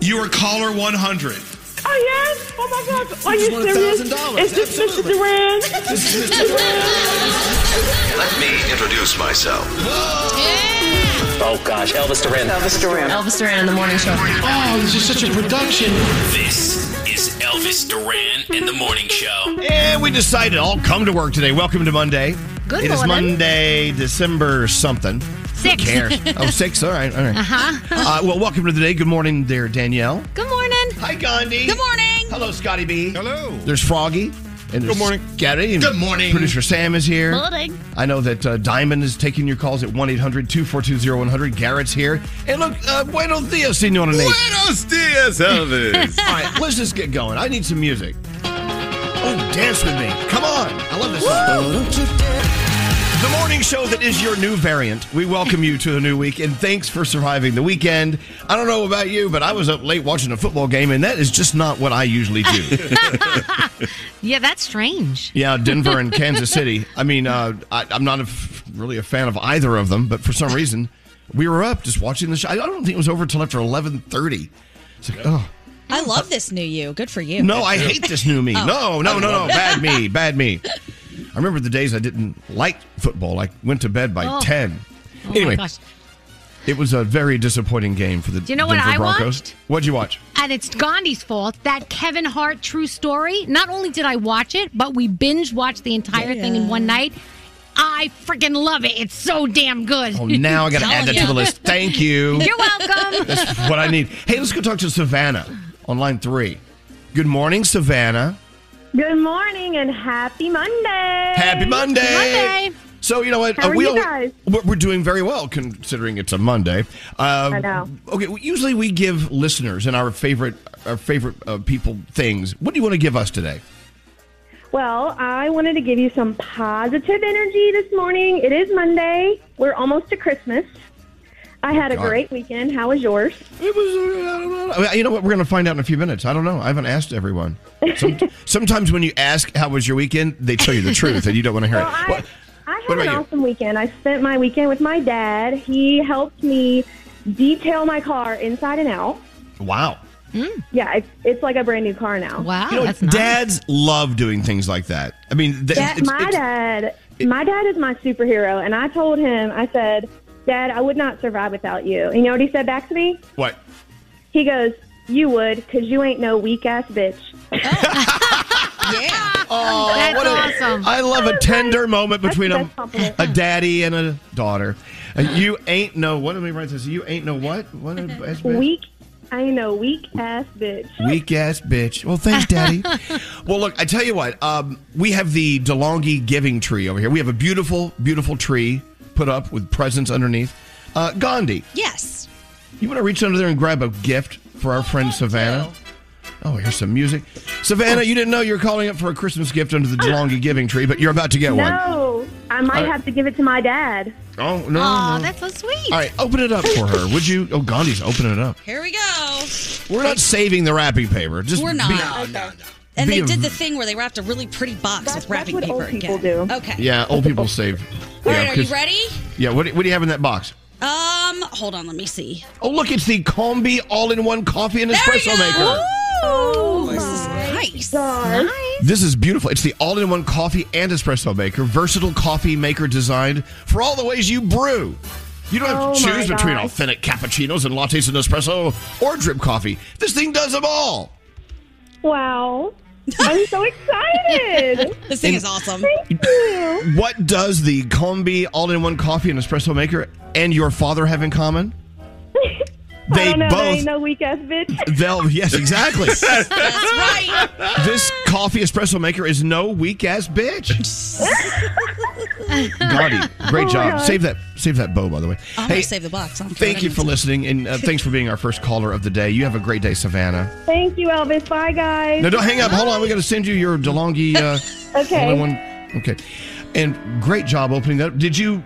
You are caller 100. Oh yes! Oh my gosh! Are you won serious? $1,000. Is this Mr. Absolutely. Duran? Let me introduce myself. Oh gosh, Elvis Duran. Elvis Duran. Elvis Duran in the morning show. Oh, this is such a production. This is Elvis Duran and the Morning Show. Oh. And we decided all come to work today. Welcome to Monday. Good It is morning. Monday, December something. Six. Care. oh, six. All right. All right. Uh-huh. Uh, well, welcome to the day. Good morning there, Danielle. Good morning. Hi, Gandhi. Good morning. Hello, Scotty B. Hello. There's Froggy. And Good morning. Gary. Good morning. Producer Sam is here. Morning. I know that uh, Diamond is taking your calls at 1 800 242 100. Garrett's here. And look, uh, Buenos dias, Senor Nate. Buenos dias, Elvis. All right, let's just get going. I need some music. Oh, dance with me. Come on. I love this song. The morning show that is your new variant. We welcome you to a new week and thanks for surviving the weekend. I don't know about you, but I was up late watching a football game and that is just not what I usually do. Yeah, that's strange. yeah, Denver and Kansas City. I mean, uh, I, I'm not a f really a fan of either of them, but for some reason we were up just watching the show. I don't think it was over till after 11:30. It's like, oh. I love this new you. Good for you. No, I hate this new Oh. me. No, no, no, no. Bad me. Bad me. I remember the days I didn't like football. I went to bed by Oh. 10. Oh anyway, my gosh. it was a very disappointing game for the you know what Denver I Broncos. watched? What'd you watch? And it's Gandhi's fault. That Kevin Hart true story. Not only did I watch it, but we binge watched the entire thing in one night. I freaking love it. It's so damn good. Oh, now I got to add that to the list. Thank you. You're welcome. That's what I need. Hey, let's go talk to Savannah on line three. Good morning, Savannah. Good morning and happy Monday. Happy Monday. Monday. So you know what? How uh, are we you al- guys? we're- We're doing very well considering it's a Monday. Uh, I know. Okay. well, Usually we give listeners and our favorite our favorite uh, people things. What do you want to give us today? Well, I wanted to give you some positive energy this morning. It is Monday. We're almost to Christmas. I had a God. great weekend. How was yours? It was. uh, I don't know. I mean, You know what? We're going to find out in a few minutes. I don't know. I haven't asked everyone. Some, sometimes when you ask how was your weekend, they tell you the truth and you don't want to hear Well, it. I, What- I what had an about you? awesome weekend. I spent my weekend with my dad. He helped me detail my car inside and out. Wow. Yeah, it's, it's like a brand new car now. Hmm. Wow, You know, Oh, that's nice. dads love doing things like that. I mean, th- Dad, it's- my it's- dad, my dad is my superhero, and I told him, I said, "Dad, I would not survive without you." And you know what he said back to me? What? He goes, "You would, 'cause you ain't no weak ass bitch." Yeah. Oh, That's what a- awesome. I love a tender moment between the a, best compliment. a daddy and a daughter. Uh, You ain't no what? Let me write this. You ain't no what? What? a- ass bitch? Weak, I ain't no weak ass bitch. Weak ass bitch. Well, thanks, daddy. well, look, I tell you what. Um, we have the DeLonghi giving tree over here. We have a beautiful, beautiful tree put up with presents underneath. Uh, Gandhi, Yes. you want to reach under there and grab a gift for our friend Savannah? Oh, here's some music. Savannah, you didn't know you were calling up for a Christmas gift under the DeLonghi giving tree, but you're about to get one. No, I might have to give it to my dad. Oh no! Aw, no. that's so sweet. All right, open it up for her, would you? Oh, Gandhi's opening it up. Here we go. We're not saving the wrapping paper. Just We're not. be- And Be they a- did the thing where they wrapped a really pretty box That's- with wrapping that's what paper old people again. do. Okay. yeah, old people save. All yeah, right, are 'cause- you ready? Yeah. What, do- what do you have in that box? Um, hold on, let me see. Oh, look, it's the Combi all-in-one coffee and There we espresso go. maker. Oh Ooh, nice. Sorry. This is beautiful. It's the all-in-one coffee and espresso maker, versatile coffee maker designed for all the ways you brew. You don't have to Oh, my choose between gosh. authentic cappuccinos and lattes and espresso or drip coffee. This thing does them all. Wow, I'm so excited. This thing is awesome. Thank you. What does the Combi all-in-one coffee and espresso maker and your father have in common? I They don't know. They both. ain't no weak ass bitch. They'll yes, exactly. That's right. this coffee espresso maker is no weak ass bitch. Gotti, great Oh my job. God. Save that. Save that bow, by the way. I'm hey, gonna save the box. I'm thank you for listening. listening, and uh, thanks for being our first caller of the day. You have a great day, Savannah. Thank you, Elvis. Bye, guys. No, don't hang up. Hold on. We got to send you your DeLonghi. Uh, Okay. all-in-one- Okay. And great job opening that. up. Did you?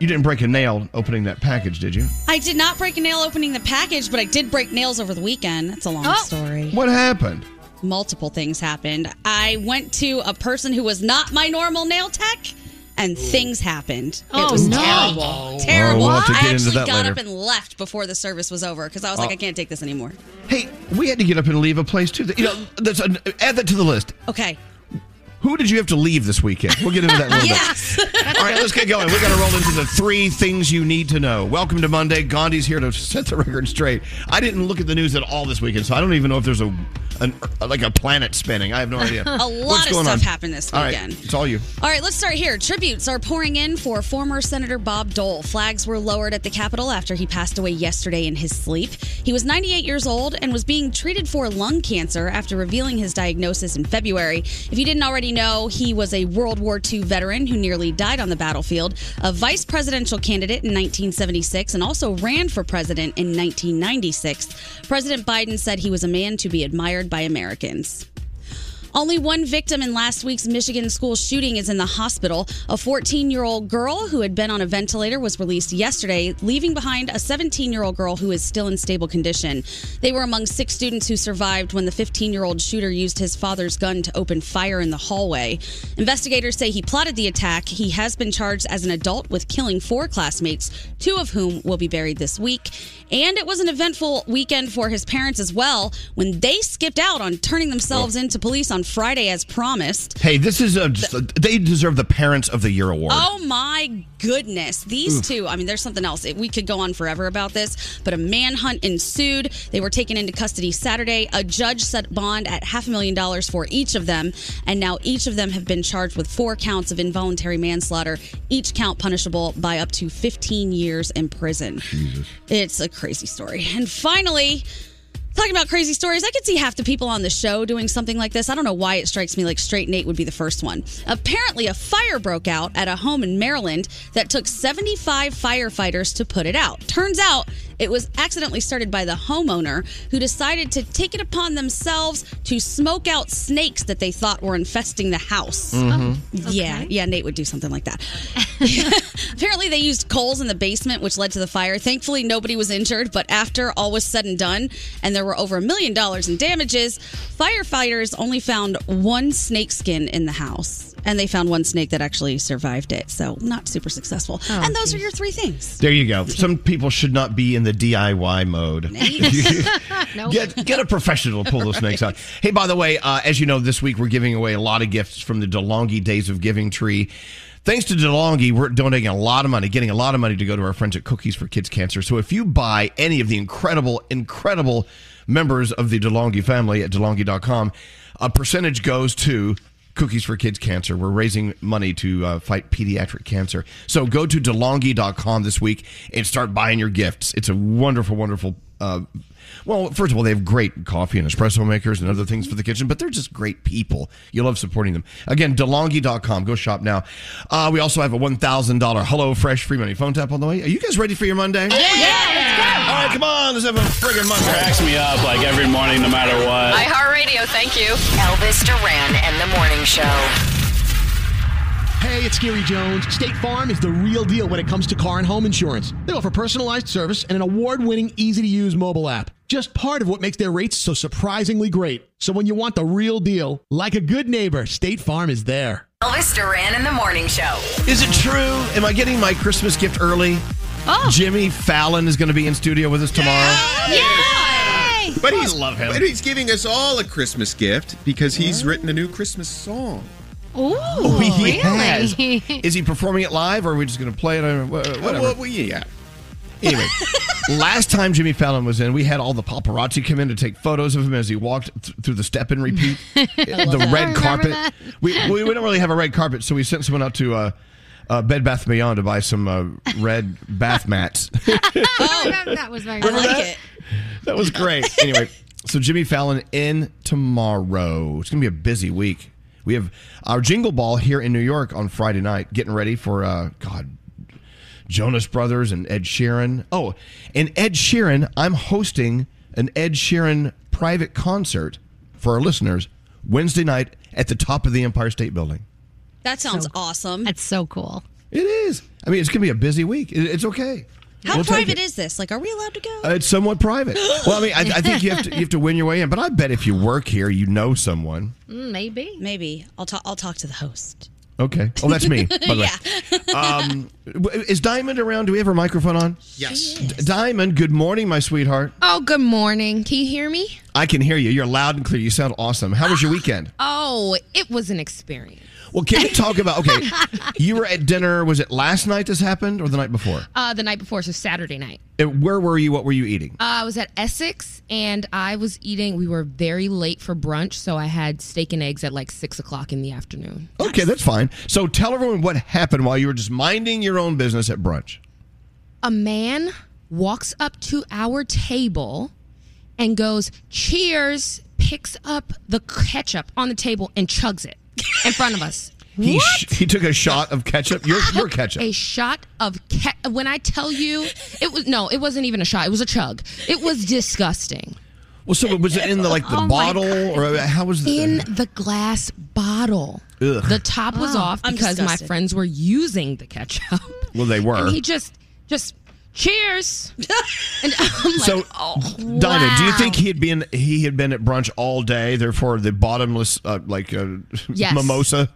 You didn't break a nail opening that package, did you? I did not break a nail opening the package, but I did break nails over the weekend. That's a long Oh. story. What happened? Multiple things happened. I went to a person who was not my normal nail tech and things happened. Oh, it was no. terrible. Oh. Terrible. Oh, we'll have to get I into actually that got later. up and left before the service was over because I was like, Oh. I can't take this anymore. Hey, we had to get up and leave a place too. You know, that's an, add that to the list. Okay. Who did you have to leave this weekend? We'll get into that in a little yes. bit. All right, let's get going. We're going to roll into the three things you need to know. Welcome to Monday. Gandhi's here to set the record straight. I didn't look at the news at all this weekend, so I don't even know if there's a an, like a planet spinning. I have no idea. A lot What's of going stuff on? happened this All right, weekend. it's all you. All right, let's start here. Tributes are pouring in for former Senator Bob Dole. Flags were lowered at the Capitol after he passed away yesterday in his sleep. He was 98 years old and was being treated for lung cancer after revealing his diagnosis in February. If you didn't already know, he was a World War II veteran who nearly died on the battlefield, a vice presidential candidate in 1976, and also ran for president in 1996. President Biden said he was a man to be admired by Americans. Only one victim in last week's Michigan school shooting is in the hospital. A 14 year old girl who had been on a ventilator was released yesterday, leaving behind a 17 year old girl who is still in stable condition. They were among six students who survived when the 15 year old shooter used his father's gun to open fire in the hallway. Investigators say he plotted the attack. He has been charged as an adult with killing four classmates, two of whom will be buried this week. And it was an eventful weekend for his parents as well when they skipped out on turning themselves into police on Friday as promised. Hey, this is a just a- they deserve the Parents of the Year award. Oh my goodness. These Oof. two, I mean, there's something else. We could go on forever about this, but a manhunt ensued. They were taken into custody Saturday. A judge set bond at half a million dollars for each of them, and now each of them have been charged with four counts of involuntary manslaughter, each count punishable by up to 15 years in prison. It's a crazy story. And finally, Talking about crazy stories, I could see half the people on the show doing something like this. I don't know why it strikes me like Straight Nate would be the first one. Apparently, a fire broke out at a home in Maryland that took 75 firefighters to put it out. Turns out it was accidentally started by the homeowner who decided to take it upon themselves to smoke out snakes that they thought were infesting the house. Mhm. Mm-hmm. Yeah, yeah, Nate would do something like that. Apparently, they used coals in the basement, which led to the fire. Thankfully, nobody was injured, but after all was said and done, and there were over a million dollars in damages, firefighters only found one snake skin in the house. And they found one snake that actually survived it. So, not super successful. Oh, and those are your three things. There you go. Some people should not be in the DIY mode. no. Get get a professional to pull those snakes out. Hey, by the way, uh, as you know, this week we're giving away a lot of gifts from the DeLonghi Days of Giving tree. Thanks to DeLonghi, we're donating a lot of money, getting a lot of money to go to our friends at Cookies for Kids Cancer. So if you buy any of the incredible, incredible members of the DeLonghi family at DeLonghi.com, a percentage goes to Cookies for Kids Cancer. We're raising money to uh, fight pediatric cancer. So go to DeLonghi.com this week and start buying your gifts. It's a wonderful, wonderful. Uh, well, first of all, they have great coffee and espresso makers and other things for the kitchen, but they're just great people. You love supporting them. Again, DeLonghi.com. Go shop now. Uh, we also have a $1,000 Hello Fresh free money phone tap on the way. Are you guys ready for your Monday? All right, come on. Let's have a friggin' Monday. Cracks me up like every morning, no matter what. iHeartRadio, thank you. Elvis Duran and the Morning Show. Hey, it's Gary Jones. State Farm is the real deal when it comes to car and home insurance. They offer personalized service and an award winning, easy to use mobile app. Just part of what makes their rates so surprisingly great. So when you want the real deal, like a good neighbor, State Farm is there. Elvis Duran and the Morning Show. Is it true? Am I getting my Christmas gift early? Oh. Jimmy Fallon is going to be in studio with us tomorrow. But he's, love him. But he's giving us all a Christmas gift because he's written a new Christmas song. Oh. Ooh, Oh, he really? has. Is he performing it live, or are we just going to play it? Or wha- Uh, whatever. well, well, yeah. Anyway, last time Jimmy Fallon was in, we had all the paparazzi come in to take photos of him as he walked th- through the step and repeat, love the that. I red remember carpet. that. We, we we don't really have a red carpet, so we sent someone out to. Uh, uh, Bed Bath Beyond to buy some uh, red bath mats. oh. that was very Remember that? that was great. Anyway, so Jimmy Fallon in tomorrow. It's going to be a busy week. We have our Jingle Ball here in New York on Friday night, getting ready for uh, God, Jonas Brothers and Ed Sheeran. Oh, and Ed Sheeran, I'm hosting an Ed Sheeran private concert for our listeners Wednesday night at the top of the Empire State Building. That sounds awesome. That's so cool. It is. I mean, it's going to be a busy week. It- It's okay. How We'll take private it. is this? Like, are we allowed to go? Uh, It's somewhat private. Well, I mean, I, I think you have to you have to win your way in. But I bet if you work here, you know someone. Mm, Maybe. Maybe. I'll talk. I'll talk to the host. Okay. Oh, that's me, by the way. yeah. Um, w- is Diamond around? Do we have her microphone on? Yes. Diamond, good morning, my sweetheart. Oh, good morning. Can you hear me? I can hear you. You're loud and clear. You sound awesome. How was your weekend? Oh, it was an experience. Well, can we talk about? Okay, you were at dinner. Was it last night this happened or the night before? Uh, the night before, so Saturday night. Uh, Where were you? What were you eating? Uh, I was at Essex and I was eating. We were very late for brunch, so I had steak and eggs at like six o'clock in the afternoon. Okay, that's fine. So tell everyone what happened while you were just minding your own business at brunch. A man walks up to our table and goes, Cheers, picks up the ketchup on the table and chugs it in front of us. He, sh- he took a shot of ketchup. Your, your took ketchup. A shot of ke- when I tell you it was no, it wasn't even a shot. It was a chug. It was disgusting. Well, so was it in the like the Oh my bottle or how was the In the glass bottle. Ugh. The top was Oh, off I'm because my disgusted. friends were using the ketchup. Well, they were. And he just just cheers. and I'm like, so, oh, Donna, do you wow. think he had been he had been at brunch all day, therefore the bottomless uh, like uh, Yes. mimosa?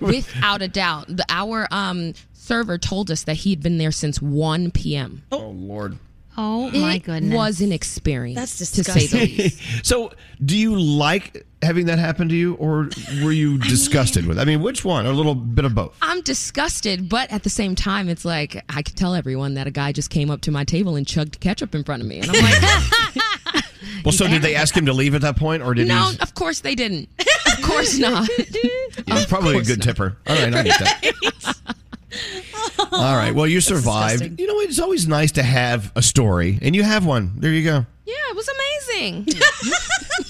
without a doubt, the, our um, server told us that he had been there since 1 p.m. oh Lord. Oh my It goodness. was an experience. That's To say the least. so, do you like having that happen to you, or were you disgusted with? it? I mean, which one? Or a little bit of both? I'm disgusted, but at the same time, it's like I could tell everyone that a guy just came up to my table and chugged ketchup in front of me, and I'm like, Well, so did they ask him to leave at that point, or did no, he? of course they didn't. Of course not. Yeah, he's probably a good tipper. All right, I get that. All right. Well, you survived. You know, what? it's always nice to have a story, and you have one. There you go. Yeah, it was amazing.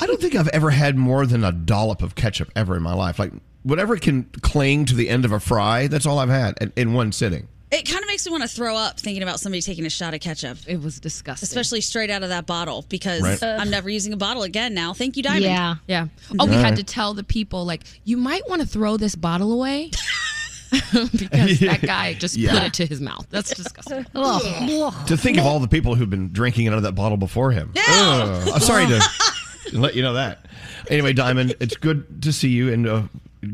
I don't think I've ever had more than a dollop of ketchup ever in my life. Like whatever can cling to the end of a fry, that's all I've had in, in one sitting. It kind of makes me want to throw up thinking about somebody taking a shot of ketchup. It was disgusting. Especially straight out of that bottle because Right. Ugh. I'm never using a bottle again now. Thank you, Diamond. Yeah. Yeah. Oh, we All had right. to tell the people like you might want to throw this bottle away because that guy just put Yeah. it to his mouth. That's disgusting. To think of all the people who've been drinking out of that bottle before him. Ugh. I'm sorry to let you know that. Anyway, Diamond, it's good to see you and uh,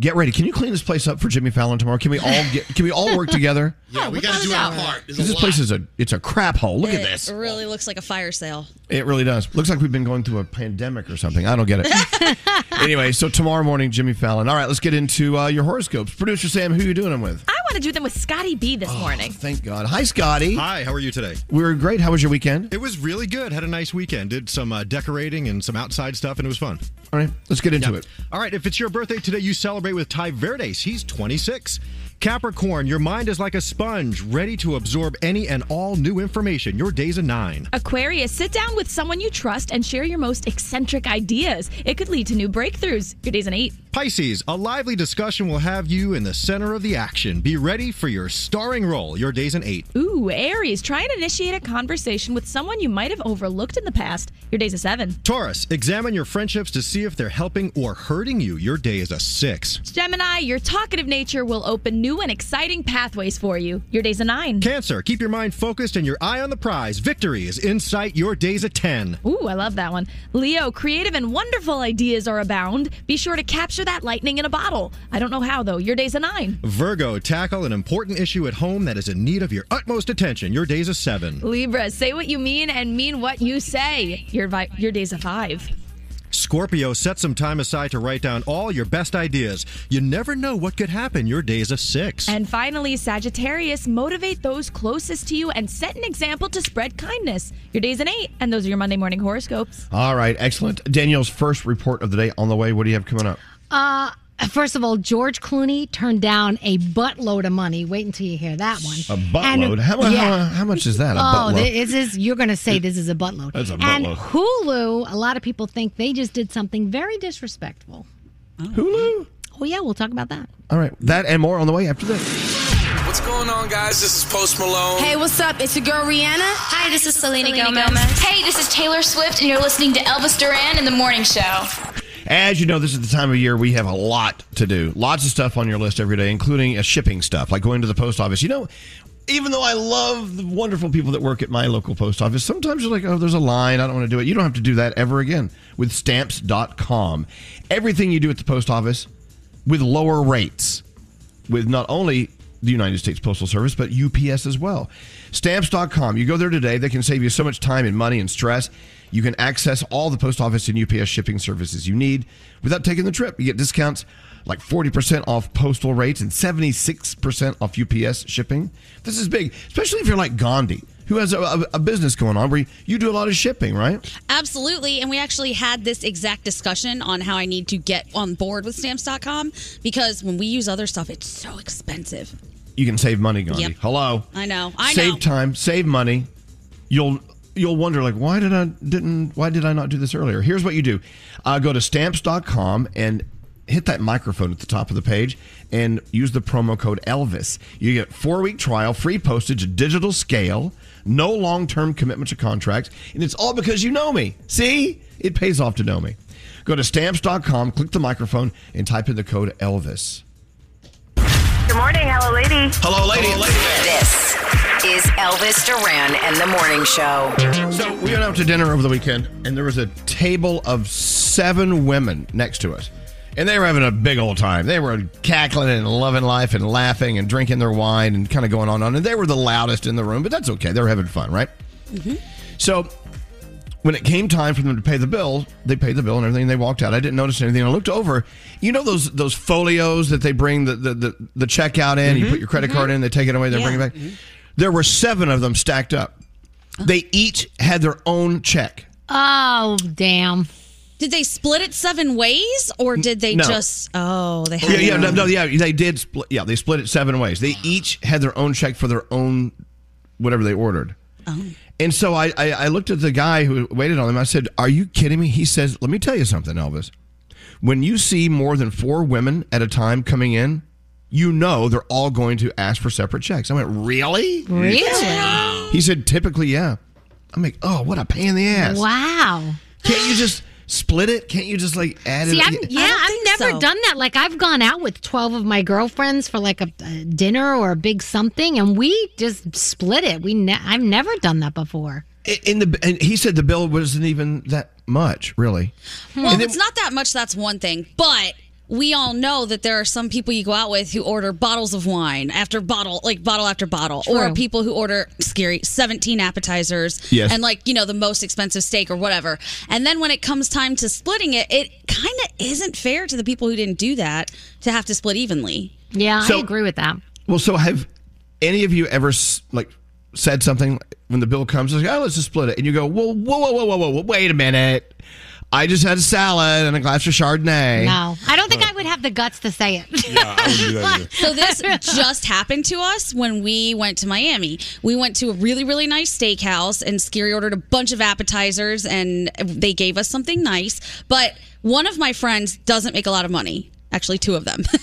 get ready. Can you clean this place up for Jimmy Fallon tomorrow? Can we all get? Can we all work together? Yeah, we got to do our part. There's a this lot. place is a it's a crap hole. Look It at this. really looks like a fire sale. It really does. Looks like we've been going through a pandemic or something. I don't get it. anyway, so tomorrow morning, Jimmy Fallon. All right, let's get into uh, your horoscopes. Producer Sam, who you doing them with? I want to do them with Scotty B this morning. Oh, Thank God. Hi, Scotty. Hi, how are you today? We were great. How was your weekend? It was really good. Had a nice weekend. Did some uh, decorating and some outside stuff, and it was fun. All right, let's get into it. All right, if it's your birthday today, you celebrate with Ty Verdes. He's 26. Capricorn, your mind is like a sponge, ready to absorb any and all new information. Your day's a nine. Aquarius, sit down with someone you trust and share your most eccentric ideas. It could lead to new breakthroughs. Your day's an eight. Pisces, a lively discussion will have you in the center of the action. Be ready for your starring role. Your day's an eight. Ooh, Aries, try and initiate a conversation with someone you might have overlooked in the past. Your day's a seven. Taurus, examine your friendships to see if they're helping or hurting you. Your day is a six. Gemini, your talkative nature will open new and exciting pathways for you. Your day's a nine. Cancer, keep your mind focused and your eye on the prize. Victory is in sight. Your day's a 10. Ooh, I love that one. Leo, creative and wonderful ideas are abound. Be sure to capture that lightning in a bottle. I don't know how, though. Your day's a nine. Virgo, tackle an important issue at home that is in need of your utmost attention. Your day's a 7. Libra, say what you mean and mean what you say. Your, vi- your day's a five. Scorpio, set some time aside to write down all your best ideas. You never know what could happen. Your day's a 6. And finally, Sagittarius, motivate those closest to you and set an example to spread kindness. Your day's an eight, and those are your Monday morning horoscopes. All right, excellent. Danielle's first report of the day on the way. What do you have coming up? Uh, first of all, George Clooney turned down a buttload of money. Wait until you hear that one. A buttload. And- how, mu- how, Yeah. how much is that? A oh, buttload. this is you're going to say this is a buttload. That's a And buttload. Hulu, a lot of people think they just did something very disrespectful. Hulu. Oh yeah, we'll talk about that. All right, that and more on the way after this. What's going on, guys? This is Post Malone. Hey, what's up? It's your girl Rihanna. Hi, this is Selena, Gomez. Hey, this is Taylor Swift, and you're listening to Elvis Duran in the Morning Show. As you know, this is the time of year we have a lot to do. Lots of stuff on your list every day, including uh, shipping stuff, like going to the post office. You know, even though I love the wonderful people that work at my local post office, sometimes you're like, oh, there's a line. I don't want to do it. You don't have to do that ever again with stamps.com. Everything you do at the post office with lower rates. with not only the United States Postal Service, but UPS as well. Stamps.com. You go there today, they can save you so much time and money and stress. You can access all the post office and UPS shipping services you need without taking the trip. You get discounts like 40% off postal rates and 76% off UPS shipping. This is big, especially if you're like Gandhi, who has a, a, a business going on where you- you do a lot of shipping, right? Absolutely. And we actually had this exact discussion on how I need to get on board with stamps.com because when we use other stuff, it's so expensive. You can save money, Gandhi. Yep. Hello. I know. I save know. time, save money. You'll you'll wonder like why did I didn't why did I not do this earlier? Here's what you do. Uh, go to stamps.com and hit that microphone at the top of the page and use the promo code Elvis. You get 4-week trial, free postage, digital scale, no long-term commitments or contracts, and it's all because you know me. See? It pays off to know me. Go to stamps.com, click the microphone and type in the code Elvis. Good morning. Hello, lady. Hello, lady. This is Elvis Duran and the morning show. So we went out to dinner over the weekend, and there was a table of seven women next to us, and they were having a big old time. They were cackling and loving life and laughing and drinking their wine and kind of going on and on. And they were the loudest in the room, but that's okay. They were having fun, right? So when it came time for them to pay the bill, they paid the bill and everything. And they walked out. I didn't notice anything. I looked over. You know those those folios that they bring the the the, the checkout in. You Mhm. put your credit card in. They take it away. They bring it Yeah. back. There were seven of them stacked up. They each had their own check. Oh, damn. Did they split it seven ways or did they no. just. Oh, they had. Yeah, yeah, their no, own- no, yeah. They did split. Yeah, they split it seven ways. They each had their own check for their own whatever they ordered. Oh. And so I, I, I looked at the guy who waited on him. I said, Are you kidding me? He says, Let me tell you something, Elvis. When you see more than four women at a time coming in, you know they're all going to ask for separate checks. I went, Really? Really? He said, Typically, yeah. I'm like, Oh, what a pain in the ass. Wow. Can't you just split it? Can't you just like add See, it? I'm, yeah, I've never so. done that. Like, I've gone out with 12 of my girlfriends for like a, a dinner or a big something, and we just split it. We ne- I've never done that before. in the and he said the bill wasn't even that much really Well, And if it's not that much. That's one thing. But we all know that there are some people you go out with who order bottles of wine after bottle, like bottle after bottle, or True. people who order scary seventeen appetizers Yes. and like you know the most expensive steak or whatever. And then when it comes time to splitting it, it kind of isn't fair to the people who didn't do that to have to split evenly. Yeah, So- I agree with that. well so have any of you ever s- like said something when the bill comes it's like oh let's just split it and you go whoa whoa whoa whoa whoa whoa, whoa wait a minute i just had a salad and a glass of chardonnay No, I don't think I would have the guts to say it. So this just happened to us when we went to Miami. We went to a really really nice steakhouse, and Scary ordered a bunch of appetizers, and they gave us something nice. But one of my friends doesn't make a lot of money. Actually, two of them.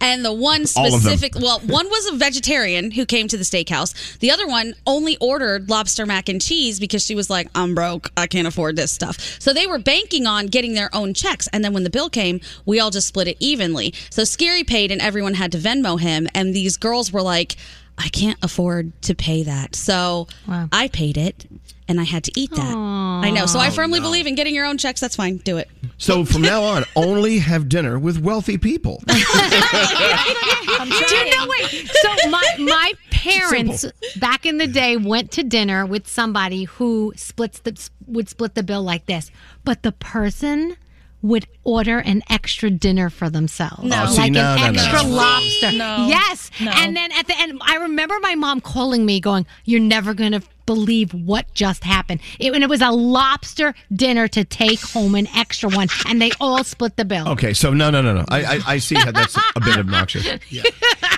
And the one All of them. specific, well, one was a vegetarian who came to the steakhouse. The other one only ordered lobster mac and cheese because she was like, I'm broke. I can't afford this stuff. So they were banking on getting their own checks. And then when the bill came, we all just split it evenly. So Scary paid and everyone had to Venmo him. And these girls were like, I can't afford to pay that. So I paid it and I had to eat that. I know. So I Oh, firmly no. believe in getting your own checks. That's fine. Do it. so from now on only have dinner with wealthy people Do you know? Wait. So my my parents back in the day went to dinner with somebody who splits the would split the bill like this, but the person would order an extra dinner for themselves, No. Oh, see, like no, no, an no, extra no. lobster. No. Yes, No. and then at the end, I remember my mom calling me, going, "You're never gonna." Believe what just happened. It, and it was a lobster dinner to take home an extra one, and they all split the bill. okay so no no no no i i, I see how that's a bit obnoxious Oh,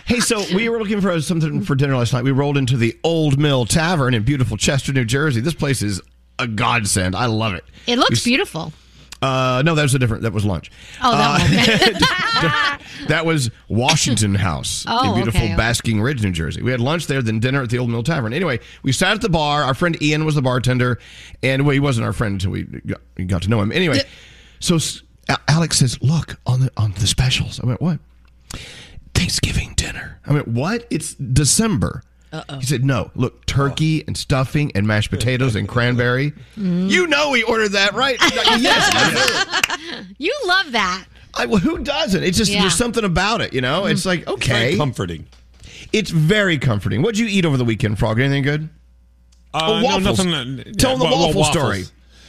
Hey, so we were looking for something for dinner last night. We rolled into the Old Mill Tavern in beautiful Chester, New Jersey. This place is a godsend. I love it. It looks We- beautiful. Uh, no, that was a different. That was lunch. Oh, that Uh, that was Washington House Oh, in beautiful okay. Basking Ridge, New Jersey. We had lunch there, then dinner at the Old Mill Tavern. Anyway, we sat at the bar. Our friend Ian was the bartender, and well, he wasn't our friend until we got, we got to know him. Anyway, so s- A- Alex says, "Look on the on the specials." I went, "What?" Thanksgiving dinner. I went, "What?" It's December. Uh-oh. Oh. He said, "No, look, turkey and stuffing and mashed potatoes and Mm-hmm. cranberry." You know he ordered that, right? yes. You love that. I, well, who doesn't? It's just Yeah. Mm-hmm. there's something about it, you know. It's like okay, comforting. It's very comforting. What'd you eat over the weekend, Frog? Anything good? Uh, Oh, no, waffles. nothing, uh, Tell yeah, them the wa- wa- waffle waffles. story.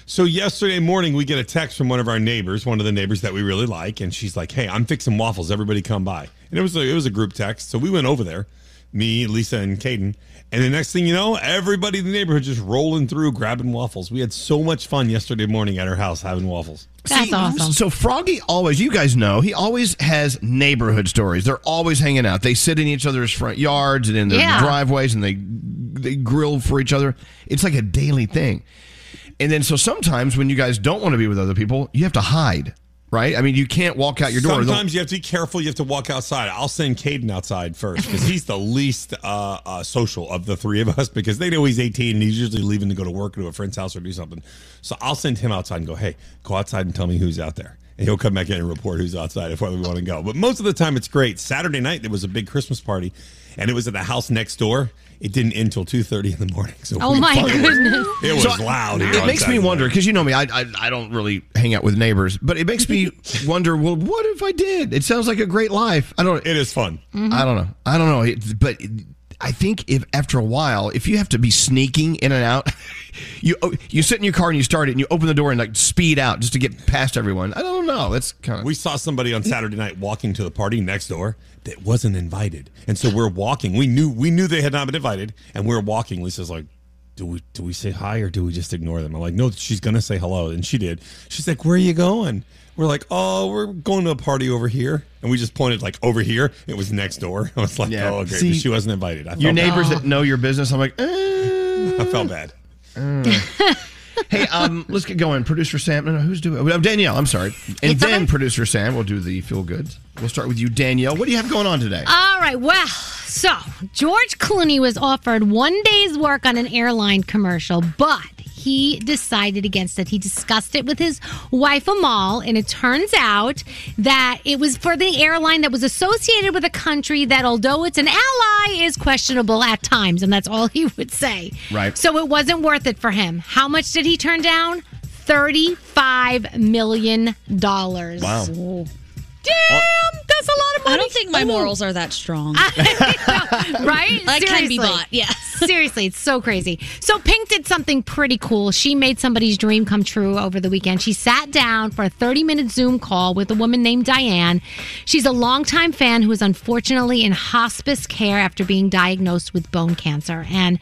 So yesterday morning, we get a text from one of our neighbors, one of the neighbors that we really like, and she's like, "Hey, I'm fixing waffles. Everybody come by." And it was a, it was a group text, so we went over there, me, Lisa, and Caden. And the next thing you know, everybody in the neighborhood just rolling through, grabbing waffles. We had so much fun yesterday morning at our house having waffles. See, So Froggy always, you guys know, he always has neighborhood stories. They're always hanging out. They sit in each other's front yards and in their Yeah. driveways, and they they grill for each other. It's like a daily thing. And then so sometimes when you guys don't want to be with other people, you have to hide, right? I mean, you can't walk out your door. They'll- Sometimes you have to be careful. You have to walk outside. I'll send Caden outside first because he's the least uh, uh, social of the three of us because they know he's 18 and he's usually leaving to go to work or to a friend's house or do something. So I'll send him outside and go, hey, go outside and tell me who's out there. And he'll come back in and report who's outside if whether we want to go. But most of the time, it's great. Saturday night, there was a big Christmas party and it was at the house next door. It didn't end till 2.30 in the morning. So Oh we my fucking- goodness. It was So I- loud. It makes me wonder because you know me, I, I I don't really hang out with neighbors, but it makes me wonder. Well, what if I did? It sounds like a great life. I don't. Mm-hmm. It is fun. Mhm. I don't know. I don't know. It, but I think if after a while, if you have to be sneaking in and out, you oh, you sit in your car and you start it and you open the door and like speed out just to get past everyone. I don't know. That's kind of. We saw somebody on Saturday night walking to the party next door that wasn't invited, and so we're walking. We knew we knew they had not been invited, and we're walking. Lisa's like, "Do we do we say hi or do we just ignore them?" I'm like, "No, she's gonna say hello," and she did. She's like, "Where are you going?" We're like, "Oh, we're going to a party over here," and we just pointed like over here. It was next door. I was like, Yeah. "Oh, okay." See, but she wasn't invited. I Your felt bad. neighbors that know your business, I'm like, "Uh." I felt bad. hey, um, let's get going. Producer Sam, no, no, who's doing? Oh, Danielle, I'm sorry. And then producer Sam will do the feel goods. We'll start with you, Danielle. What do you have going on today? All right. Well, so George Clooney was offered one day's work on an airline commercial, but he decided against it. He discussed it with his wife, Amal, and it turns out that it was for the airline that was associated with a country that, although it's an ally, is questionable at times. And that's all he would say. Right. So it wasn't worth it for him. How much did he turn down? $35 million. Wow. Damn, that's a lot of money. I don't think my morals are that strong. right? That can be Seriously. bought, yeah. Seriously, it's so crazy. So Pink did something pretty cool. She made somebody's dream come true over the weekend. She sat down for a 30-minute Zoom call with a woman named Diane. She's a longtime fan who is unfortunately in hospice care after being diagnosed with bone cancer. And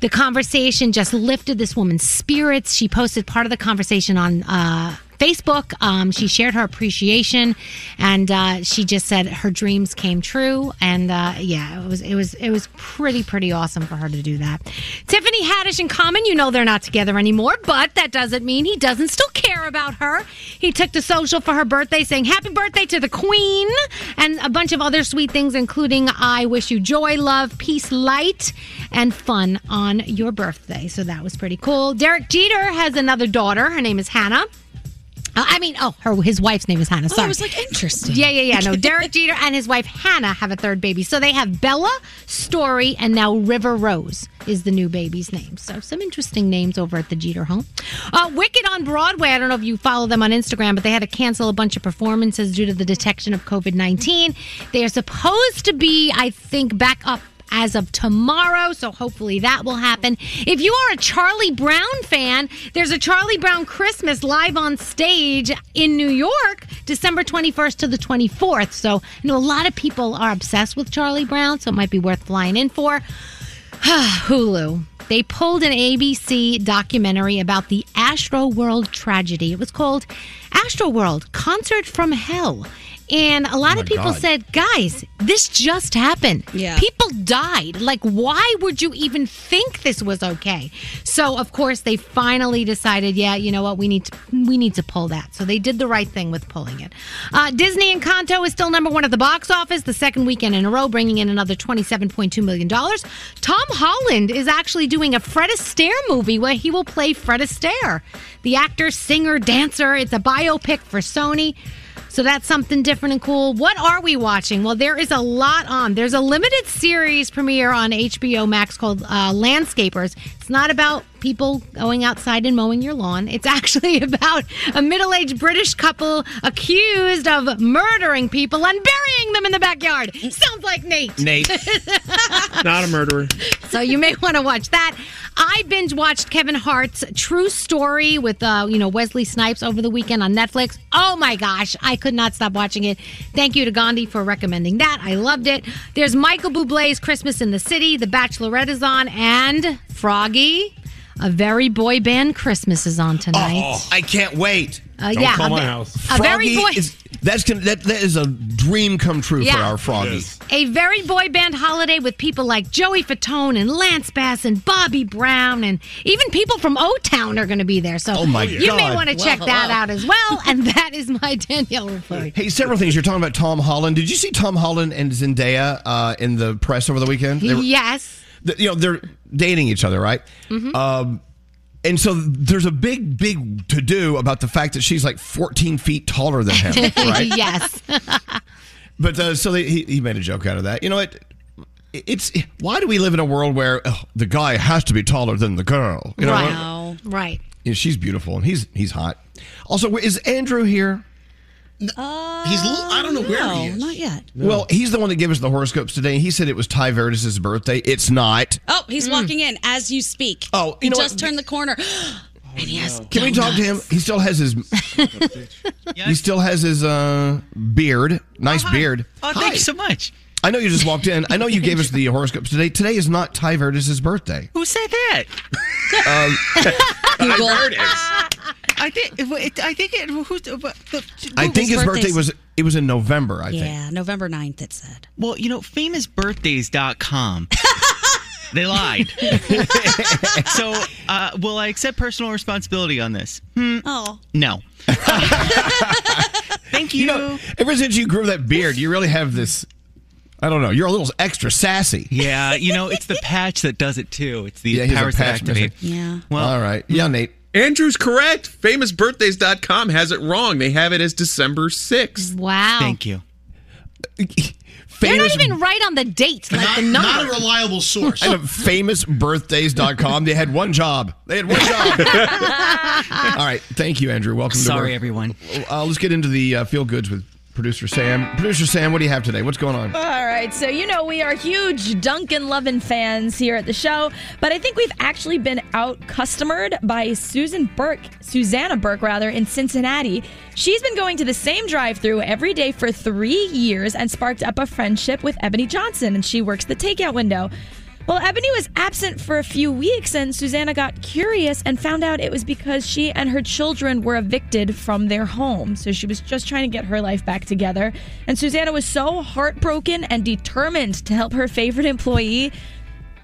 the conversation just lifted this woman's spirits. She posted part of the conversation on uh Facebook. Um, she shared her appreciation, and uh, she just said her dreams came true. And uh, yeah, it was it was it was pretty pretty awesome for her to do that. Tiffany Haddish and Common, you know they're not together anymore, but that doesn't mean he doesn't still care about her. He took to social for her birthday, saying "Happy birthday to the Queen" and a bunch of other sweet things, including "I wish you joy, love, peace, light, and fun on your birthday." So that was pretty cool. Derek Jeter has another daughter. Her name is Hannah. Uh, I mean, oh, her his wife's name is Hannah. Sorry, I was like, interesting. Yeah, yeah, yeah. No, Derek Jeter and his wife Hannah have a third baby, so they have Bella, Story, and now River Rose is the new baby's name. So some interesting names over at the Jeter home. Uh, Wicked on Broadway. I don't know if you follow them on Instagram, but they had to cancel a bunch of performances due to the detection of COVID nineteen. They are supposed to be, I think, back up as of tomorrow. So hopefully that will happen. If you are a Charlie Brown fan, there's a Charlie Brown Christmas live on stage in New York, December 21st to the 24th. So I know a lot of people are obsessed with Charlie Brown, so it might be worth flying in for. Hulu. They pulled an ABC documentary about the Astro World tragedy. It was called Astro World Concert from Hell. And a lot Oh of my people God. said, guys, this just happened. Yeah. People died. Like, why would you even think this was okay? So, of course, they finally decided, yeah, you know what, we need to, we need to pull that. So they did the right thing with pulling it. Uh, Disney Encanto is still number one at the box office, the second weekend in a row, bringing in another $27.2 million. Tom Holland is actually doing a Fred Astaire movie where he will play Fred Astaire, the actor, singer, dancer. It's a biopic for Sony. So that's something different and cool. What are we watching? Well, there is a lot on. There's a limited series premiere on HBO Max called uh, Landscapers. It's not about people going outside and mowing your lawn. It's actually about a middle aged British couple accused of murdering people and burying them in the backyard. Sounds like Nate. Nate. Not a murderer. so you may want to watch that. I binge watched Kevin Hart's True Story with uh, you know Wesley Snipes over the weekend on Netflix. Oh my gosh, I could not stop watching it. Thank you to Gandhi for recommending that. I loved it. There's Michael Bublé's Christmas in the City, The Bachelorette is on, and Froggy. A very boy band Christmas is on tonight. Oh, I can't wait. Uh, Don't yeah, call a my ve- house. a very Froggy boy- is- that's gonna, that, that is a dream come true for Yeah. our Froggy. A very boy band holiday with people like Joey Fatone and Lance Bass and Bobby Brown and even people from O Town are going to be there. So Oh, my you may God. want to check Wow. that out as well. And that is my Danielle report. Hey, several things. You're talking about Tom Holland. Did you see Tom Holland and Zendaya uh, in the press over the weekend? They were- Yes. th- you know they're dating each other, right? Mhm. Um, and so there's a big, big to do about the fact that she's like 14 feet taller than him, right? yes. But uh, so they, he, he made a joke out of that. You know what? It's why do we live in a world where ugh, the guy has to be taller than the girl? You know, Wow. Right. yeah, she's beautiful and he's he's hot. Also, is Andrew here? he's. I don't know where he is. Not yet. Well, he's the one that gave us the horoscopes today. He said it was Ty Veritas' birthday. It's not. Oh, he's Mm. walking in as you speak. Oh, he you know just what? turned the corner. and he has. Can we talk to him? He still has his. he still has his uh, beard. Nice beard. Oh, thank you so much. I know you just walked in. I know you gave us the horoscopes today. Today is not Ty Veritas' birthday. Who said that? Um, I heard it. I think. it- it- I think it. Who's, the- what- the- I Google's think his birthday birthdays- was it was in November. I think. Yeah, November 9th, it said. Well, you know, famousbirthdays.com. they lied. so, uh, will I accept personal responsibility on this? Hmm. Oh. No. Thank you. know, ever since you grew that beard, you really have this. I don't know. You're a little extra sassy. Uh, Yeah, you know, it's the patch that does it too. It's the Yeah, he's a powers that patch activate. missing. Yeah. Well, all right. Yeah, Nate. Andrew's correct. Famousbirthdays.com has it wrong. They have it as December 6th. Wow. you. They're not Famous- even right on the date, like the number. not a reliable I know famousbirthdays.com. They had one job. They had one job. Ah. All right. Thank you, Andrew. Welcome to Sorry, work. everyone. Uh, let's get into the uh, feel goods with producer Sam. Producer Sam, what do you have today? What's going on? All right, so you know we are huge Duncan Lovin fans here at the show, but I think we've actually been out customered by Susan Burke, Susanna Burke rather, in Cincinnati. She's been going to the same drive-through every day for three years and sparked up a friendship with Ebony Johnson, and she works the takeout window. Well, Ebony was absent for a few weeks, and Susanna got curious and found out it was because she and her children were evicted from their home. So she was just trying to get her life back together. And Susanna was so heartbroken and determined to help her favorite employee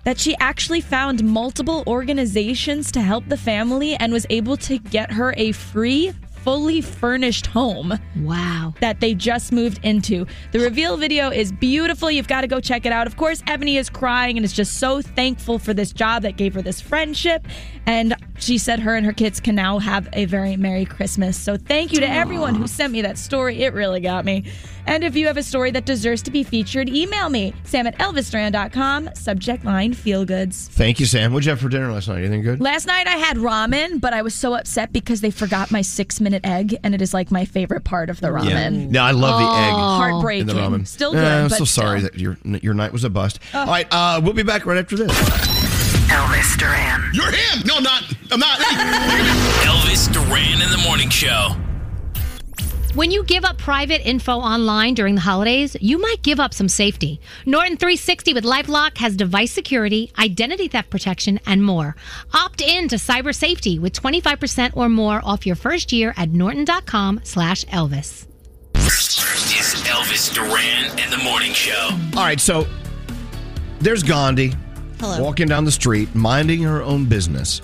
that she actually found multiple organizations to help the family and was able to get her a free fully furnished home. Wow. That they just moved into. The reveal video is beautiful. You've got to go check it out. Of course, Ebony is crying and is just so thankful for this job that gave her this friendship and she said her and her kids can now have a very merry Christmas. So thank you to everyone who sent me that story. It really got me. And if you have a story that deserves to be featured, email me, sam at elvisduran.com, subject line feel goods. Thank you, Sam. What'd you have for dinner last night? Anything good? Last night I had ramen, but I was so upset because they forgot my six minute egg, and it is like my favorite part of the ramen. Yeah, I love the egg. Heartbreaking. in the ramen. Still Uh, good. I'm but so sorry still. that your your night was a bust. All right, uh, we'll be back right after this. Elvis Duran. You're him. No, not. I'm not. Elvis Duran in the morning show. When you give up private info online during the holidays, you might give up some safety. Norton 360 with LifeLock has device security, identity theft protection, and more. Opt in to cyber safety with 25% or more off your first year at norton.com slash Elvis. It's Elvis Duran and the morning show. All right, so there's Gandhi Hello. walking down the street, minding her own business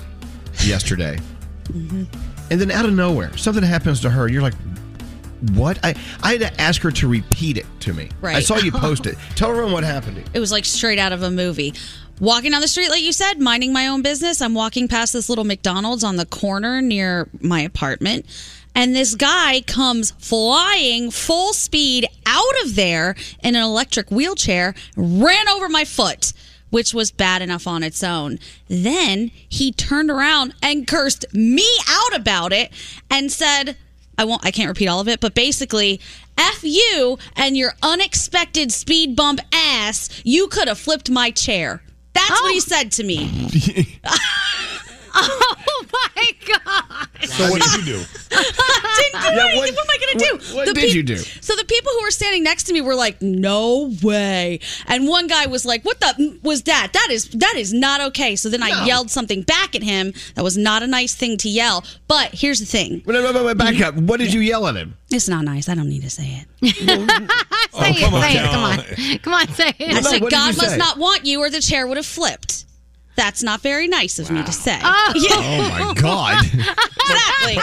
yesterday. Mm-hmm. And then out of nowhere, something happens to her. You're like, what? I, I had to ask her to repeat it to me. I Right. saw you post it. Tell everyone what happened to you. It was like straight out of a movie. Walking down the street, like you said, minding my own business. I'm walking past this little McDonald's on the corner near my apartment. And this guy comes flying full speed out of there in an electric wheelchair, ran over my foot, which was bad enough on its own. Then he turned around and cursed me out about it and said, I won't I can't repeat all of it, but basically, F you and your unexpected speed bump ass, you could have flipped my chair. That's what he said to me. oh my god. So what did you do? I didn't do Yeah, anything. what- What, am I going to what- do? what The did you do? So the people who were standing next to me were like, "No way!" And one guy was like, "What the was that? That is that is not okay." So then I yelled something back at him. That was not a nice thing to yell. But here's the thing. Wait, wait, wait, wait, back up. What did you yell at him? It's not nice. I don't need to say it. say it, say it. Come on. Come on, say it. I said, "God must not want you, or the chair would have flipped." That's not very nice of me to say. Oh. Oh, my God. exactly.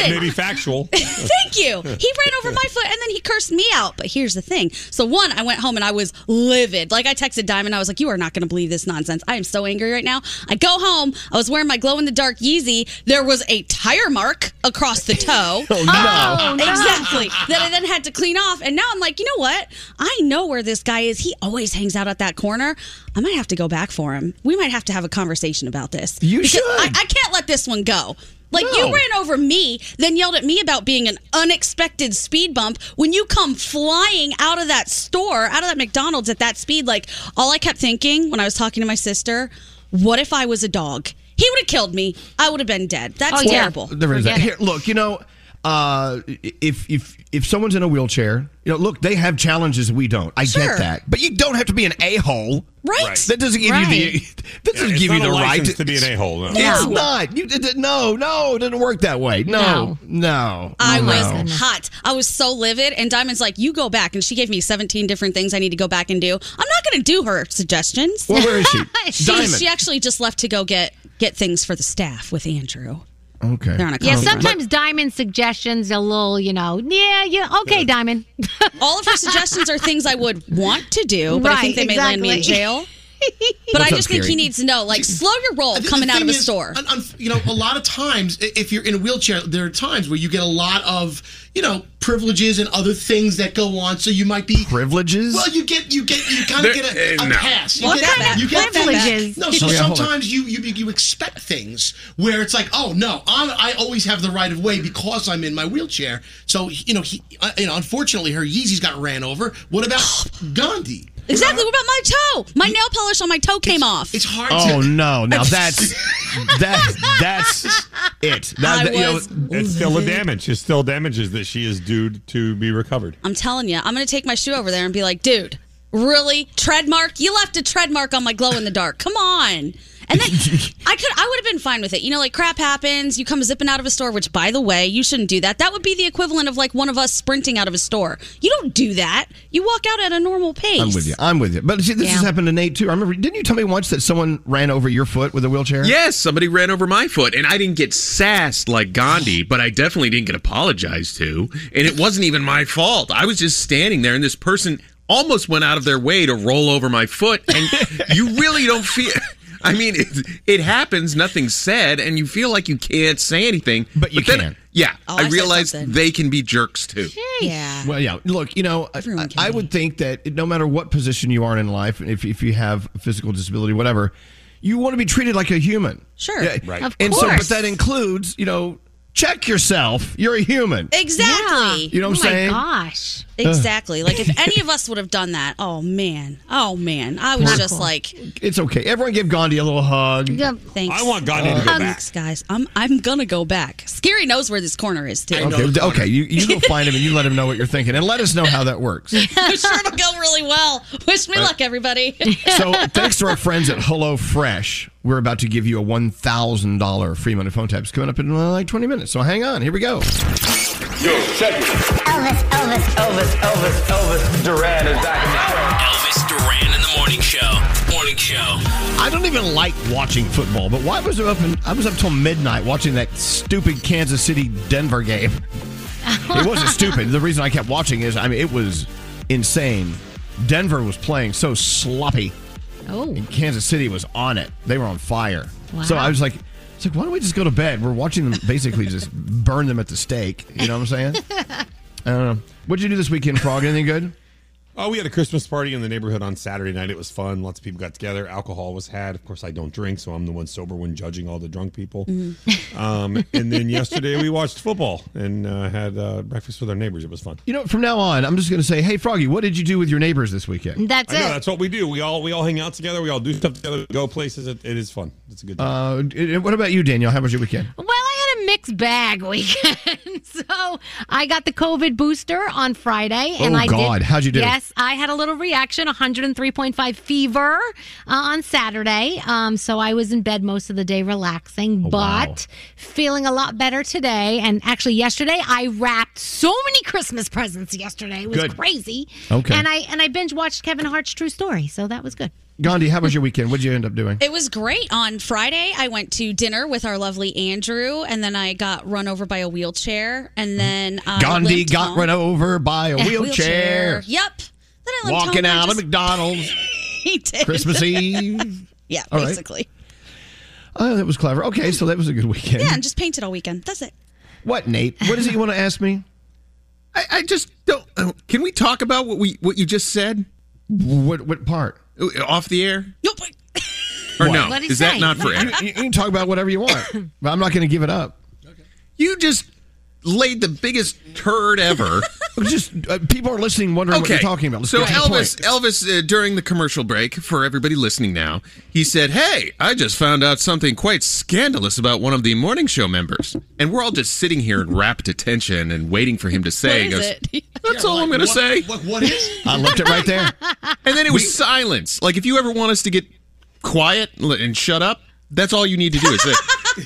Listen, maybe factual. Thank you. He ran over my foot and then he cursed me out. But here's the thing. So one, I went home and I was livid. Like I texted Diamond, I was like, "You are not going to believe this nonsense. I am so angry right now." I go home. I was wearing my glow in the dark Yeezy. There was a tire mark across the toe. Oh, no. Oh, no. Exactly. That I then had to clean off. And now I'm like, you know what? I know where this guy is. He always hangs out at that corner. I might have to go back for him. We might have to have a conversation about this. You should. I, I can't let this one go. Like No. you ran over me, then yelled at me about being an unexpected speed bump when you come flying out of that store, out of that McDonald's at that speed. Like all I kept thinking when I was talking to my sister, what if I was a dog? He would have killed me. I would have been dead. Oh, That's terrible. There is that. Here, look, you know, uh, if if if someone's in a wheelchair, you know, look, they have challenges that we don't. I Sure. get that, but you don't have to be an a hole, Right. Right. That doesn't give you the Right. that Yeah, doesn't it's give you not a the right license to be an a-hole, no. It's No. not. You did no, no, it didn't work that way. No, no. Oh, I no. was hot. I was so livid. And Diamond's like, you go back. And she gave me 17 different things I need to go back and do. I'm not going to do her suggestions. Well, where is she? she, Diamond. she actually just left to go get, get things for the staff with Andrew. Okay. They're on a Yeah, conference. sometimes Diamond suggestions a little, you know, yeah, yeah, okay, Diamond. All of her suggestions are things I would want to do, but I think they may land me in jail. But What's I up, just think he Gary? needs to know, like, slow your roll The coming out of thing a is, store. un- un- you know, a lot of times, i- if you're in a wheelchair, there are times where you get a lot of, you know, privileges and other things that go on. So you might be privileges. Well, you get you get you kind There- of get a, eh, a no. pass. You What get, kind of you get that back. privileges? No, so Okay, hold on. sometimes you, you you expect things where it's like, oh no, I'm, I always have the right of way because I'm in my wheelchair. So you know, he, uh, you know, unfortunately, her Yeezys got ran over. What about Gandhi? Oh. Exactly. What about my toe? My nail polish on my toe came off. It's hard Oh no! Now that's that's that's it. That, that- you know, it's still a damage. It's still damages that she is due to be recovered. I'm telling you, I'm going to take my shoe over there and be like, dude, really? Tread mark? You left a tread mark on my glow in the dark. Come on. And then I could, I would have been fine with it. You know, like crap happens. You come zipping out of a store, which, by the way, you shouldn't do that. That would be the equivalent of like one of us sprinting out of a store. You don't do that. You walk out at a normal pace. I'm with you. I'm with you. But see, this has happened to Nate too. I remember. Didn't you tell me once that someone ran over your foot with a wheelchair? Yes, somebody ran over my foot, and I didn't get sassed like Gandhi, but I definitely didn't get apologized to. And it wasn't even my fault. I was just standing there, and this person almost went out of their way to roll over my foot. And you really don't feel. I mean, it, it happens. Nothing's said, and you feel like you can't say anything. But you can. Yeah, Oh, I I said realized something. they can be jerks too. Yeah. Well, yeah. Look, you know, I, I would think that no matter what position you are in life, if if you have a physical disability, whatever, you want to be treated like a human. Sure. Right. Of and so, but course. that includes, you know, check yourself. You're a human. Exactly. Oh You know what I'm saying? gosh. Exactly. Like if any of us would have done that, oh man, oh man, I was Not just cool. like, It's okay. Everyone give Gandhi a little hug. thanks. Um, I want Gandhi to go back. Thanks, guys. I'm I'm gonna go back. Scary knows where this corner is too. Okay, okay. You, you go find him and you let him know what you're thinking, and let us know how that works. I'm sure it'll go really well. Wish me Right. luck, everybody. Uh, So, thanks to our friends at HelloFresh, we're about to give you a $1,000 free money phone tap. It's coming up in uh, like 20 minutes. So, hang on. Here we go. Elvis, Elvis, Elvis, Elvis, Elvis Duran is back Elvis Duran in the morning show. Morning show. I don't even like watching football, but why was I up? In, I was up till midnight watching that stupid Kansas City Denver game. It wasn't stupid. The reason I kept watching is, I mean, it was insane. Denver was playing so sloppy. Oh. And Kansas City was on it. They were on fire. Wow. So I was like, it's like, why don't we just go to bed? We're watching them basically just burn them at the stake. You know what I'm saying? I don't know. What'd you do this weekend, Frog? Anything good? Oh, we had a Christmas party in the neighborhood on Saturday night. It was fun. Lots of people got together. Alcohol was had. Of course, I don't drink, so I'm the one sober when judging all the drunk people. Mm-hmm. Mm. Um, and then yesterday we watched football and uh, had uh, breakfast with our neighbors. It was fun. You know, from now on, I'm just going to say, hey, Froggy, what did you do with your neighbors this weekend? That's I know, That's what we do. We all we all hang out together. We all do stuff together. We go places. It, it is fun. It's a good. Time. Uh, d- what about you, Danielle? How was your weekend? Well, I had a mixed bag weekend. so I got the COVID booster on Friday, and Oh, I God. did. How'd you do? Yes, I had a little reaction, 103.5 fever uh, on Saturday. Um, so I was in bed most of the day Oh, relaxing, but feeling a lot better today. And actually, yesterday I wrapped so many Christmas presents. Yesterday it was Good. crazy. Okay. and I and I binge watched Kevin Hart's True Story, so that was good. Gandhi, how was your weekend? What'd you end up doing? It was great. On Friday, I went to dinner with our lovely Andrew, and then I got run over by a wheelchair, and then I Gandhi limped got home. run over by a wheelchair. Yep. Then I limped home Walking and I out just- of McDonald's. he did. Christmas Eve. yeah, All right. basically. Oh, that was clever. Okay, so that was a good weekend. Yeah, and just painted all weekend. That's it. What, Nate? What is it you want to ask me? I, I just don't. uh, Can we talk about what we what you just said? Uh, What what part? Off the air? Nope. Or What? no? What'd he Is that say? not for air? You, you can talk about whatever you want, but I'm not going to give it up. You just laid the biggest turd ever. Just uh, people are listening, wondering what you're talking about. Let's so get to the Elvis, point. Elvis, uh, during the commercial break for everybody listening now, he said, "Hey, I just found out something quite scandalous about one of the morning show members," and we're all just sitting here in rapt attention and waiting for him to say. He goes, That's all I'm going to say. What, what is? I left it right there. And then it was silence. Like if you ever want us to get quiet l- and shut up, that's all you need to do is say,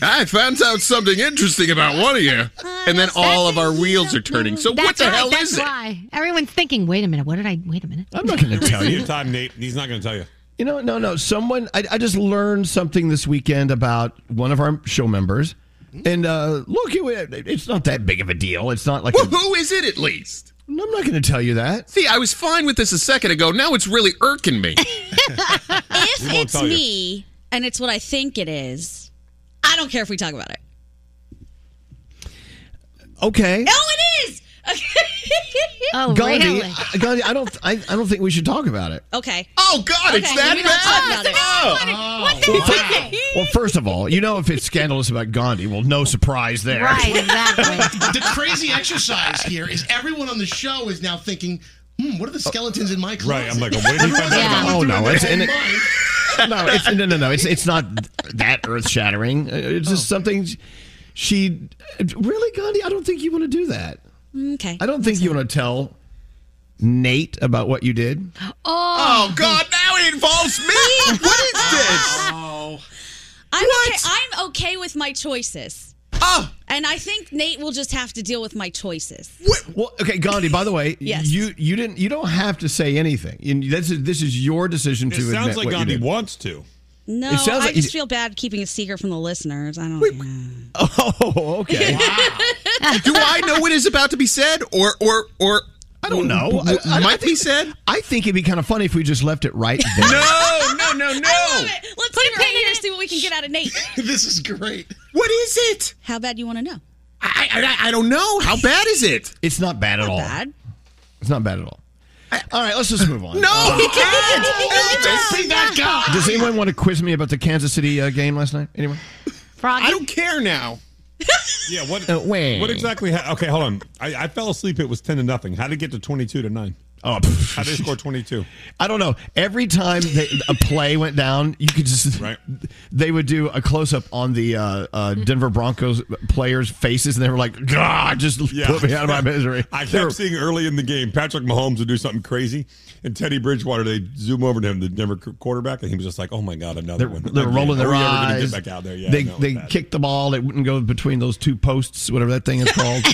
"I found out something interesting about one of you," and then all of our wheels are turning. So what That's the right, hell that's is it? why. Everyone's thinking, wait a minute, what did I, wait a minute. I'm not going to tell You you. have time, Nate. He's not going to tell you. You know, no, no. Someone, I, I just learned something this weekend about one of our show members. And uh, look, it, it's not that big of a deal. It's not like. a- Well, who is it at least? I'm not going to tell you that. See, I was fine with this a second ago. Now it's really irking me. If won't it's tell you. me and it's what I think it is, I don't care if we talk about it. Okay. No, it is. oh, Gandhi, I- Gandhi, I don't, I, I don't think we should talk about it. Okay. Oh God, it's that bad. Oh. Well, fir- well, first of all, you know if it's scandalous about Gandhi, well, no surprise there. the crazy exercise here is everyone on the show is now thinking, hmm, what are the skeletons in my closet? Right, I'm like, "Where did he find that Everyone's about?" Oh, going no, through it's- their and own it- mind. no, it's, no, no, no. It's it's not that earth shattering. It's just something she really, Gandhi. I don't think you want to do that. Okay. I don't think you want to tell Nate about what you did. Oh. God, now it involves me. what is this? I'm okay. I'm okay with my choices. Oh. And I think Nate will just have to deal with my choices. Well, okay, Gandhi. By the way, Yes. you you didn't you don't have to say anything. And this is this is your decision It to admit sounds like what you Gandhi did. wants to. No, It sounds I like you just d- feel bad keeping a secret from the listeners. I don't. Oh, okay. Do I know what is about to be said, or or or? I don't know. W- I- I- might I be said. I think it'd be kind of funny if we just left it right there. No, no, no, no. Let's get right in here and see what we can get out of Nate. this is great. What is it? How bad you want to know? I, I I don't know. How bad is it? It's not bad at all. It's not bad at all. all right, let's just move on. No, Uh, he can't. Elvis. Be that guy. Does anyone want to quiz me about the Kansas City uh, game last night? Anyone? I don't care now. Yeah. What? Uh, wait. What exactly? Ha- okay, hold on. I, I fell asleep. It was ten to nothing. How did it get to twenty two to nine? Oh, how did it score twenty two? I don't know. Every time they, a play went down, you could just they would do a close up on the uh, uh, Denver Broncos players' faces, and they were like, "God, just put me out of my misery." I kept They were- seeing early in the game Patrick Mahomes would do something crazy, and Teddy Bridgewater they zoom over to him, the Denver qu- quarterback, and he was just like, "Oh my god, another one!" They're Again. rolling Are their we ever gonna eyes. get back out there? Yeah, they no, they bad. kicked the ball. It wouldn't go between those two posts, whatever that thing is called.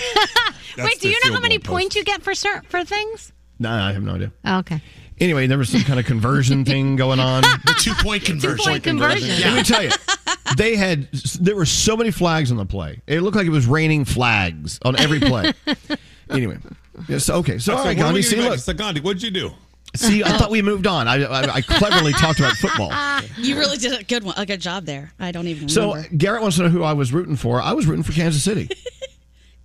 Wait, do you know how many points you get for cer for things? no, I have no idea. Oh, okay. Anyway, there was some kind of conversion thing going on. The two point conversion. Two-point conversion. Let me tell you, they had there were so many flags on the play. It looked like it was raining flags on every play. anyway, yes, okay. So all That's right, it. What are we Gandhi, gonna see, do look, next? So, Gandhi, what'd you do? See, I thought we moved on. I, I, I cleverly talked about Oh. football. You really did a good one, a good job there. I don't even So remember. Garrett wants to know who I was rooting for. I was rooting for Kansas City.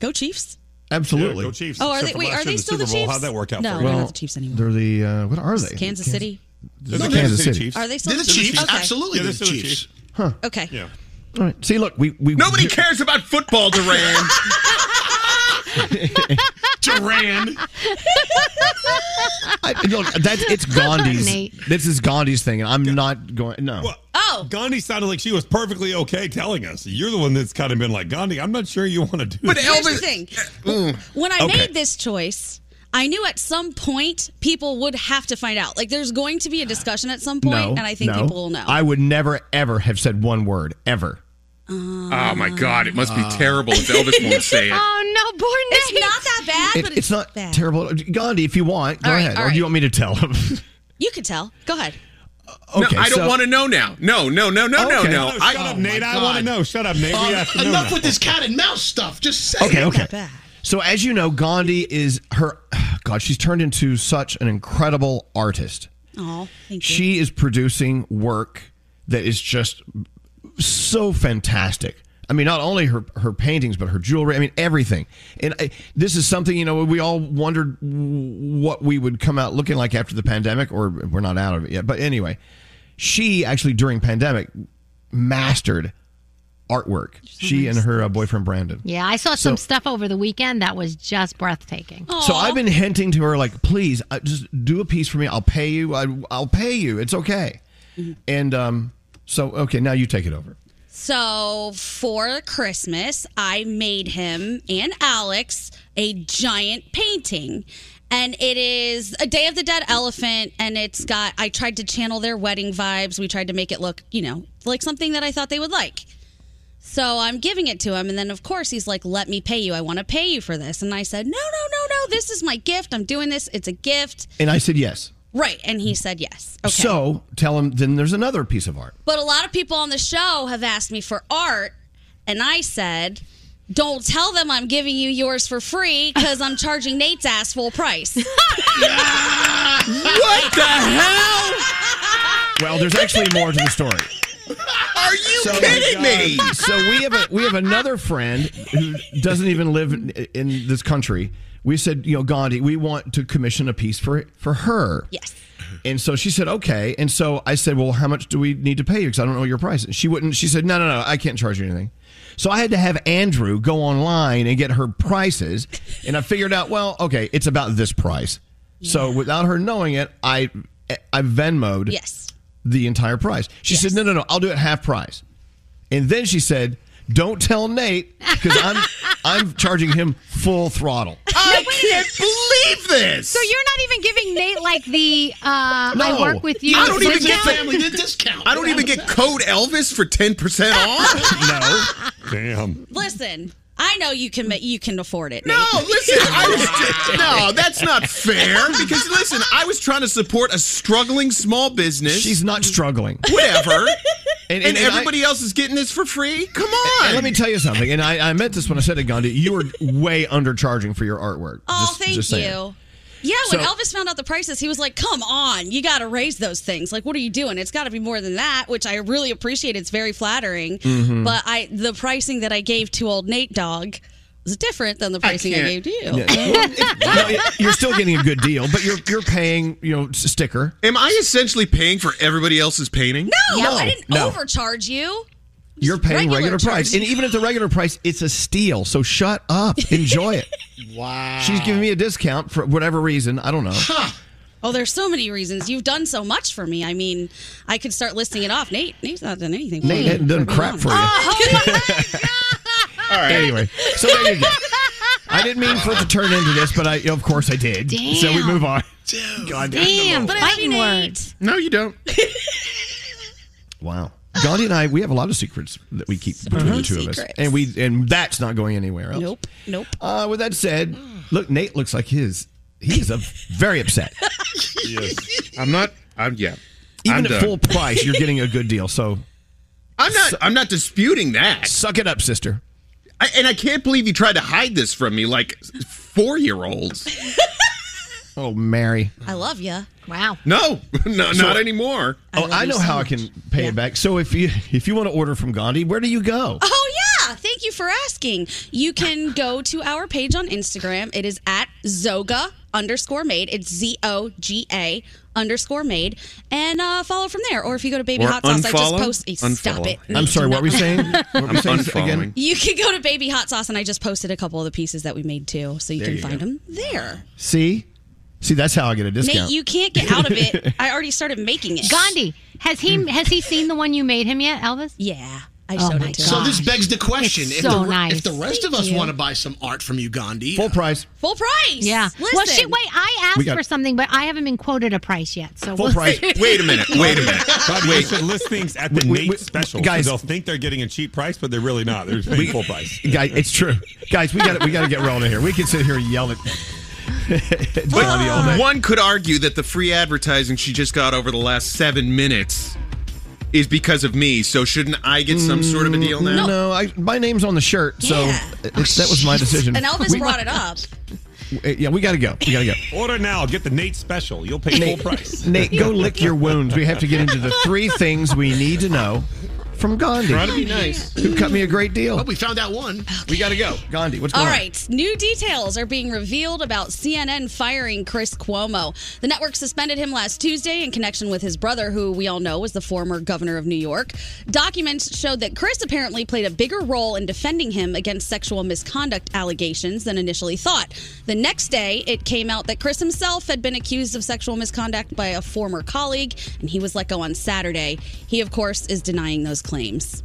Go Chiefs. Absolutely. go Chiefs. Oh, are Except they- for wait, last are year they in still Super the Bowl. Chiefs? How'd that work out No, for they're you? not the Chiefs anymore. They're the uh, what are they? Kansas City. They're the Kansas City. Are they still They're the the Chiefs. Okay. Absolutely, Yeah, they're they're the still the Chiefs. Huh. Okay. Yeah. All right. See, look, we we Nobody cares about football, Duran. Duran. I, look, that's it's Gandhi's. This is Gandhi's thing, and I'm not going. No. Oh. Gandhi sounded like she was perfectly okay telling us. You're the one that's kind of been like, Gandhi, I'm not sure you want to do But this. Here's the thing. Mm. When I Okay. made this choice, I knew at some point people would have to find out. Like there's going to be a discussion at some point, no, and I think no. people will know. I would never ever have said one word ever. Oh my God! It must Uh. be terrible if Elvis won't say it. Oh no, born It's not that bad, It- but it's, it's, not bad. terrible. Gandhi, if you want, go All right, ahead. all Or do right. you want me to tell him? You could tell. Go ahead. okay. no, I don't so- want to know now. No, no, no, no, no, Okay. no. No, I, Oh, shut up, Nate. I wanna know. Shut up, Um, enough with this cat and mouse stuff. Just say Okay, it. okay. So as you know, Gandhi is her. God, she's turned into such an incredible artist. Oh, thank you. She is producing work that is just so fantastic. I mean, not only her her paintings, but her jewelry. I mean, everything. And I, this is something you know we all wondered what we would come out looking like after the pandemic, or we're not out of it yet. But anyway, she actually during pandemic mastered artwork. she and her uh, boyfriend Brandon. Yeah, I saw So- some stuff over the weekend that was just breathtaking. So I've been hinting to her like, please, uh, just do a piece for me. I'll pay you. I, I'll pay you. It's okay. And um, so okay, now you take it over. So for Christmas, I made him and Alex a giant painting. And it is a Day of the Dead elephant, and it's got, I tried to channel their wedding vibes. We tried to make it look, you know, like something that I thought they would like. So I'm giving it to him. And then, of course, he's like, let me pay you. I want to pay you for this. And I said, no, no, no, no. This is my gift. I'm doing this. It's a gift. And I said yes. Right. And he said yes. Okay. So tell him then there's another piece of art. But a lot of people on the show have asked me for art, and I said, don't tell them I'm giving you yours for free because I'm charging Nate's ass full price. what the hell? Well, there's actually more to the story. Are you kidding me? So we have a we have another friend who doesn't even live in, in this country. We said, you know, Gandhi, we want to commission a piece for for her. Yes. And so she said, okay. And so I said, well, how much do we need to pay you? Because I don't know your price. And she wouldn't. She said, no, no, no, I can't charge you anything. So I had to have Andrew go online and get her prices. And I figured out, well, okay, it's about this price. So without her knowing it, I I Venmoed yes. the entire price. She said, no, no, no, I'll do it half price. And then she said, don't tell Nate because I'm I'm charging him full throttle. I can't believe this. So you're not even giving Nate like the uh, No. I work with you. I don't even get discount? family discount. I don't even get code Elvis for ten percent off. no. Damn. Listen, I know you can ma- you can afford it. No, Nate. listen, I was just, no, that's not fair. Because listen, I was trying to support a struggling small business. She's not struggling. whatever, And- and, and- and everybody else is getting this for free. Come on, And let me tell you something, and I, I meant this when I said it, Gandhi. You were way undercharging for your artwork. Oh, Just- thank just saying. you. Yeah, when So- Elvis found out the prices, he was like, "Come on, you got to raise those things. Like, what are you doing? It's got to be more than that." Which I really appreciate. It's very flattering. Mhm. But I, the pricing that I gave to old Nate Dog was different than the pricing I, can't- gave to you. Yeah. Well, No, you're still getting a good deal, but you're you're paying you know s- sticker. Am I essentially paying for everybody else's painting? No, No, I didn't no. overcharge you. You're paying regular regular price, charge. and even at the regular price, it's a steal. So shut up, enjoy it. Wow. She's giving me a discount for whatever reason. I don't know. Oh, there's so many reasons. You've done so much for me. I mean, I could start listing it off. Nate, Nate's not done anything. for Nate me, hadn't done for being crap honest. for you. All right. Anyway, so there you go. I didn't mean for it to turn into this, but I, of course, I did. So we Damn. move on. God Damn, But I love you, fighting Nate. words. No, you don't. Wow. Gandhi and I, we have a lot of secrets that we keep between the two of us, Uh-huh. secrets. and we and that's not going anywhere else. Nope, nope. Uh, with that said, look, Nate looks like his. He's a very upset. I'm not. I'm yeah. Even I'm at done. full price, you're getting a good deal. So I'm not. I'm not disputing that. Suck it up, sister. I, and I can't believe you tried to hide this from me, like four year olds. Oh, Mary. I love you. Wow. No, no, not anymore. I Oh, love I, you know so how much. I can pay it back. So if you if you want to order from Gandhi, where do you go? Oh, yeah. Thank you for asking. You can go to our page on Instagram. It is at Zoga underscore made. It's Z O G A underscore made. And uh, follow from there. Or if you go to Baby Or Hot Sauce, I just unfollow? post. Hey, Stop Unfollow. it. I'm sorry, what were you saying? What were you I'm saying again? unfollowing. You can go to Baby Hot Sauce, and I just posted a couple of the pieces that we made too, so you There can you find go. them there. See, see, that's how I get a Nate, discount. you can't get out of it. I already started making it. Gandhi, has he Hmm. has he seen the one you made him yet, Elvis? Yeah, I oh showed my it to gosh. him. So this begs the question: It's if, so the, nice. if the rest Thank of us you. want to buy some art from you, Gandhi, full price. Full price. Yeah. Listen. Well, shit. Wait, I asked We got- for something, but I haven't been quoted a price yet. So Full we'll price. see. Wait a minute. Wait a minute. God, you should list things at the We- we- Nate special. Guys, guys- they'll think they're getting a cheap price, but they're really not. They're paying full price. Guys, it's true. Guys, we got we got to get rolling here. We can sit here and yell at at Gandhi all day. One could argue that the free advertising she just got over the last seven minutes is because of me. So shouldn't I get some sort of a deal now? Mm, No, I, my name's on the shirt, so it- that was my decision. And Elvis We- brought it up. Uh, Yeah, we got to go. We got to go. Order now. Get the Nate special. You'll pay Nate, full price. Nate, go lick your wounds. We have to get into the three things we need to know from Gandhi. Try to be nice. Who cut me a great deal? we found out one. We got to go. Gandhi, what's All going on? right, new details are being revealed about CNN firing Chris Cuomo. The network suspended him last Tuesday in connection with his brother, who we all know was the former governor of New York. Documents showed that Chris apparently played a bigger role in defending him against sexual misconduct allegations than initially thought. The next day, it came out that Chris himself had been accused of sexual misconduct by a former colleague, and he was let go on Saturday. He, of course, is denying those claims.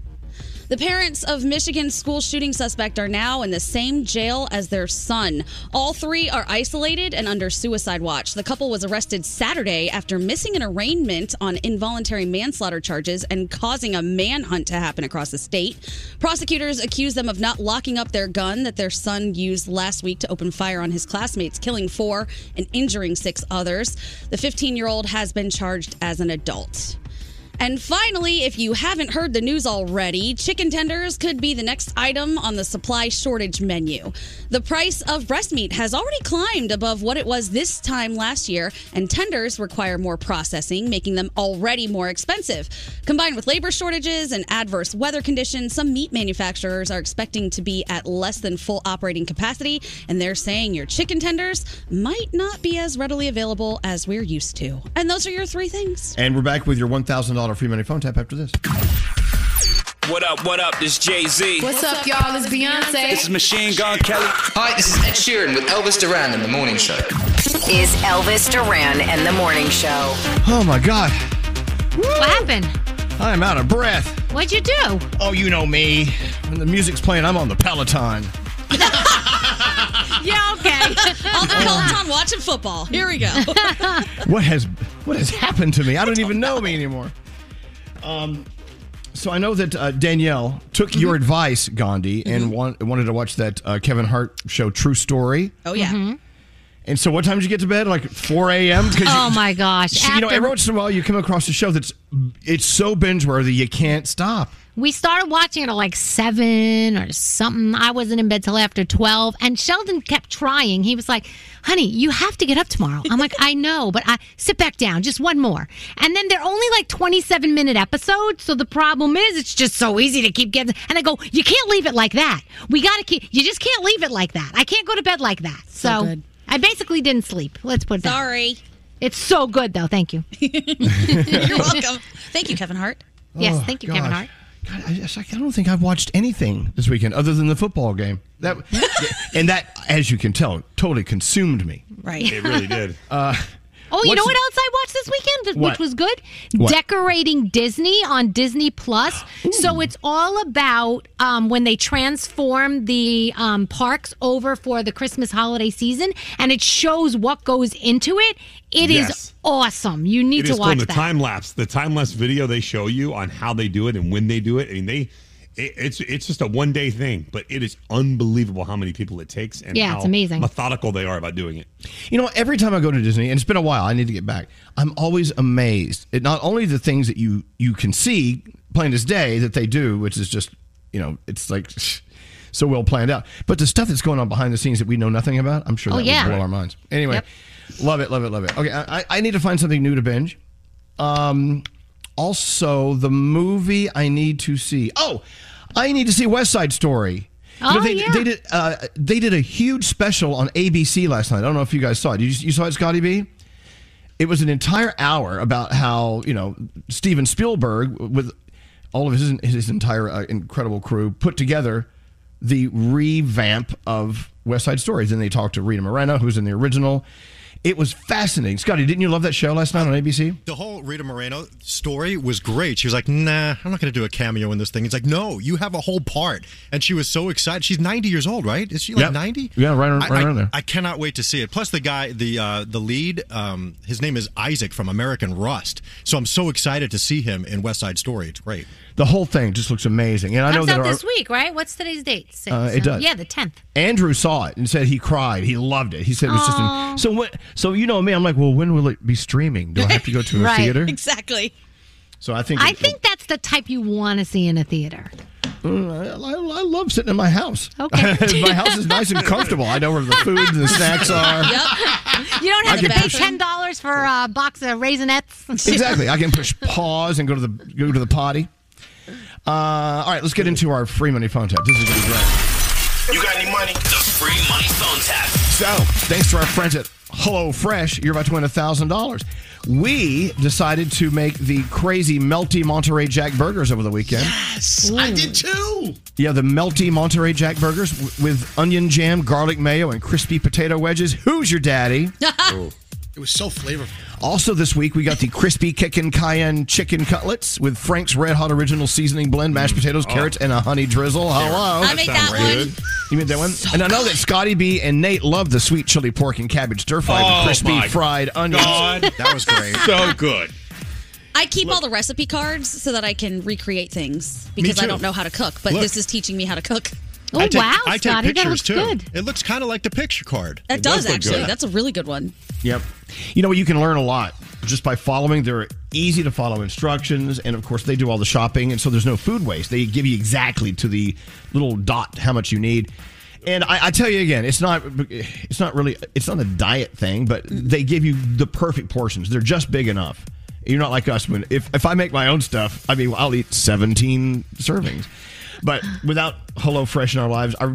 The parents of Michigan's school shooting suspect are now in the same jail as their son. All three are isolated and under suicide watch. The couple was arrested Saturday after missing an arraignment on involuntary manslaughter charges and causing a manhunt to happen across the state. Prosecutors accused them of not locking up their gun that their son used last week to open fire on his classmates, killing four and injuring six others. The 15 year old has been charged as an adult. And finally, if you haven't heard the news already, chicken tenders could be the next item on the supply shortage menu. The price of breast meat has already climbed above what it was this time last year, and tenders require more processing, making them already more expensive. Combined with labor shortages and adverse weather conditions, some meat manufacturers are expecting to be at less than full operating capacity, and they're saying your chicken tenders might not be as readily available as we're used to. And those are your three things. And we're back with your $1,000 free money phone tap after this. What up, what up? This Jay Z. What's up, y'all? It's Beyonce. This is Machine Gun Kelly. Hi, this is Ed Sheeran with Elvis Duran in the morning show. Is Elvis Duran and the Morning Show. Oh my God, What happened? I'm out of breath. What'd you do? Oh, you know me. When the music's playing, I'm on the Peloton. Yeah, okay. on the Peloton watching football. Here we go. What has what has happened to me? I don't even know me anymore. Um, so I know that uh, Danielle Mm-hmm. took your advice, Gandhi, and wan- wanted to watch that uh, Kevin Hart show, True Story. Oh yeah. Mm-hmm. And so, what time did you get to bed? Like 4 a.m. 'Cause you- Oh my gosh. you know, After- every once in a while, you come across a show that's it's so binge worthy you can't stop. We started watching it at like seven or something. I wasn't in bed till after 12. And Sheldon kept trying. He was like, honey, you have to get up tomorrow. I'm like, I know, but I sit back down, just one more. And then they're only like 27 minute episodes. So the problem is it's just so easy to keep getting. And I go, you can't leave it like that. We got to keep, you just can't leave it like that. I can't go to bed like that. So, I basically didn't sleep. Let's put it that. Sorry. It's so good though. Thank you. You're welcome. Thank you, Kevin Hart. Yes, Oh, thank you, Kevin Hart. gosh. God, I, just- I don't think I've watched anything this weekend other than the football game. That and that, as you can tell, totally consumed me. Right. It really did. Uh, Oh, you What's- know what else I watched this weekend, which What? was good? What? Decorating Disney on Disney Plus. So it's all about um, when they transform the um, parks over for the Christmas holiday season, and it shows what goes into it. It is Yes. awesome. You need It to is called watch the that. time lapse. The time lapse video they show you on how they do it and when they do it. I mean, they it, it's it's just a one day thing, but it is unbelievable how many people it takes and Yeah, it's how amazing. methodical they are about doing it. You know, every time I go to Disney, and it's been a while, I need to get back. I'm always amazed at not only the things that you you can see plain as day that they do, which is just you know, it's like so well planned out. But the stuff that's going on behind the scenes that we know nothing about, I'm sure Oh, that yeah. would blow our minds. Anyway, love it, love it, love it. Okay, I, I- I need to find something new to binge. Um, also, the movie I need to see. Oh, I need to see West Side Story. You know, Oh, they, yeah. they did. Uh, they did a huge special on ABC last night. I don't know if you guys saw it. You, you saw it, Scotty B. It was an entire hour about how you know Steven Spielberg with all of his his entire uh, incredible crew put together the revamp of West Side Stories. And they talked to Rita Moreno, who's in the original. It was fascinating. Scotty, didn't you love that show last night on ABC? The whole Rita Moreno story was great. She was like, nah, I'm not going to do a cameo in this thing. It's like, no, you have a whole part. And she was so excited. She's 90 years old, right? Is she like Yep. 90? Yeah, right, ar- I- right I, around there. I cannot wait to see it. Plus, the guy, the uh, the lead, um, his name is Isaac from American Rust. So I'm so excited to see him in West Side Story. It's great. The whole thing just looks amazing. And I know Comes that out our, this week, right? What's today's date? Six, Uh, it so- does. Yeah, the tenth. Andrew saw it and said he cried. He loved it. He said it was just an, so. What, so you know me, I'm like, well, when will it be streaming? Do I have to go to a right. theater? Exactly. So I think I it- think that's the type you want to see in a theater. Mm, I, I- I love sitting in my house. Okay, my house is nice and comfortable. I know where the food and the snacks are. You don't I have to can pay push- ten dollars for a box of raisinets. Exactly. I can push pause and go to the go to the potty. Uh, all right, let's get into our free money phone tap. This is gonna be great. You got any money? The free money phone tap. So, thanks to our friends at HelloFresh, you're about to win $1,000. We decided to make the crazy melty Monterey Jack burgers over the weekend. Yes, I did too. Yeah, the melty Monterey Jack burgers w- with onion jam, garlic mayo, and crispy potato wedges. Who's your daddy? It was so flavorful. Also, this week we got the crispy kickin' cayenne chicken cutlets with Frank's Red Hot Original Seasoning Blend, Mm. mashed potatoes, Oh. carrots, and a honey drizzle. Hello, I made that one. You made that one? and I know that Scotty B and Nate love the sweet chili pork and cabbage stir fry Oh, with crispy my fried onions. God. That was great. So good. I keep all the recipe cards so that I can recreate things Me because I too. don't know how to cook, but Look. this is teaching me how to cook. Oh, I take, I take pictures too. It looks kind of like the picture card. That does, actually. That's a really good one. Yep. You know what? You can learn a lot just by following their easy to follow instructions. And of course, they do all the shopping. And so there's no food waste. They give you exactly to the little dot how much you need. And I, I tell you again, it's not it's not really it's not a diet thing, but they give you the perfect portions. They're just big enough. You're not like us when if, if I make my own stuff, I mean I'll eat 17 servings. But without HelloFresh in our lives, our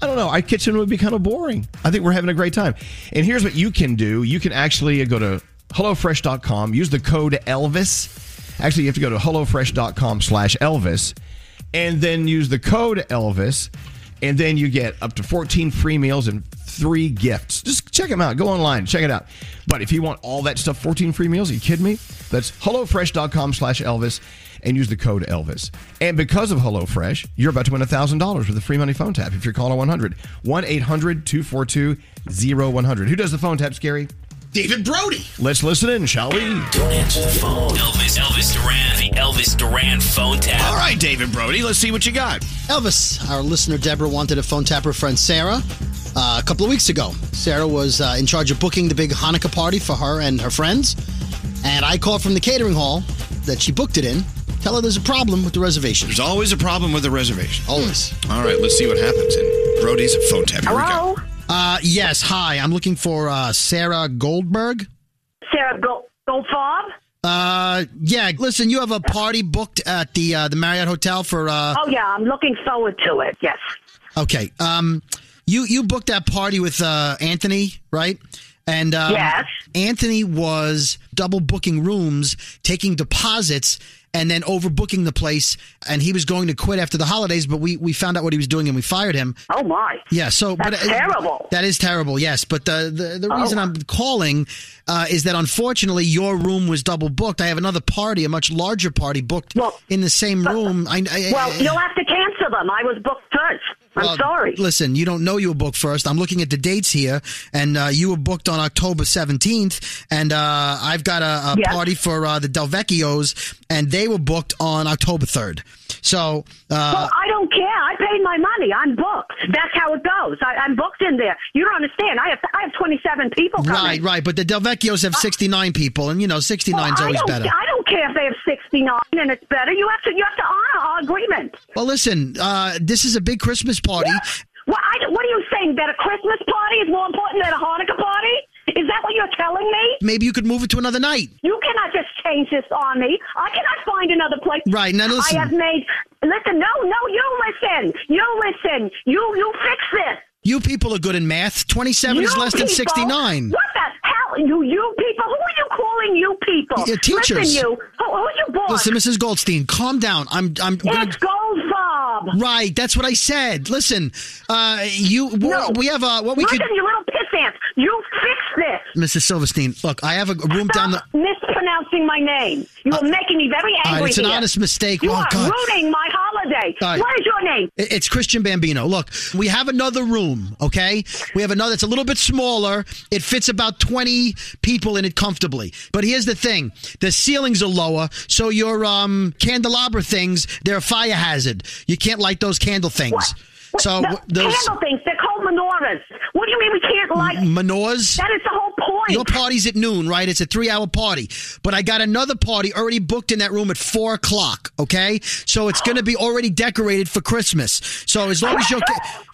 I don't know. Our kitchen would be kind of boring. I think we're having a great time. And here's what you can do you can actually go to HelloFresh.com, use the code Elvis. Actually, you have to go to HelloFresh.com slash Elvis, and then use the code Elvis, and then you get up to 14 free meals and three gifts. Just check them out. Go online, check it out. But if you want all that stuff, 14 free meals, are you kidding me? That's HelloFresh.com slash Elvis and use the code Elvis. And because of HelloFresh, you're about to win $1,000 with a free money phone tap if you're calling 100 1 800 242 0100. Who does the phone tap, Scary? David Brody. Let's listen in, shall we? Don't answer the phone. Elvis, Elvis Duran, the Elvis Duran phone tap. All right, David Brody, let's see what you got. Elvis, our listener Deborah wanted to phone tap her friend Sarah uh, a couple of weeks ago. Sarah was uh, in charge of booking the big Hanukkah party for her and her friends, and I called from the catering hall that she booked it in. Tell her there's a problem with the reservation. There's always a problem with the reservation. Always. All right, let's see what happens in Brody's phone tap. Here we go. Uh, yes, hi. I'm looking for uh, Sarah Goldberg. Sarah Gold Goldfob. Uh, yeah. Listen, you have a party booked at the uh, the Marriott Hotel for. Uh, oh yeah, I'm looking forward to it. Yes. Okay. Um, you you booked that party with uh, Anthony, right? And um, Yes. Anthony was double booking rooms, taking deposits, and then overbooking the place. And he was going to quit after the holidays, but we we found out what he was doing and we fired him. Oh my. Yeah. So, That's but terrible. That is terrible. Yes, but the the, the Oh. reason I'm calling uh, is that unfortunately your room was double booked. I have another party, a much larger party booked in the same room. I, I, Well, I- you'll have to cancel them. I was booked first. I'm well, sorry. Listen, you don't know you were booked first. I'm looking at the dates here, and uh, you were booked on October 17th, and uh, I've got a, a Yes. party for uh, the Delvecchios, and they were booked on October 3rd. So, uh, well, I don't care. I paid my money. I'm booked. That's how it goes. I, I'm booked in there. You don't understand. I have I have 27 people coming. Uh, right, right, but the Delvecchios have 69 people, and you know, 69's I always don't, better. I don't care if they have six. sixty nine, and it's better. You have to you have to honor our agreement. Well, listen, uh, this is a big Christmas party. Well, I, what are you saying? That a Christmas party is more important than a Hanukkah party? Is that what you're telling me? Maybe you could move it to another night. You cannot just change this on me. I cannot find another place. Right, now listen. I have made. Listen, no, no, you listen. You listen. You you fix this. You people are good in math. 27 is You less than people- 69. What the hell? You you people? Who are you calling you people? Yeah, teachers. Listen, you. Who, who's your boss? Listen, Mrs. Goldstein, calm down. I'm. I'm It's Goldfob. Right, that's what I said. Listen, uh, you. We have uh, what we listen, could. you little pissant. You fix this. Mrs. Silverstein, look, I have a room down the. Uh, mispronouncing my name. You are making me very all right, angry. it's an here. honest mistake. You Oh, are God. ruining my holiday. All right. What is your name? It- It's Christian Bambino. Look, we have another room, okay? We have another, it's a little bit smaller. It fits about 20 people in it comfortably. But here's the thing the ceilings are lower, so your um, candelabra things, they're a fire hazard. You can't light those candle things. What- the So, w- those. candle things. They're called menorahs. What do you mean we can't light? Menorahs? That is the whole point. Your party's at noon, right? It's a three hour party. But I got another party already booked in that room at four o'clock, okay? So it's going to be already decorated for Christmas. So as long as you're.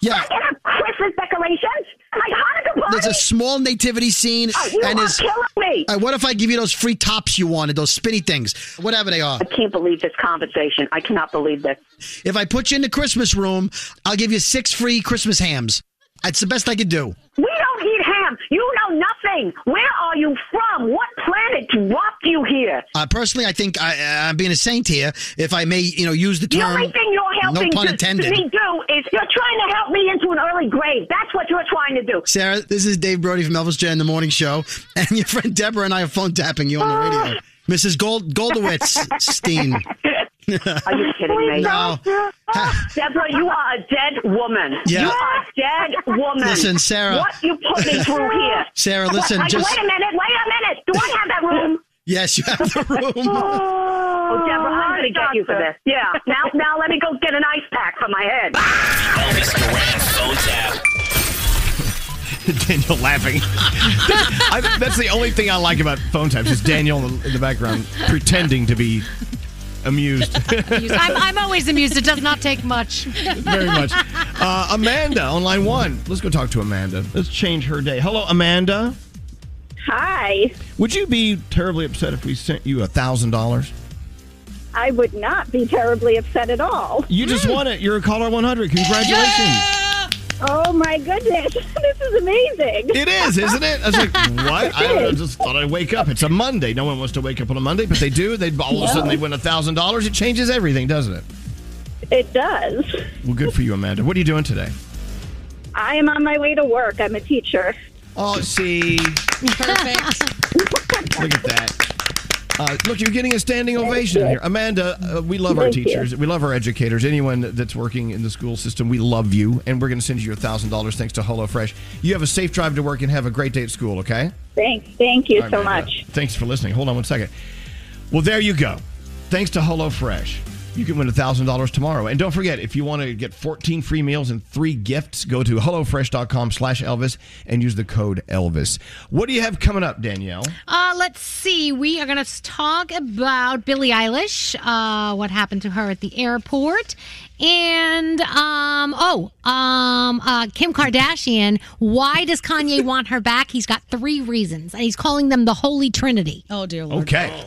Yeah. Christmas decorations? My Hanukkah party? There's a small nativity scene. Oh, you and are is, killing me. All right, what if I give you those free tops you wanted, those spinny things, whatever they are? I can't believe this conversation. I cannot believe this. If I put you in the Christmas room, I'll give you six free Christmas hams. That's the best I could do. We don't eat ham. You know nothing. Where are you from? What planet dropped you here? Uh, personally, I think I, I'm being a saint here. If I may, you know, use the The term. only thing you're helping no pun to- intended. me do is you're trying to help me into an early grave. That's what you're trying to do. Sarah, this is Dave Brody from Elvis Jan in the Morning Show, and your friend Deborah and I are phone tapping you on the Ah. radio. Mrs. Gold Goldowitz Steen. Are you kidding me? No. Deborah, you are a dead woman. Yeah. You are a dead woman. Listen, Sarah. What you put me through here. Sarah, listen, Wait, just- wait a minute. Wait a minute. Do I have that room? Yes, you have the room. Oh, Deborah, I'm going to get you for this. Yeah. Now, now let me go get an ice pack for my head. Elvis Duran phone tap. Daniel laughing. I, think that's the only thing I like about phone taps is Daniel in the, in the background pretending to be amused. I'm, I'm always amused. It does not take much. Very much. Uh, Amanda on line one. Let's go talk to Amanda. Let's change her day. Hello, Amanda. Hi. Would you be terribly upset if we sent you a thousand dollars? I would not be terribly upset at all. You just won it. You're a caller 100. Congratulations. Oh my goodness. this is amazing. It is, isn't it? I was like, what? It I is. just thought I'd wake up. It's a Monday. No one wants to wake up on a Monday, but they do. They all of a sudden they win a thousand dollars. It changes everything, doesn't it? It does. Well, good for you, Amanda. What are you doing today? I am on my way to work. I'm a teacher. Oh, see. Perfect. Look at that. Uh, look, you're getting a standing ovation here. Amanda, uh, we love our Thank you. teachers. We love our educators. Anyone that's working in the school system, we love you. And we're going to send you $1,000 thanks to HelloFresh. You have a safe drive to work and have a great day at school, okay? Thanks. Thank you All right, so Amanda. much. Thanks for listening. Hold on one second. Well, there you go. Thanks to HelloFresh, you can win $1,000 tomorrow. And don't forget, if you want to get 14 free meals and three gifts, go to HelloFresh.com slash Elvis and use the code Elvis. What do you have coming up, Danielle? Uh, let's see. We are going to talk about Billie Eilish, uh, what happened to her at the airport, and um, oh, um, uh, Kim Kardashian. Why does Kanye want her back? He's got three reasons, and he's calling them the Holy Trinity. Oh dear lord. Okay.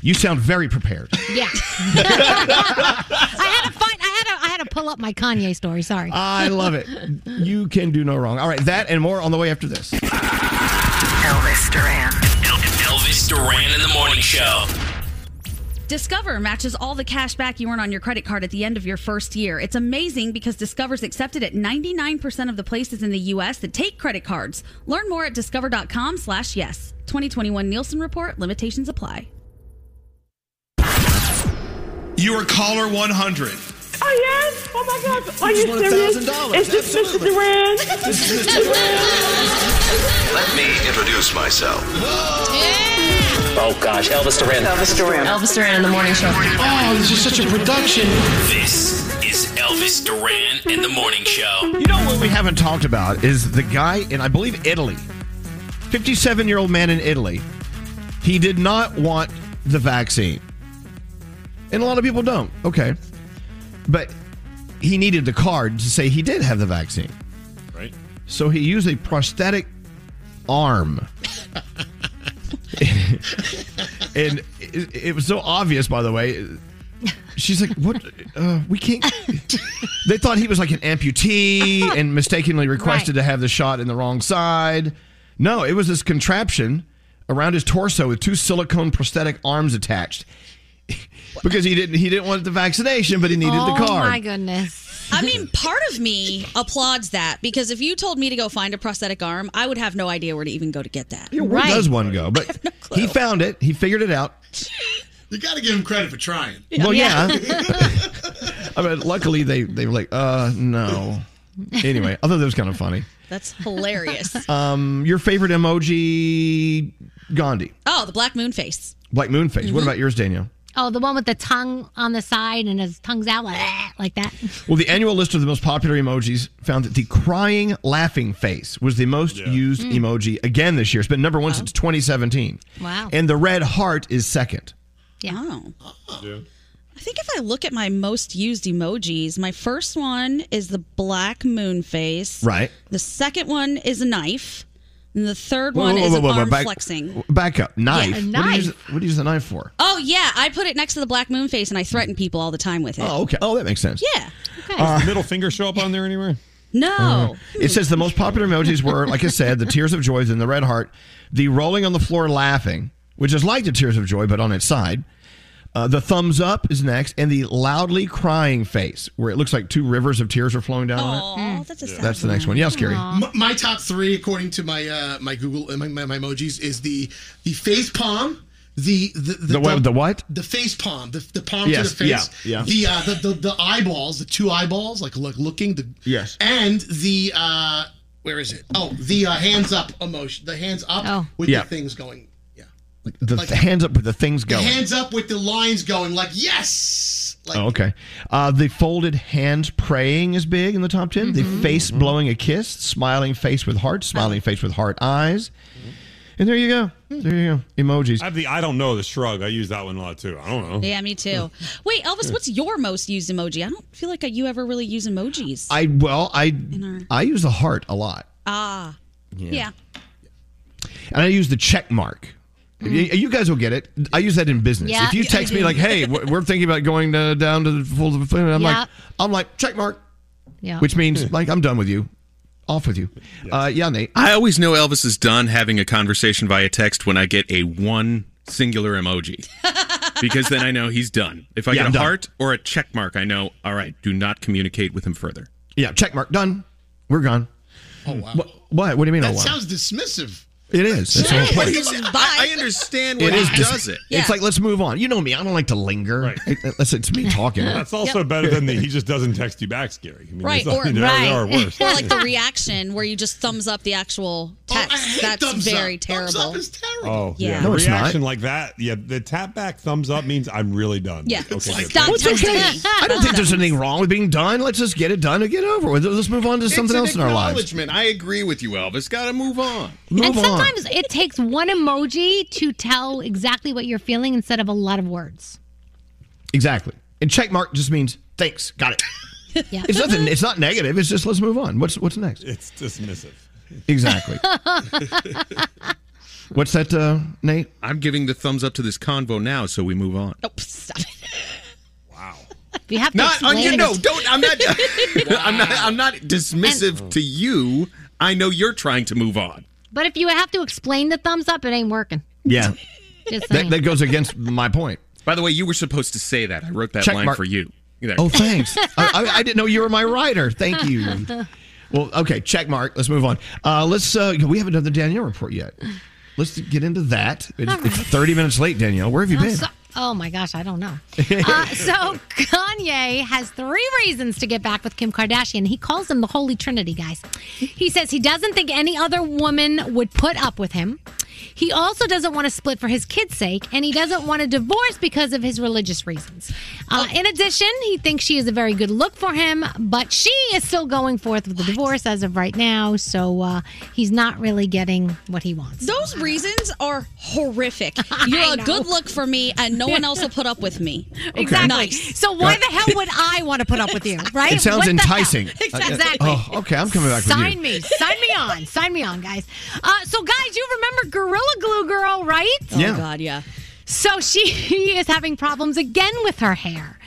You sound very prepared. Yeah. I had to find. I had to. I had to pull up my Kanye story. Sorry. I love it. You can do no wrong. All right, that and more on the way after this. Elvis Duran. Elvis Duran in the morning show. Oh, Discover matches all the cash back you earn on your credit card at the end of your first year. It's amazing because Discover's accepted at 99% of the places in the U.S. that take credit cards. Learn more at discover.com slash yes. 2021 Nielsen Report. Limitations apply. You are caller 100. Oh yes! Oh my gosh! Are You you just won serious? $1,000. Is this Mr. Duran? This is Mr. Duran. Let me introduce myself. Oh gosh, Elvis Duran. Elvis Duran. Elvis Duran in the morning show. Oh, this is such a production. This is Elvis Duran in the morning show. You know what we haven't talked about is the guy in, I believe, Italy. 57 year old man in Italy. He did not want the vaccine. and a lot of people don't. Okay, but he needed the card to say he did have the vaccine. Right. So he used a prosthetic arm. and it, it was so obvious, by the way. She's like, "What? Uh, we can't." They thought he was like an amputee and mistakenly requested to have the shot in the wrong side. No, it was this contraption around his torso with two silicone prosthetic arms attached because he didn't he didn't want the vaccination, but he needed oh the card. my goodness. I mean, part of me applauds that because if you told me to go find a prosthetic arm, I would have no idea where to even go to get that. Yeah, Where does one go? But he found it. He figured it out. You got to give him credit for trying. Well, yeah. I mean, luckily they they were like, uh, no. Anyway, I thought that was kind of funny. That's hilarious. Um, your favorite emoji, Gandhi, Mm-hmm. Oh, the black moon face. black moon face. What Mhm. about yours, Daniel? Oh, the one with the tongue on the side and his tongue's out like, "Ah," like that. Well, the annual list of the most popular emojis found that the crying laughing face was the most used Mm. emoji again this year. It's been number one since 2017. Wow. And the red heart is second. Yeah. Oh. I think if I look at my most used emojis, my first one is the black moon face. Right. The second one is a knife. And the third Whoa, one whoa, is whoa, an whoa, whoa, arm back, flexing. Back up. Knife. Yeah, a What do you use, knife. what do you use the knife for? Oh, yeah. I put it next to the black moon face and I threaten people all the time with it. Oh, okay. Oh, that makes sense. Yeah. Uh, middle finger show up on there anywhere? No. Uh, it says the most popular emojis were, like I said, the tears of joy, then the red heart, the rolling on the floor laughing, which is like the tears of joy, but on its side. Uh, the thumbs up is next, and the loudly crying face, where it looks like two rivers of tears are flowing down on it. that's a That's the next one. Yeah, scary. M- my top three, according to my uh, my Google uh, my, my, my emojis, is the the face palm, the the The, what- the what? the face palm, the, the palm Yes, to the face, yeah, yeah. the uh, the, the the eyeballs, the two eyeballs, like look looking, the Yes. and the uh, where is it? Oh, the uh, hands up emotion, the hands up with Yeah. the things going, The Like- hands up with the things the going. hands up with the lines going, like yes, like oh, okay. Uh, the folded hands praying is big in the top 10. Mm-hmm. The face blowing a kiss, smiling face with heart, Uh-huh. smiling face with heart eyes. And there you go. There you go. Emojis. I have the I don't know the shrug. I use that one a lot too. I don't know. Yeah, me too. Wait, Elvis, what's your most used emoji? I don't feel like you ever really use emojis. I well, I our- I use the heart a lot, ah. Yeah. Yeah. and I use the check mark. Y- You guys will get it. I use that in business. Mm. Yeah. If you Yeah, I text me do. like, "Hey, we're we're thinking about going to, down to the full," I'm Yeah. like, I'm like check mark, Yeah. which Hmm. means like I'm done with you, off with you. Uh, yeah, Nate. I always know Elvis is done having a conversation via text when I get a one singular emoji. because then I know he's done. If I Yeah, get I'm a done. heart or a check mark, I know, all right, do not communicate with him further. Yeah, check mark done. We're gone. Oh wow. What? What, what do you mean? that oh, wow? sounds dismissive. it is. That's the whole point. I, I understand It when he is. dis- does it. It's like let's move on. You know me. I don't like to linger unless it's me talking. That's also better than the he just doesn't text you back, scary. I mean, Right, there's- or, there, there are worse. or like the reaction where you just thumbs up the actual text. That's very terrible. Oh Yeah. yeah, No, it's reaction like that. Yeah, the tap back thumbs up means I'm really done. Yeah. okay, It's like, good. stop Well, it's okay. texting. I don't think there's anything wrong with being done. Let's just get it done and get over with. Let's move on to something It's else in our lives. acknowledgement. I agree with you, Elvis. Got to move on. Move and on. sometimes it takes one emoji to tell exactly what you're feeling instead of a lot of words. Exactly. And check mark just means thanks. Got it. It's nothing. It's not negative. It's just let's move on. What's what's next? It's dismissive. Exactly. what's that, uh, Nate? I'm giving the thumbs up to this convo now, so we move on. Nope, stop it. You have to Not on explain your it. no. Don't. I'm not. I'm not. I'm not dismissive to you. I know you're trying to move on. But if you have to explain the thumbs up, it ain't working. Yeah. Just saying. that, that goes against my point. By the way, you were supposed to say that. I wrote that Check line mark. for you. There. Oh, thanks. I, I, I didn't know you were my writer. Thank you. Well, okay. Check mark. Let's move on. Uh, let's. Uh, we haven't done the Danielle report yet. Let's get into that. It's, All it's 30 minutes late, Danielle. Where have you I'm been? so- oh my gosh, I don't know. uh, so Kanye has three reasons to get back with Kim Kardashian. He calls them the Holy Trinity, guys. He says he doesn't think any other woman would put up with him. He also doesn't want to split for his kids' sake, and he doesn't want a divorce because of his religious reasons. Uh, in addition, he thinks she is a very good look for him, but she is still going forth with the divorce as of right now, so uh, he's not really getting what he wants. Those reasons are horrific. You're a good look for me, and no one else will put up with me. Exactly. Nice. So why the hell would I want to put up with you, right? It sounds What the hell? enticing. Exactly. Oh, okay, I'm coming back with Sign you. me. Sign me on. Sign me on, guys. Uh, so, guys, you remember Gorilla Glue Girl, right? Oh, Yeah. God, yeah. So she is having problems again with her hair.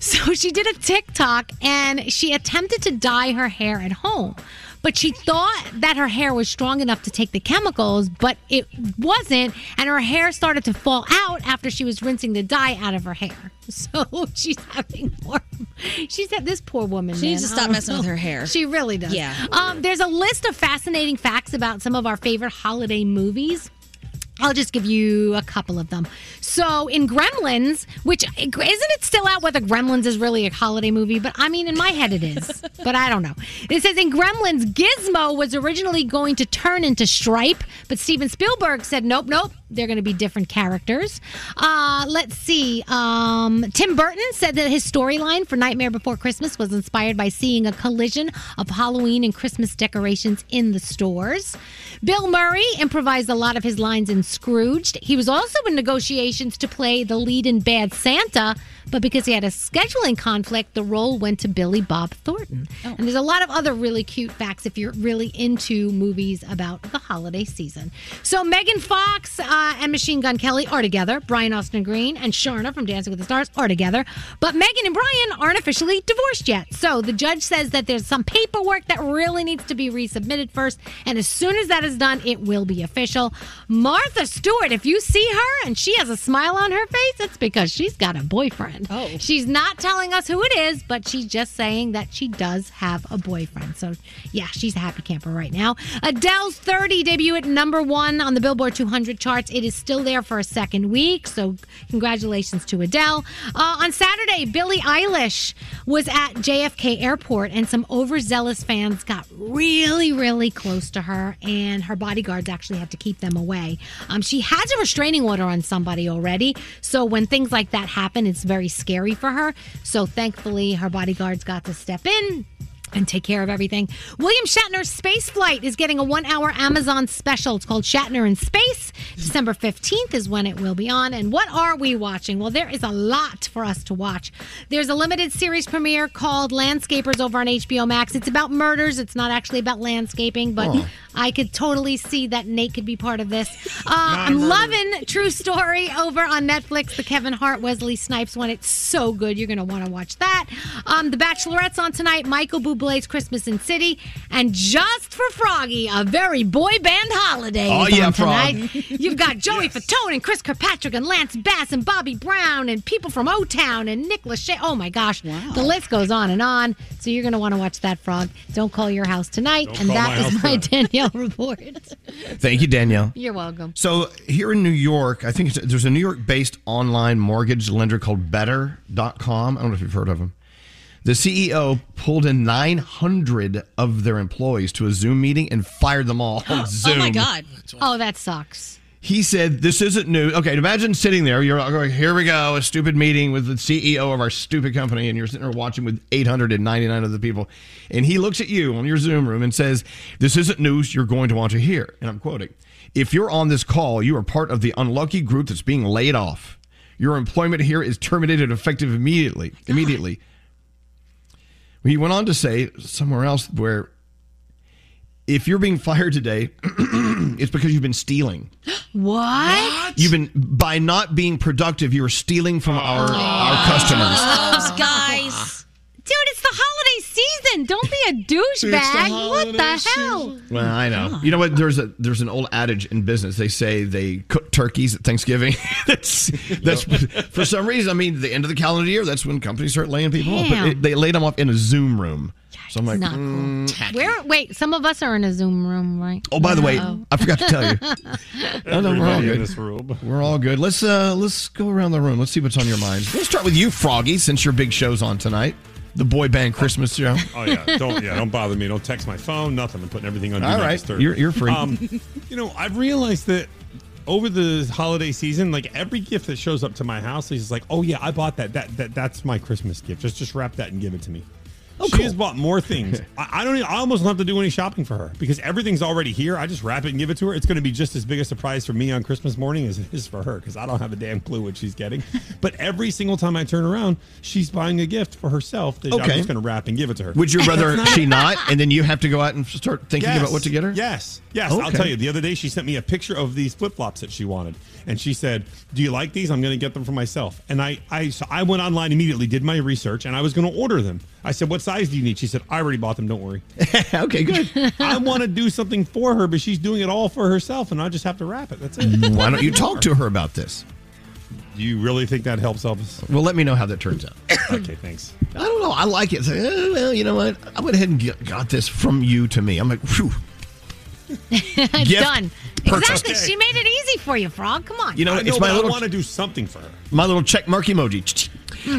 So she did a TikTok and she attempted to dye her hair at home. But she thought that her hair was strong enough to take the chemicals, but it wasn't. And her hair started to fall out after she was rinsing the dye out of her hair. So she's having more. She's had this poor woman. She needs man. to I stop don't messing with know. her hair. She really does. Yeah. Um, there's a list of fascinating facts about some of our favorite holiday movies. I'll just give you a couple of them. So in Gremlins, which isn't it still out whether Gremlins is really a holiday movie, but I mean in my head it is, but I don't know. It says in Gremlins, Gizmo was originally going to turn into Stripe, but Steven Spielberg said nope, nope, they're going to be different characters. Uh, let's see. Um, Tim Burton said that his storyline for Nightmare Before Christmas was inspired by seeing a collision of Halloween and Christmas decorations in the stores. Bill Murray improvised a lot of his lines in Scrooged. He was also in negotiations to play the lead in Bad Santa, but because he had a scheduling conflict, the role went to Billy Bob Thornton. And there's a lot of other really cute facts if you're really into movies about the holiday season. So Megan Fox uh, and Machine Gun Kelly are together. Brian Austin Green and Sharna from Dancing with the Stars are together. But Megan and Brian aren't officially divorced yet. So the judge says that there's some paperwork that really needs to be resubmitted first. And as soon as that is done, it will be official. Martha Stewart, if you see her and she has a smile on her face, it's because she's got a boyfriend. Oh. She's not telling us who it is, but she's just saying that she does have a boyfriend. So, yeah, she's a happy camper right now. Adele's 30 debut at number one on the Billboard 200 charts. It is still there for a second week. So, congratulations to Adele. Uh, on Saturday, Billie Eilish was at JFK Airport, and some overzealous fans got really, really close to her, and her bodyguards actually had to keep them away. Um, she has a restraining order on somebody already. So, when things like that happen, it's very scary for her. So, thankfully, her bodyguards got to step in and take care of everything. William Shatner's Space Flight is getting a one hour Amazon special. It's called Shatner in Space. December 15th is when it will be on. And what are we watching? Well, there is a lot for us to watch. There's a limited series premiere called Landscapers over on HBO Max. It's about murders, it's not actually about landscaping, but Oh. I could totally see that Nate could be part of this. Uh, I'm loving True Story over on Netflix, the Kevin Hart Wesley Snipes one. It's so good. You're going to want to watch that. Um, the Bachelorette's on tonight. Michael Bublé's Christmas in City, and just for Froggy, a very boy band holiday. Oh, is yeah, on Frog. tonight. You've got Joey Fatone and Chris Kirkpatrick and Lance Bass and Bobby Brown and people from O Town and Nick Lachey. Oh my gosh, the list goes on and on. So you're going to want to watch that Frog. Don't call your house tonight, Don't and call that my is house my Danielle report. Thank you, Danielle. You're welcome. So here in New York, I think it's, there's a New York-based online mortgage lender called Better.com. I don't know if you've heard of them. The CEO pulled in 900 of their employees to a Zoom meeting and fired them all on Zoom. Oh my God. Oh, that sucks. He said, "This isn't new." Okay, imagine sitting there. You're like, "Here we go, a stupid meeting with the CEO of our stupid company," and you're sitting there watching with 899 other people, and he looks at you on your Zoom room and says, "This isn't news you're going to want to hear." And I'm quoting: "If you're on this call, you are part of the unlucky group that's being laid off. Your employment here is terminated effective immediately." Immediately. He went on to say somewhere else where, if you're being fired today, it's because you've been stealing. What? You've been by not being productive. You are stealing from our Oh. our customers. Those guys. Dude, it's the holiday season. Don't be a douchebag. What the hell? Well, I know. You know what? There's a there's an old adage in business. They say they cook turkeys at Thanksgiving. that's that's for some reason. I mean, the end of the calendar year. That's when companies start laying people off. But Damn. it, they laid them off in a Zoom room. So I'm like, not cool. mm. Where? Wait, some of us are in a Zoom room, right? Oh, by the way, I forgot to tell you. No, no, we're all Everybody in good. this room. We're all good. Let's uh let's go around the room. Let's see what's on your minds. Let's start with you, Froggy, since your big show's on tonight. The boy band Christmas show. Oh yeah, don't yeah, don't bother me. Don't text my phone. Nothing. I'm putting everything on. Do All Not right. Disturb. You're- you're free. Um, you know, I've realized that over the holiday season, like every gift that shows up to my house, he's just like, "Oh yeah, I bought that. That that that's my Christmas gift. Just just wrap that and give it to me." she has bought more things. I, I don't. Even, I almost don't have to do any shopping for her because everything's already here. I just wrap it and give it to her. It's going to be just as big a surprise for me on Christmas morning as it is for her because I don't have a damn clue what she's getting. but every single time I turn around, she's buying a gift for herself that Okay. I'm just going to wrap and give it to her. Would you rather That's she not, and then you have to go out and start thinking Yes. about what to get her? Yes. Yes, I'll Okay. tell you. The other day, she sent me a picture of these flip flops that she wanted, and she said, "Do you like these? I'm going to get them for myself." And I, I, so I went online immediately, did my research, and I was going to order them. I said, "What size do you need?" She said, "I already bought them. Don't worry." okay, good. I want to do something for her, but she's doing it all for herself, and I just have to wrap it. That's it. Mm, Why don't you talk to her about this? Do you really think that helps Elvis? Well, let me know how that turns out. okay, thanks. I don't know. I like it. It's like, eh, well, you know what? I went ahead and get, got this from you to me. I'm like, whew. It's Gift done. purchase. Exactly. She made it easy for you, Frog. Come on. You know, it's my but I little. want to do something for her. My little check mark emoji.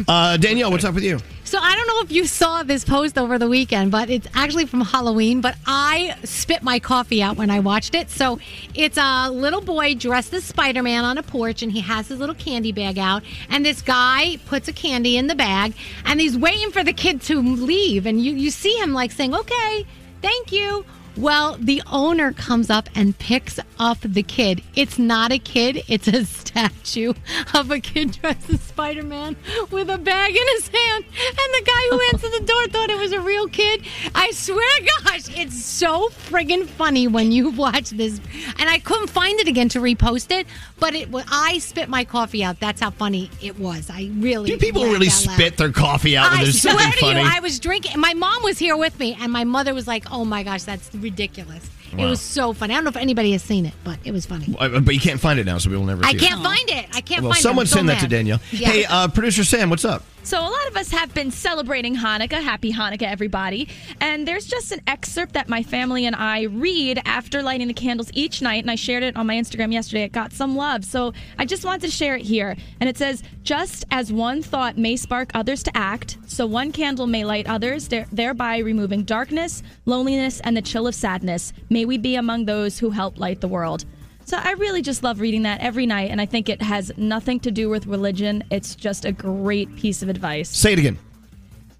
Uh, Danielle, what's up with you? So I don't know if you saw this post over the weekend, but it's actually from Halloween. But I spit my coffee out when I watched it. So it's a little boy dressed as Spider Man on a porch, and he has his little candy bag out. And this guy puts a candy in the bag, and he's waiting for the kid to leave. And you you see him like saying, "Okay, thank you." Well, the owner comes up and picks up the kid. It's not a kid, it's a statue of a kid dressed as Spider Man with a bag in his hand. And the guy who answered the door thought it was a real kid. I swear to gosh, it's so friggin' funny when you watch this. And I couldn't find it again to repost it, but it wa- I spit my coffee out. That's how funny it was. I really Do people laughed really out loud. spit their coffee out when I there's swear something to funny? you, I was drinking. My mom was here with me, and my mother was like, "Oh my gosh, that's ridiculous." It Wow. was so funny. I don't know if anybody has seen it, but it was funny. Uh, but you can't find it now, so we will never see I it. can't find it. I can't Well, find someone it. I'm so send that to mad. Danielle. Yeah. Hey, uh, producer Sam, what's up? So, a lot of us have been celebrating Hanukkah. Happy Hanukkah, everybody. And there's just an excerpt that my family and I read after lighting the candles each night. And I shared it on my Instagram yesterday. It got some love. So, I just wanted to share it here. And it says Just as one thought may spark others to act, so one candle may light others, there- thereby removing darkness, loneliness, and the chill of sadness. May we be among those who help light the world. So I really just love reading that every night, and I think it has nothing to do with religion. It's just a great piece of advice. Say it again.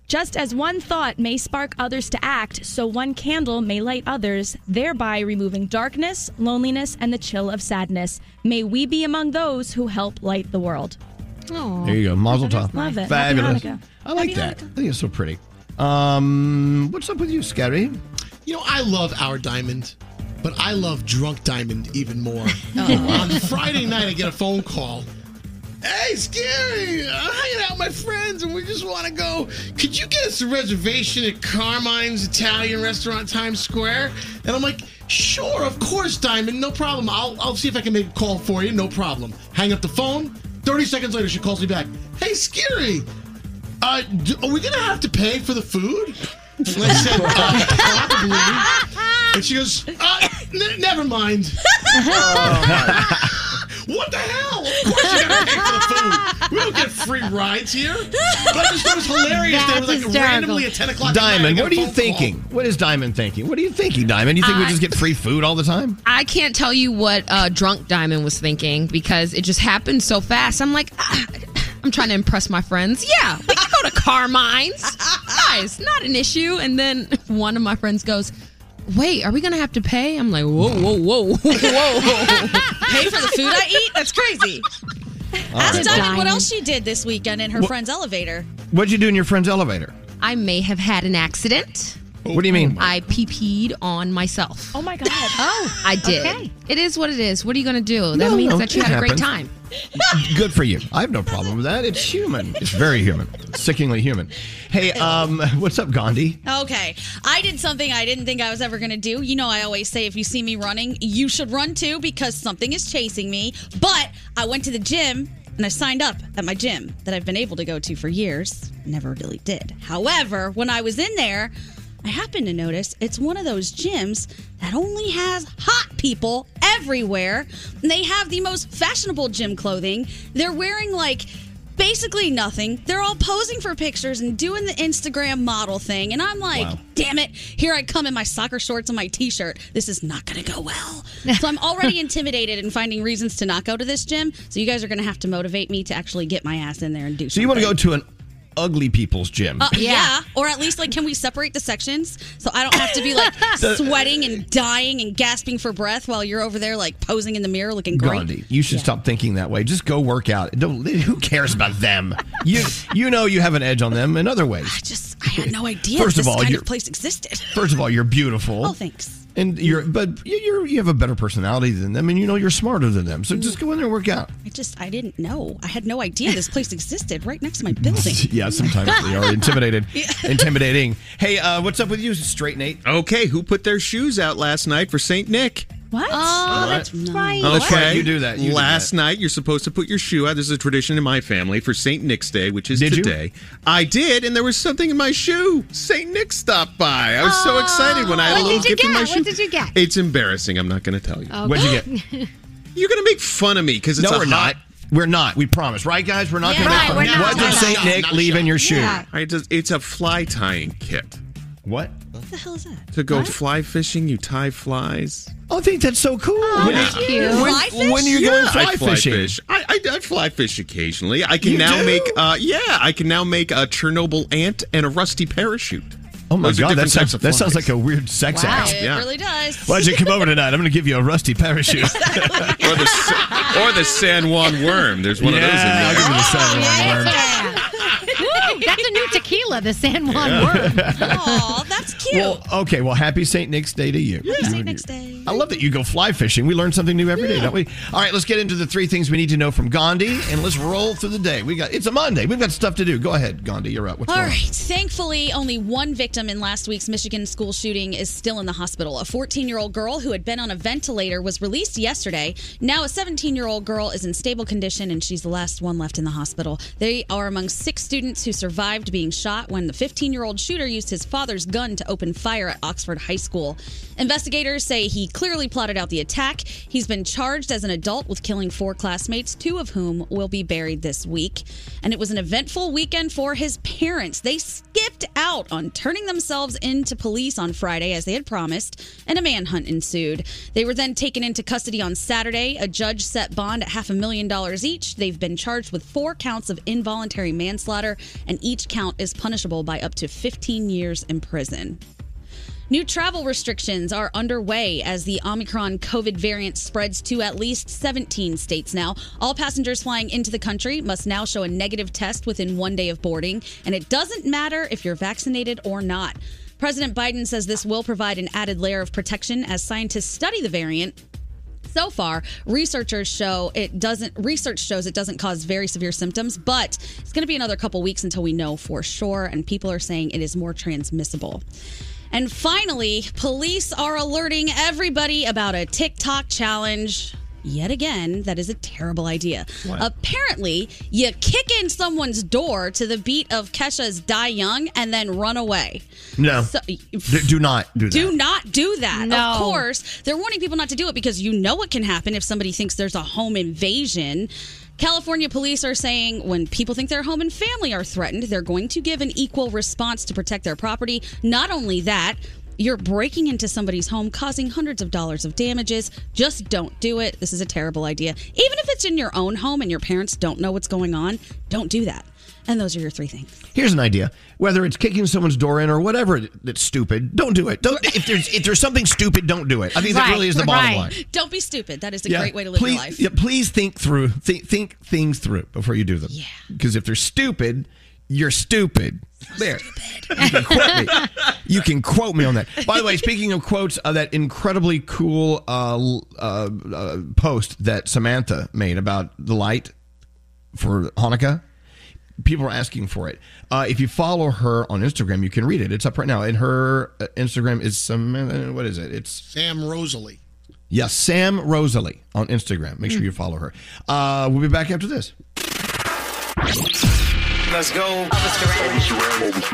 Just as one thought may spark others to act, so one candle may light others, thereby removing darkness, loneliness, and the chill of sadness. May we be among those who help light the world. There you go. Mazel tov. Love it. Happy Fabulous. Hanukkah. I like that. I think it's so pretty. Um, what's up with you, Scary? You know, I love our diamond, but I love drunk diamond even more. Oh. On Friday night, I get a phone call. Hey, Scary, I'm hanging out with my friends and we just want to go. Could you get us a reservation at Carmine's Italian restaurant in Times Square? And I'm like, sure, of course, Diamond, no problem. I'll, I'll see if I can make a call for you, no problem. Hang up the phone. 30 seconds later, she calls me back. Hey, Scary, uh, d are we going to have to pay for the food? And I said, uh, probably. And she goes, uh, n- never mind. What the hell? Of course you gotta pay for the food. We don't get free rides here. But I just thought it was hilarious that it was like That's hysterical. randomly at 10 o'clock. at night, I Diamond, got a what are you phone thinking? What is Diamond thinking? What are you thinking, Diamond? You think we Uh, I- just get free food all the time? I can't tell you what uh, drunk Diamond was thinking because it just happened so fast. I'm like, ah, I'm trying to impress my friends. Yeah, we can go to Carmine's. nice, not an issue. And then one of my friends goes, "Wait, are we gonna have to pay?" I'm like, "Whoa, whoa, whoa, whoa, Pay for the food I eat? That's crazy. Ask right. Diamond what else she did this weekend in her What- friend's elevator. What'd you do in your friend's elevator? I may have had an accident." What do you mean? I pee-peed on myself. Oh my god! oh, I did. Okay. It is what it is. What are you going to do? That No, means no, that you it had a great happens. time. Good for you. I have no problem with that. It's human. It's very human. Sickeningly human. Hey, um, what's up, Gandhi? Okay. I did something I didn't think I was ever going to do. You know, I always say if you see me running, you should run too because something is chasing me. But I went to the gym and I signed up at my gym that I've been able to go to for years. Never really did. However, when I was in there, I happened to notice it's one of those gyms that only has hot people everywhere. And they have the most fashionable gym clothing. They're wearing like basically nothing. They're all posing for pictures and doing the Instagram model thing. And I'm like, Wow. damn it, here I come in my soccer shorts and my t shirt. This is not going to go well. So I'm already intimidated and finding reasons to not go to this gym. So you guys are going to have to motivate me to actually get my ass in there and do So you want to go to an ugly people's gym? Uh, yeah. or at least like, can we separate the sections so I don't have to be like The- sweating and dying and gasping for breath while you're over there like posing in the mirror looking great? Gandhi, you should stop thinking that way. Just go work out. Don't, who cares about them? You you know you have an edge on them in other ways. Just I had no idea First this of all, kind you're- of place existed. First of all, you're beautiful. Oh, thanks. And you're but you- you're you have a better personality than them, and you know you're smarter than them. So just go in there and work out. I just I didn't know. I had no idea this place existed right next to my building. Yeah, sometimes they are intimidated, intimidating. Hey, uh, what's up with you, Straight Nate? Okay, who put their shoes out last night for St. Nick? What? Oh, What? that's right. Okay, Oh, you do that. You do Last that. night, you're supposed to put your shoe out. This is a tradition in my family for St. Nick's Day, which is Did you? today. I did, and there was something in my shoe. St. Nick stopped by. I was so excited when I had a what little did you gift get? in my What shoe. did you get? It's embarrassing. I'm not going to tell you. Oh, get? You're going to make fun of me because it's No, a we're hot- not. We're not. We promise, right, guys? We're not Yeah, going right, to. we're not. What Not did a Saint shot, Nick not a leave in your shoe? Yeah. I just, it's a fly tying kit. What? What the hell is that? To go fly fishing, you tie flies. I think that's so cool. Oh, When- that's cute. when- Fly fish? when are you going fly I fishing? Fish. I, I, I fly fish occasionally. I can You now do? make uh yeah, I can now make a Chernobyl ant and a rusty parachute. Oh my Those are god, that different sounds, types of that sounds flies. like a weird sex act. It really does. Why'd you come over tonight? I'm going to give you a rusty parachute. or the sa- or the San Juan worm. There's one of those in Yeah, there. I'll give you the San Juan worm. Woo, that's a new tequila, the San Juan worm. Aw, that's cute. Well, okay. Well, happy St. Nick's Day to you. Happy St. Nick's Day. I love that you go fly fishing. We learn something new every day, don't we? All right, let's get into the three things we need to know from Gandhi, and let's roll through the day. We got it's a Monday. We've got stuff to do. Go ahead, Gandhi. You're up. What's All going right. Thankfully, only one victim in last week's Michigan school shooting is still in the hospital. A 14 year old girl who had been on a ventilator was released yesterday. Now, a 17 year old girl is in stable condition and she's the last one left in the hospital. They are among six students who survived being shot when the 15 year old shooter used his father's gun to open fire at Oxford High School. Investigators say he clearly plotted out the attack. He's been charged as an adult with killing four classmates, two of whom will be buried this week. And it was an eventful weekend for his parents. They skipped out on turning themselves into police on Friday, as they had promised, and a manhunt ensued. They were then taken into custody on Saturday. A judge set bond at half a million dollars each. They've been charged with four counts of involuntary manslaughter, and each count is punishable by up to 15 years in prison. New travel restrictions are underway as the Omicron COVID variant spreads to at least 17 states now. All passengers flying into the country must now show a negative test within one day of boarding, and it doesn't matter if you're vaccinated or not. President Biden says this will provide an added layer of protection as scientists study the variant so far researchers show it doesn't research shows it doesn't cause very severe symptoms but it's going to be another couple weeks until we know for sure and people are saying it is more transmissible and finally police are alerting everybody about a tiktok challenge Yet again, that is a terrible idea. What? Apparently, you kick in someone's door to the beat of Kesha's Die Young and then run away. No. So- Do, do not do that. Do not do that. No. Of course, they're warning people not to do it because you know what can happen if somebody thinks there's a home invasion. California police are saying when people think their home and family are threatened, they're going to give an equal response to protect their property. Not only that, you're breaking into somebody's home, causing hundreds of dollars of damages. Just don't do it. This is a terrible idea. Even if it's in your own home and your parents don't know what's going on, don't do that. And those are your three things. Here's an idea. Whether it's kicking someone's door in or whatever that's stupid, don't do it. Don't if there's if there's something stupid, don't do it. I think that really is the bottom line. Don't be stupid. That is a Yeah, great way to live please, your life. Yeah, please think through think, think things through before you do them. Yeah. Because if they're stupid, you're stupid. there. You can quote me. You can quote me on that. By the way, speaking of quotes, uh, that incredibly cool uh, l- uh, uh, post that Samantha made about the light for Hanukkah. People are asking for it. Uh, if you follow her on Instagram, you can read it. It's up right now. And her uh, Instagram is Samantha. What is it? It's Sam Rosalie. Yes, Sam Rosalie on Hmm. Instagram. Make sure you follow her. Uh, we'll be back after this. Let's go.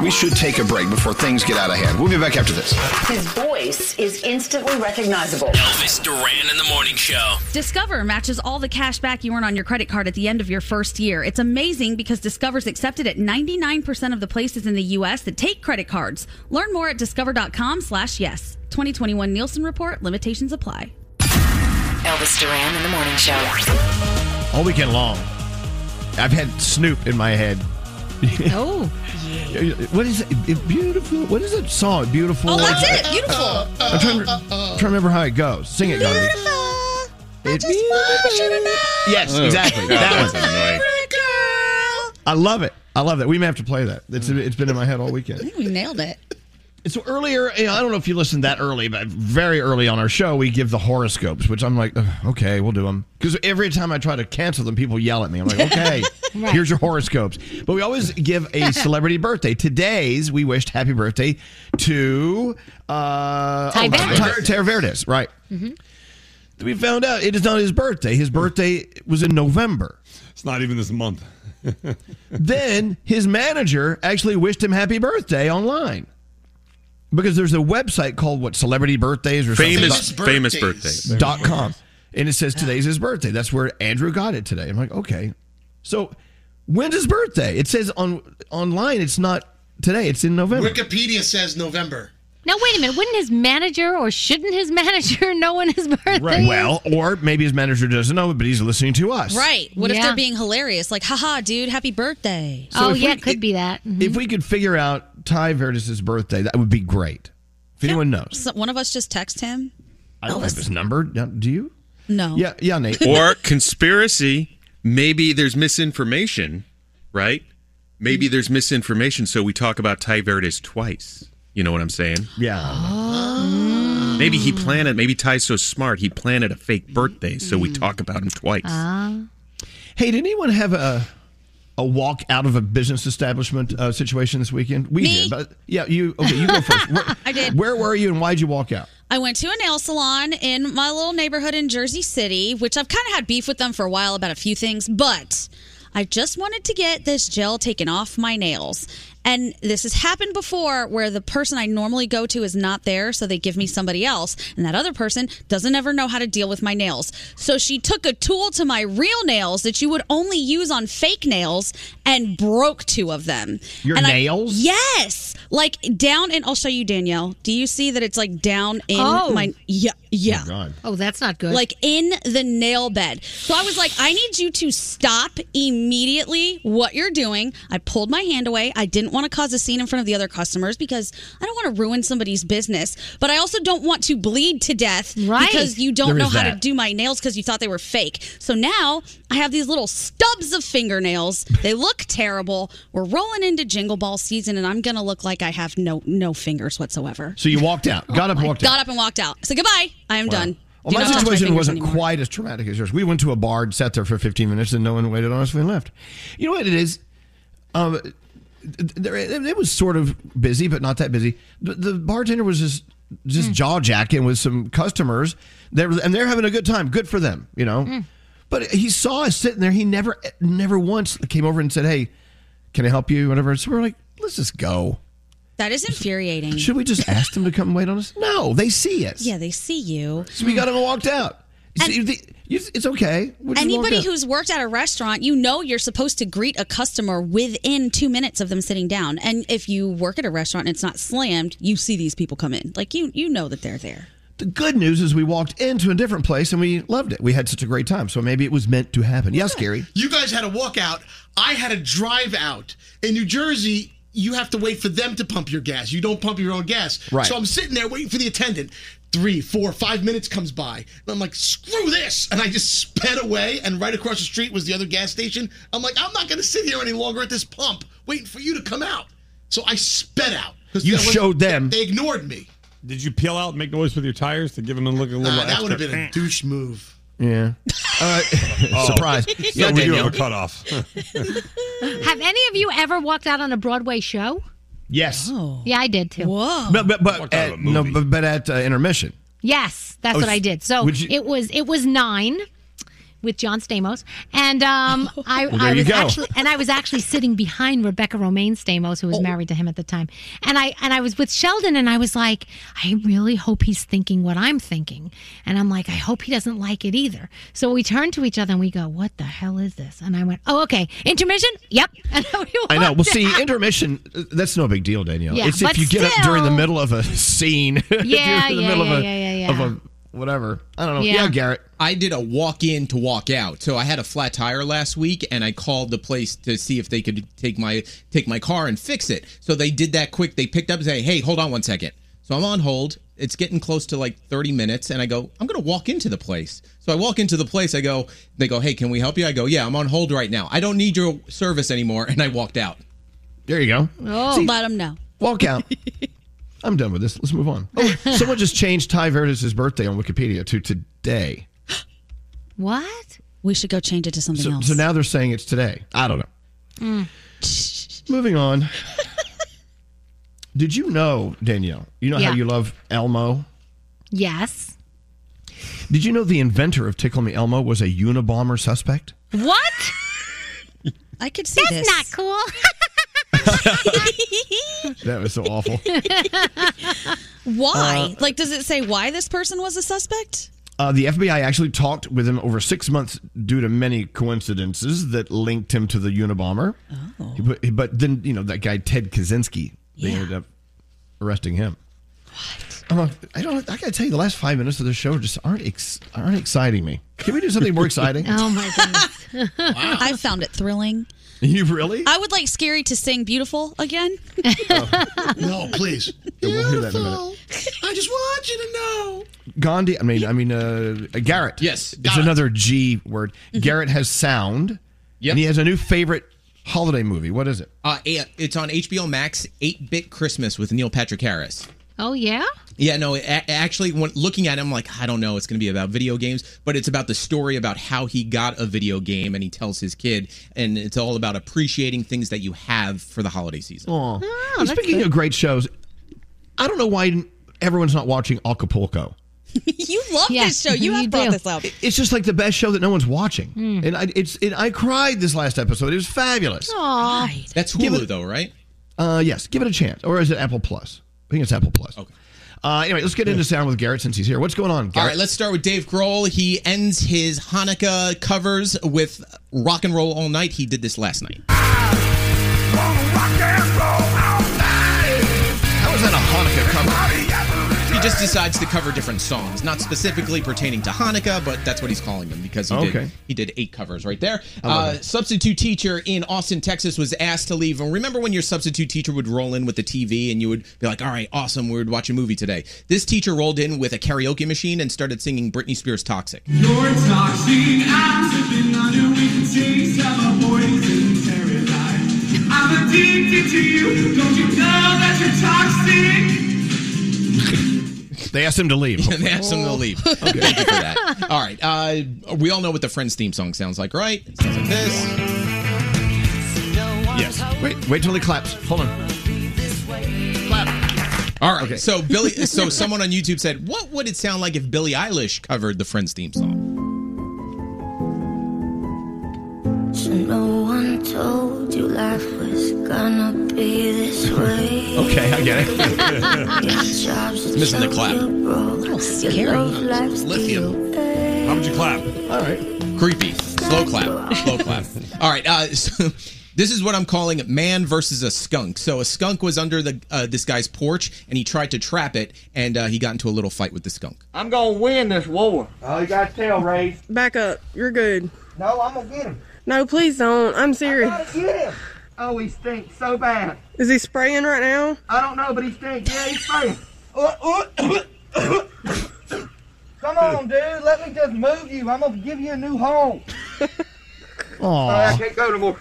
We should take a break before things get out of hand. We'll be back after this. His voice is instantly recognizable. Elvis Duran in the morning show. Discover matches all the cash back you earn on your credit card at the end of your first year. It's amazing because Discover's accepted at 99% of the places in the U.S. that take credit cards. Learn more at discover.com slash yes. 2021 Nielsen Report. Limitations apply. Elvis Duran in the morning show. all weekend long. I've had Snoop in my head. Oh, what is it? It- Beautiful. What is that song? Beautiful. Beautiful. I'm trying to, trying to remember how it goes. Sing it, Gandhi. It- yes, Oh, exactly. God, that that's one. annoying. I love it. I love that. We may have to play that. It's, it's been in my head all weekend. We nailed it. So earlier, you know, I don't know if you listened that early, but very early on our show, we give the horoscopes, which I'm like, "Ugh, okay, we'll do them. Because every time I try to cancel them, people yell at me. I'm like, okay, Right. here's your horoscopes. But we always give a celebrity birthday. Today's, we wished happy birthday to uh, Ty Verdes. Mm-hmm. Tara Verdes, right. We found out it is not his birthday. His birthday was in November. Hmm. It's not even this month. then his manager actually wished him happy birthday online. Because there's a website called what celebrity birthdays or Famous- something. Famous Birthdays. Famous dot com, and it says today's his birthday. That's where Andrew got it today. I'm like, okay, so when's his birthday? It says on online. It's not today. It's in November. Wikipedia says November. Now wait a minute. Wouldn't his manager or shouldn't his manager know when his birthday? Right. is? Well, or maybe his manager doesn't know, but he's listening to us. Right. What if Yeah. they're being hilarious? Like, haha, dude, happy birthday. So oh if yeah, we- it could be that. Mhm. If we could figure out Ty Verdes' birthday, that would be great. If anyone knows, So- one of us just text him? I don't have his number. Do you? No. Yeah, yeah, Nate. or conspiracy. Maybe there's misinformation, right? Maybe there's misinformation, so we talk about Ty Verdes twice. You know what I'm saying? Yeah. Oh, Maybe he planted. Maybe Ty's so smart he planted a fake birthday, so we talk about him twice. Hey, did anyone have a a walk out of a business establishment uh, situation this weekend? We Me. did, but yeah, you okay? You go first. Where, I did. Where were you, and why'd you walk out? I went to a nail salon in my little neighborhood in Jersey City, which I've kind of had beef with them for a while about a few things, but I just wanted to get this gel taken off my nails. And this has happened before where the person I normally go to is not there, so they give me somebody else, and that other person doesn't ever know how to deal with my nails. So she took a tool to my real nails that you would only use on fake nails and broke two of them. Your And I- nails? yes. Like down and I'll show you Danielle. Do you see that it's like down in Oh. my yeah yeah. Oh, that's not good. Like in the nail bed. So I was like, I need you to stop immediately what you're doing. I pulled my hand away. I didn't want to cause a scene in front of the other customers because I don't want to ruin somebody's business, but I also don't want to bleed to death because you don't There know is how to that. do my nails because you thought they were fake. So now I have these little stubs of fingernails. They look terrible. We're rolling into jingle ball season and I'm going to look like I have no no fingers whatsoever. So you walked out, got up, and walked out. Got up and walked out. So goodbye. I am Wow. done. Well, Do my not touch my situation fingers wasn't anymore. quite as traumatic as yours. We went to a bar and sat there for 15 minutes, and no one waited on us. We left. You know what it is? Um, th- th- there, it it was sort of busy, but not that busy. The, the bartender was just Hmm. just jaw jacking with some customers. They were, and they're having a good time. Good for them, you know. Hmm. But he saw us sitting there. He never, never once came over and said, "Hey, can I help you?" Whatever. So we're like, "Let's just go." That is infuriating. Should we just ask them to come wait on us? No, they see us. Yeah, they see you. So Hmm. we got him and walked out. See, the- you- it's okay. We'll just walk Anybody out. who's worked at a restaurant, you know you're supposed to greet a customer within two minutes of them sitting down. And if you work at a restaurant and it's not slammed, you see these people come in. Like you, you know that they're there. the good news is we walked into a different place and we loved it. We had such a great time. So maybe it was meant to happen. Yes, Gary. You guys had a walkout. I had a drive out. In New Jersey, you have to wait for them to pump your gas. You don't pump your own gas. Right. So I'm sitting there waiting for the attendant. Three, four, five minutes comes by. And I'm like, screw this. And I just sped away. And right across the street was the other gas station. I'm like, I'm not going to sit here any longer at this pump waiting for you to come out. So I sped out. 'Cause You that was- showed them. They ignored me. Did you peel out and make noise with your tires to give him a look a little Uh, Nah, extra? that would have been a douche move. Yeah. Uh, Oh. Surprise. So Yeah, we do Danielle. have a cutoff. have any of you ever walked out on a Broadway show? Yes. Yeah, I did too. Whoa. But but but at, no but, but at uh, intermission. Yes, that's Oh, what I s- did. So would you- it was it was nine. with John Stamos, and um, I, Well, there I you was go. actually and I was actually sitting behind Rebecca Romaine Stamos, who Oh. was married to him at the time, and I and I was with Sheldon, and I was like, I really hope he's thinking what I'm thinking, and I'm like, I hope he doesn't like it either. So we turned to each other and we go, What the hell is this? And I went, Oh, okay, intermission. Yep. And we I know. walked Well, see, out. intermission, uh, that's no big deal, Danielle. Yeah, it's if but you get up still- during the middle of a scene. if Yeah, you're in the yeah, middle yeah, of a, yeah, yeah, Of yeah. a whatever. I don't know. Yeah. Yeah, Garrett. I did a walk in to walk out. So I had a flat tire last week and I called the place to see if they could take my take my car and fix it. So they did that quick. They picked up and say, "Hey, hold on one second. So I'm on hold. It's getting close to like 30 minutes and I go, "I'm going to walk into the place." So I walk into the place. I go, they go, "Hey, can we help you?" I go, "Yeah, I'm on hold right now. I don't need your service anymore." And I walked out. There you go. Oh, let him know. Walk out. I'm done with this. Let's move on. Oh, someone just changed Ty Verdes' birthday on Wikipedia to today. What? We should go change it to something So, else. so now they're saying it's today. I don't know. Mm. Moving on. Did you know, Danielle? You know Yeah. how you love Elmo? Yes. Did you know the inventor of Tickle Me Elmo was a Unabomber suspect? What? I could see That's not cool. That was so awful. why? Uh, like, does it say why this person was a suspect? Uh, the FBI actually talked with him over six months due to many coincidences that linked him to the Unabomber. Oh. But, but then, you know, that guy Ted Kaczynski, they ended up arresting him. What? I don't. I gotta tell you, the last five minutes of the show just aren't ex, aren't exciting me. Can we do something more exciting? Oh my goodness. I found it thrilling. You really? I would like Scary to sing Beautiful again. No, Oh, please. we'll hear that in a minute. I just want you to know. Gandhi. I mean, I mean, uh, Garrett. Yes, it's another G word. Garrett has sound. Yeah, and he has a new favorite holiday movie. What is it? Uh, eh, it's on HBO Max, 8-Bit Christmas with Neil Patrick Harris. Oh yeah. Yeah, no, a- actually, when looking at him, I'm like, I don't know, it's going to be about video games, but it's about the story about how he got a video game and he tells his kid, and it's all about appreciating things that you have for the holiday season. Oh, speaking of great shows, I don't know why everyone's not watching Acapulco. you love this show. You have brought this up. It's just like the best show that no one's watching, and I it's it, I cried this last episode. It was fabulous. Aww. That's Give Hulu, it- though, right? Uh, yes, give it a chance, or is it Apple Plus? I think it's Apple Plus. Okay. Uh, anyway, let's get into sound with Garrett since he's here. What's going on, All Garrett? right, let's start with Dave Grohl. He ends his Hanukkah covers with Rock and Roll All Night. He did this last night. How is that a Hanukkah cover? He just decides to cover different songs, not specifically pertaining to Hanukkah, but that's what he's calling them because he did Okay. he did eight covers right there. I love Uh, substitute teacher in Austin, Texas, was asked to leave. And remember when your substitute teacher would roll in with the TV and you would be like, "All right, awesome, we would watch a movie today." This teacher rolled in with a karaoke machine and started singing Britney Spears' "Toxic." You're intoxicated. I'm sipping on your weak cheeks. I'm a poison paradise. I'm addicted to you. Don't you know that you're toxic? They asked him to leave. they asked him to leave. Oh. Thank you for that. All right, uh, we all know what the Friends theme song sounds like, right? It sounds like this. Yes. Wait, wait till he claps. Hold on. All right. So Billy, so someone on YouTube said, "What would it sound like if Billie Eilish covered the Friends theme song?" So no one told you life was gonna be this way. Okay, I get it. Missing the clap. Lithium. How would you clap? All right. Creepy. Slow clap. Slow clap. All right. Uh, so this is what I'm calling man versus a skunk. So a skunk was under the uh, this guy's porch and he tried to trap it and uh, he got into a little fight with the skunk. I'm gonna win this war. Oh, you got tail raised. Back up. You're good. No, I'm gonna get him. No, please don't. I'm serious. I gotta get him. Oh, he stinks so bad. Is he spraying right now? I don't know, but he stinks. Yeah, he's spraying. Uh, uh, Come on, dude. Let me just move you. I'm gonna give you a new home. Sorry, I Aw. can't go no more.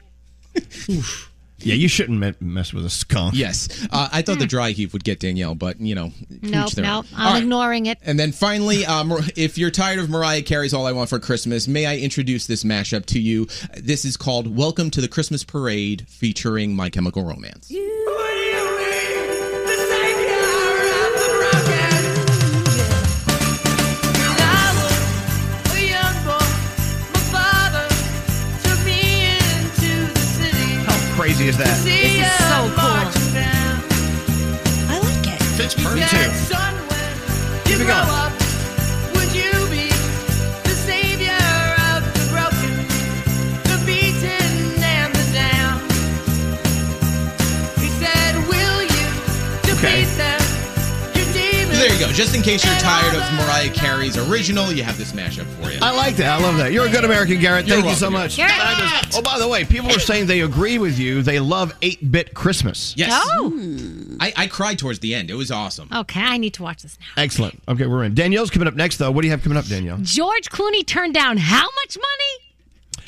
Yeah, you shouldn't me- mess with a skunk. Yes. Uh, I thought the dry heave would get Danielle, but you know, each Hmm. Nope, their own. nope. I'm ignoring it. And then finally, uh, Mar- if you're tired of Mariah Carey's All I Want for Christmas, may I introduce this mashup to you? This is called Welcome to the Christmas Parade featuring My Chemical Romance. A young boy, my crazy is that? This is so cool. I like it. Fits perfect. Me too. Keep it going. Would you be the savior of the broken, the beaten, and the down? He said, Will you Okay. defeat them? Your demons. There you go. Just in case you're tired of Mariah Carey's original, you have this mashup for you. I like that. I love that. You're a good American, Garrett. You're Thank you welcome, so Garrett. much. That is- oh, by the way, people are saying they agree with you. They love 8 bit Christmas. Hmm. Yes. Oh. I, I cried towards the end. It was awesome. Okay, I need to watch this now. Excellent. Okay, we're in. Danielle's coming up next, though. What do you have coming up, Danielle? George Clooney turned down how much money?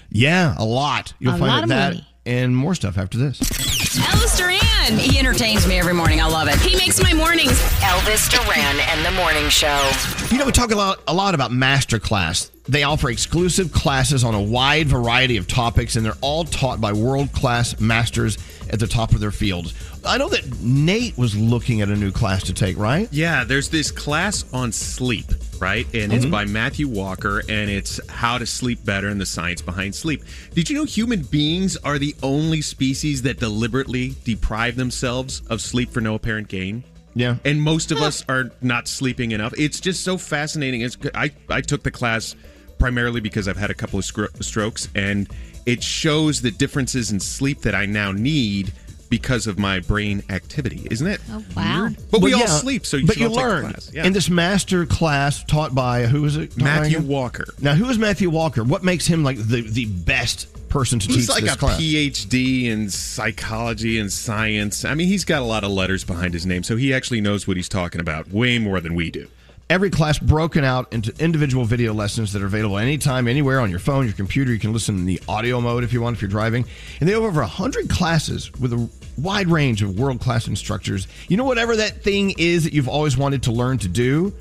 Yeah, a lot. You'll A find lot out of that money. and more stuff after this. Elvis Duran. He entertains me every morning. I love it. He makes my mornings. Elvis Duran and the Morning Show. You know, we talk a lot, a lot about Masterclass. They offer exclusive classes on a wide variety of topics, and they're all taught by world class masters at the top of their fields. I know that Nate was looking at a new class to take, right? Yeah, there's this class on sleep, right? And it's Mhm. by Matthew Walker, and it's how to sleep better and the science behind sleep. Did you know human beings are the only species that deliberately deprive themselves of sleep for no apparent gain? Yeah. And most of us are not sleeping enough. It's just so fascinating. It's, I, I took the class primarily because I've had a couple of scro- strokes, and it shows the differences in sleep that I now need because of my brain activity. Isn't it? Oh, wow. But we all yeah, sleep, so you but should you all take the learn class. Yeah. in this master class taught by who is it? Taught by Matthew again? Walker. Now, who is Matthew Walker? What makes him like the the best person to He's teach like this a class? PhD in psychology and science. I mean, he's got a lot of letters behind his name, so he actually knows what he's talking about way more than we do. every class broken out into individual video lessons that are available anytime, anywhere on your phone, your computer. You can listen in the audio mode if you want, if you're driving. And they have over 100 classes with a wide range of world class instructors. You know, whatever that thing is that you've always wanted to learn to do,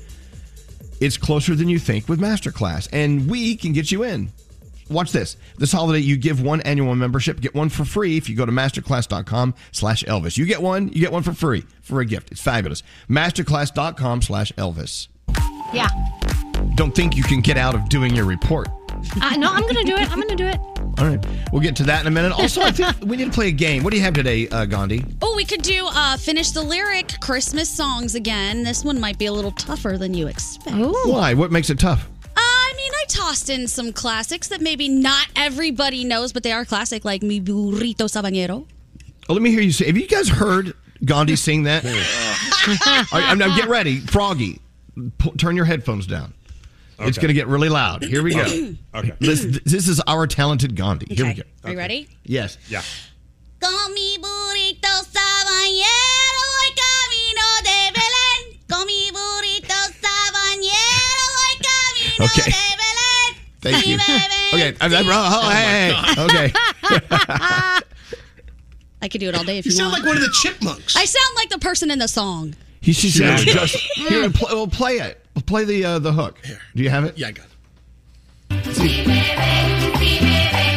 it's closer than you think with Masterclass, and we can get you in. Watch this. This holiday, you give one annual membership, get one for free if you go to masterclass.com slash Elvis. You get one, you get one for free for a gift. It's fabulous. Masterclass.com slash Elvis Yeah. don't think you can get out of doing your report. Uh, no, I'm gonna do it. I'm gonna do it. All right, we'll get to that in a minute. Also, I think we need to play a game. What do you have today, uh, Gandhi? Oh, we could do uh, finish the lyric Christmas songs again. This one might be a little tougher than you expect. Why? What makes it tough? I mean, I tossed in some classics that maybe not everybody knows, but they are classic, like Mi Burrito Sabanero. Oh, let me hear you say. Have you guys heard Gandhi sing that? All right, I'm, now get ready, Froggy. Pu- turn your headphones down. It's Okay. going to get really loud. Here we go. Okay. This, this is our talented Gandhi. Here we go. Are you ready? Yes. Yeah. Con mi burrito sabanero voy camino de Belén. Con mi burrito sabanero voy camino. Okay. Thank you. Okay. I'm, I'm, oh, hey, hey. Okay. I could do it all day if you, You sound want. like one of the chipmunks. I sound like the person in the song. He should Sure. say, just here. Pl- we'll play it. We'll play the uh, the hook. Do you have it? Yeah, I got it.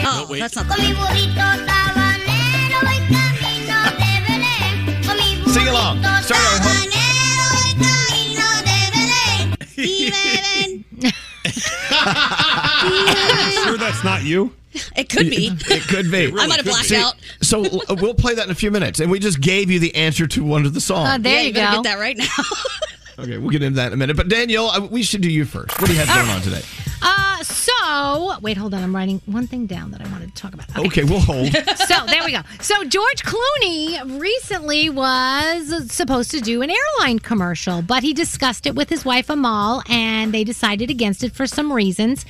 Oh, that's not Sing along. Start sure that's not you? It could be. It could be. It really I might have could be. blacked See, out. So uh, we'll play that in a few minutes, and we just gave you the answer to one of the songs. Ah, Oh, yeah, better Get that right now. Okay, we'll get into that in a minute. But Danielle, I- we should do you first. What do you have Oh. going on today? Uh, so wait, hold on. I'm writing one thing down that I wanted to talk about. Okay, we'll hold. so there we go. So George Clooney recently was supposed to do an airline commercial, but he discussed it with his wife Amal, and they decided against it for some reasons.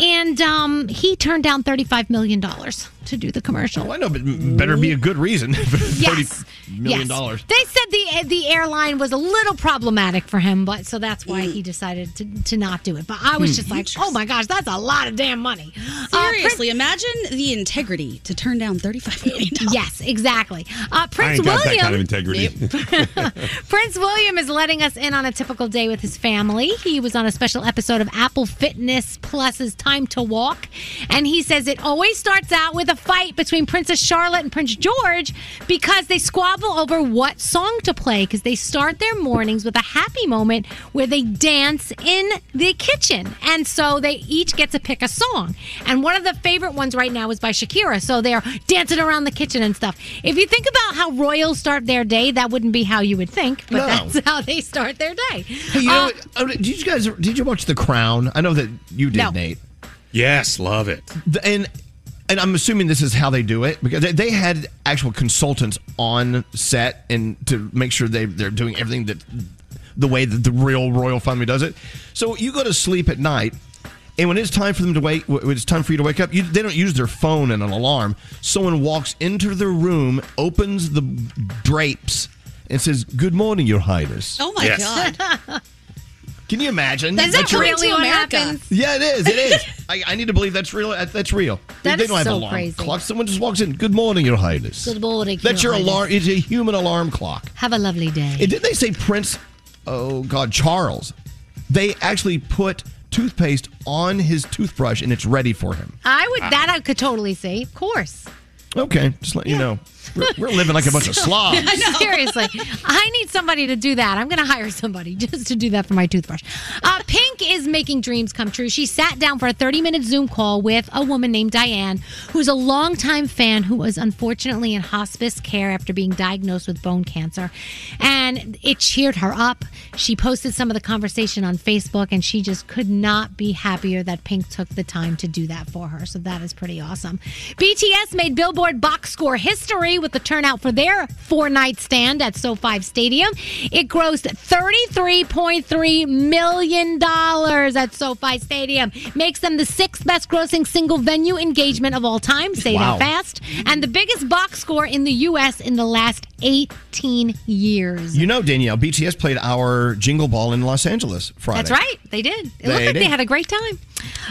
And um, he turned down thirty-five million dollars to do the commercial. Oh, I know, but m- better be a good reason. Yes. Thirty million Yes. dollars. They said the the airline was a little problematic for him, but so that's why he decided to, to not do it. But I Mm. was Hmm. just like, oh my gosh, that's a lot of damn money. Uh, Seriously, imagine the integrity to turn down $35 million. Yes, exactly. Uh, I Prince ain't got William. that kind of integrity. Prince William is letting us in on a typical day with his family. He was on a special episode of Apple Fitness Plus's Time to Walk, and he says it always starts out with a fight between Princess Charlotte and Prince George because they squabble over what song to play because they start their mornings with a happy moment where they dance in the kitchen. And so they each gets a to pick a song. And one of the favorite ones right now is by Shakira. So they're dancing around the kitchen and stuff. If you think about how royals start their day, that wouldn't be how you would think, but No. that's how they start their day. Hey, you Uh, know, what? Uh, did you guys did you watch The Crown? I know that you did, No. Nate. Yes, love it. The- And and I'm assuming this is how they do it because they, they had actual consultants on set and to make sure they they're doing everything that the way that the real royal family does it. So you go to sleep at night. And when it's time for them to wake, when it's time for you to wake up, you, they don't use their phone and an alarm. Someone walks into the room, opens the drapes, and says, "Good morning, Your Highness." Oh my god! Can you imagine? Is that That's your- really what happens? Yeah, it is. It is. I, I need to believe that's real. that- That's real. They- That they is don't have so alarm crazy. clocks. Someone just walks in. Good morning, Your Highness. Good morning, That's your Your alarm. Highness. It's a human alarm clock. Have a lovely day. And did they say Prince? Oh God, Charles. They actually put toothpaste on his toothbrush, and it's ready for him. I would that I could totally see, of course. Okay, just let you know. We're, we're living like a bunch of slobs. Seriously, I need somebody to do that. I'm going to hire somebody just to do that for my toothbrush. Uh, Pink is making dreams come true. She sat down for a 30 minute Zoom call with a woman named Diane, who's a longtime fan who was unfortunately in hospice care after being diagnosed with bone cancer. And it cheered her up. She posted some of the conversation on Facebook, and she just could not be happier that Pink took the time to do that for her. So that is pretty awesome. BTS made Billboard box score history with the turnout for their four night stand at SoFi Stadium. It grossed $33.3 million at SoFi Stadium, makes them the sixth best grossing single venue engagement of all time. Say Wow. that fast. And the biggest box score in the U.S. in the last 18 years. You know, Danielle, BTS played our Jingle Ball in Los Angeles Friday. That's right. They did. It They looked like did. they had a great time.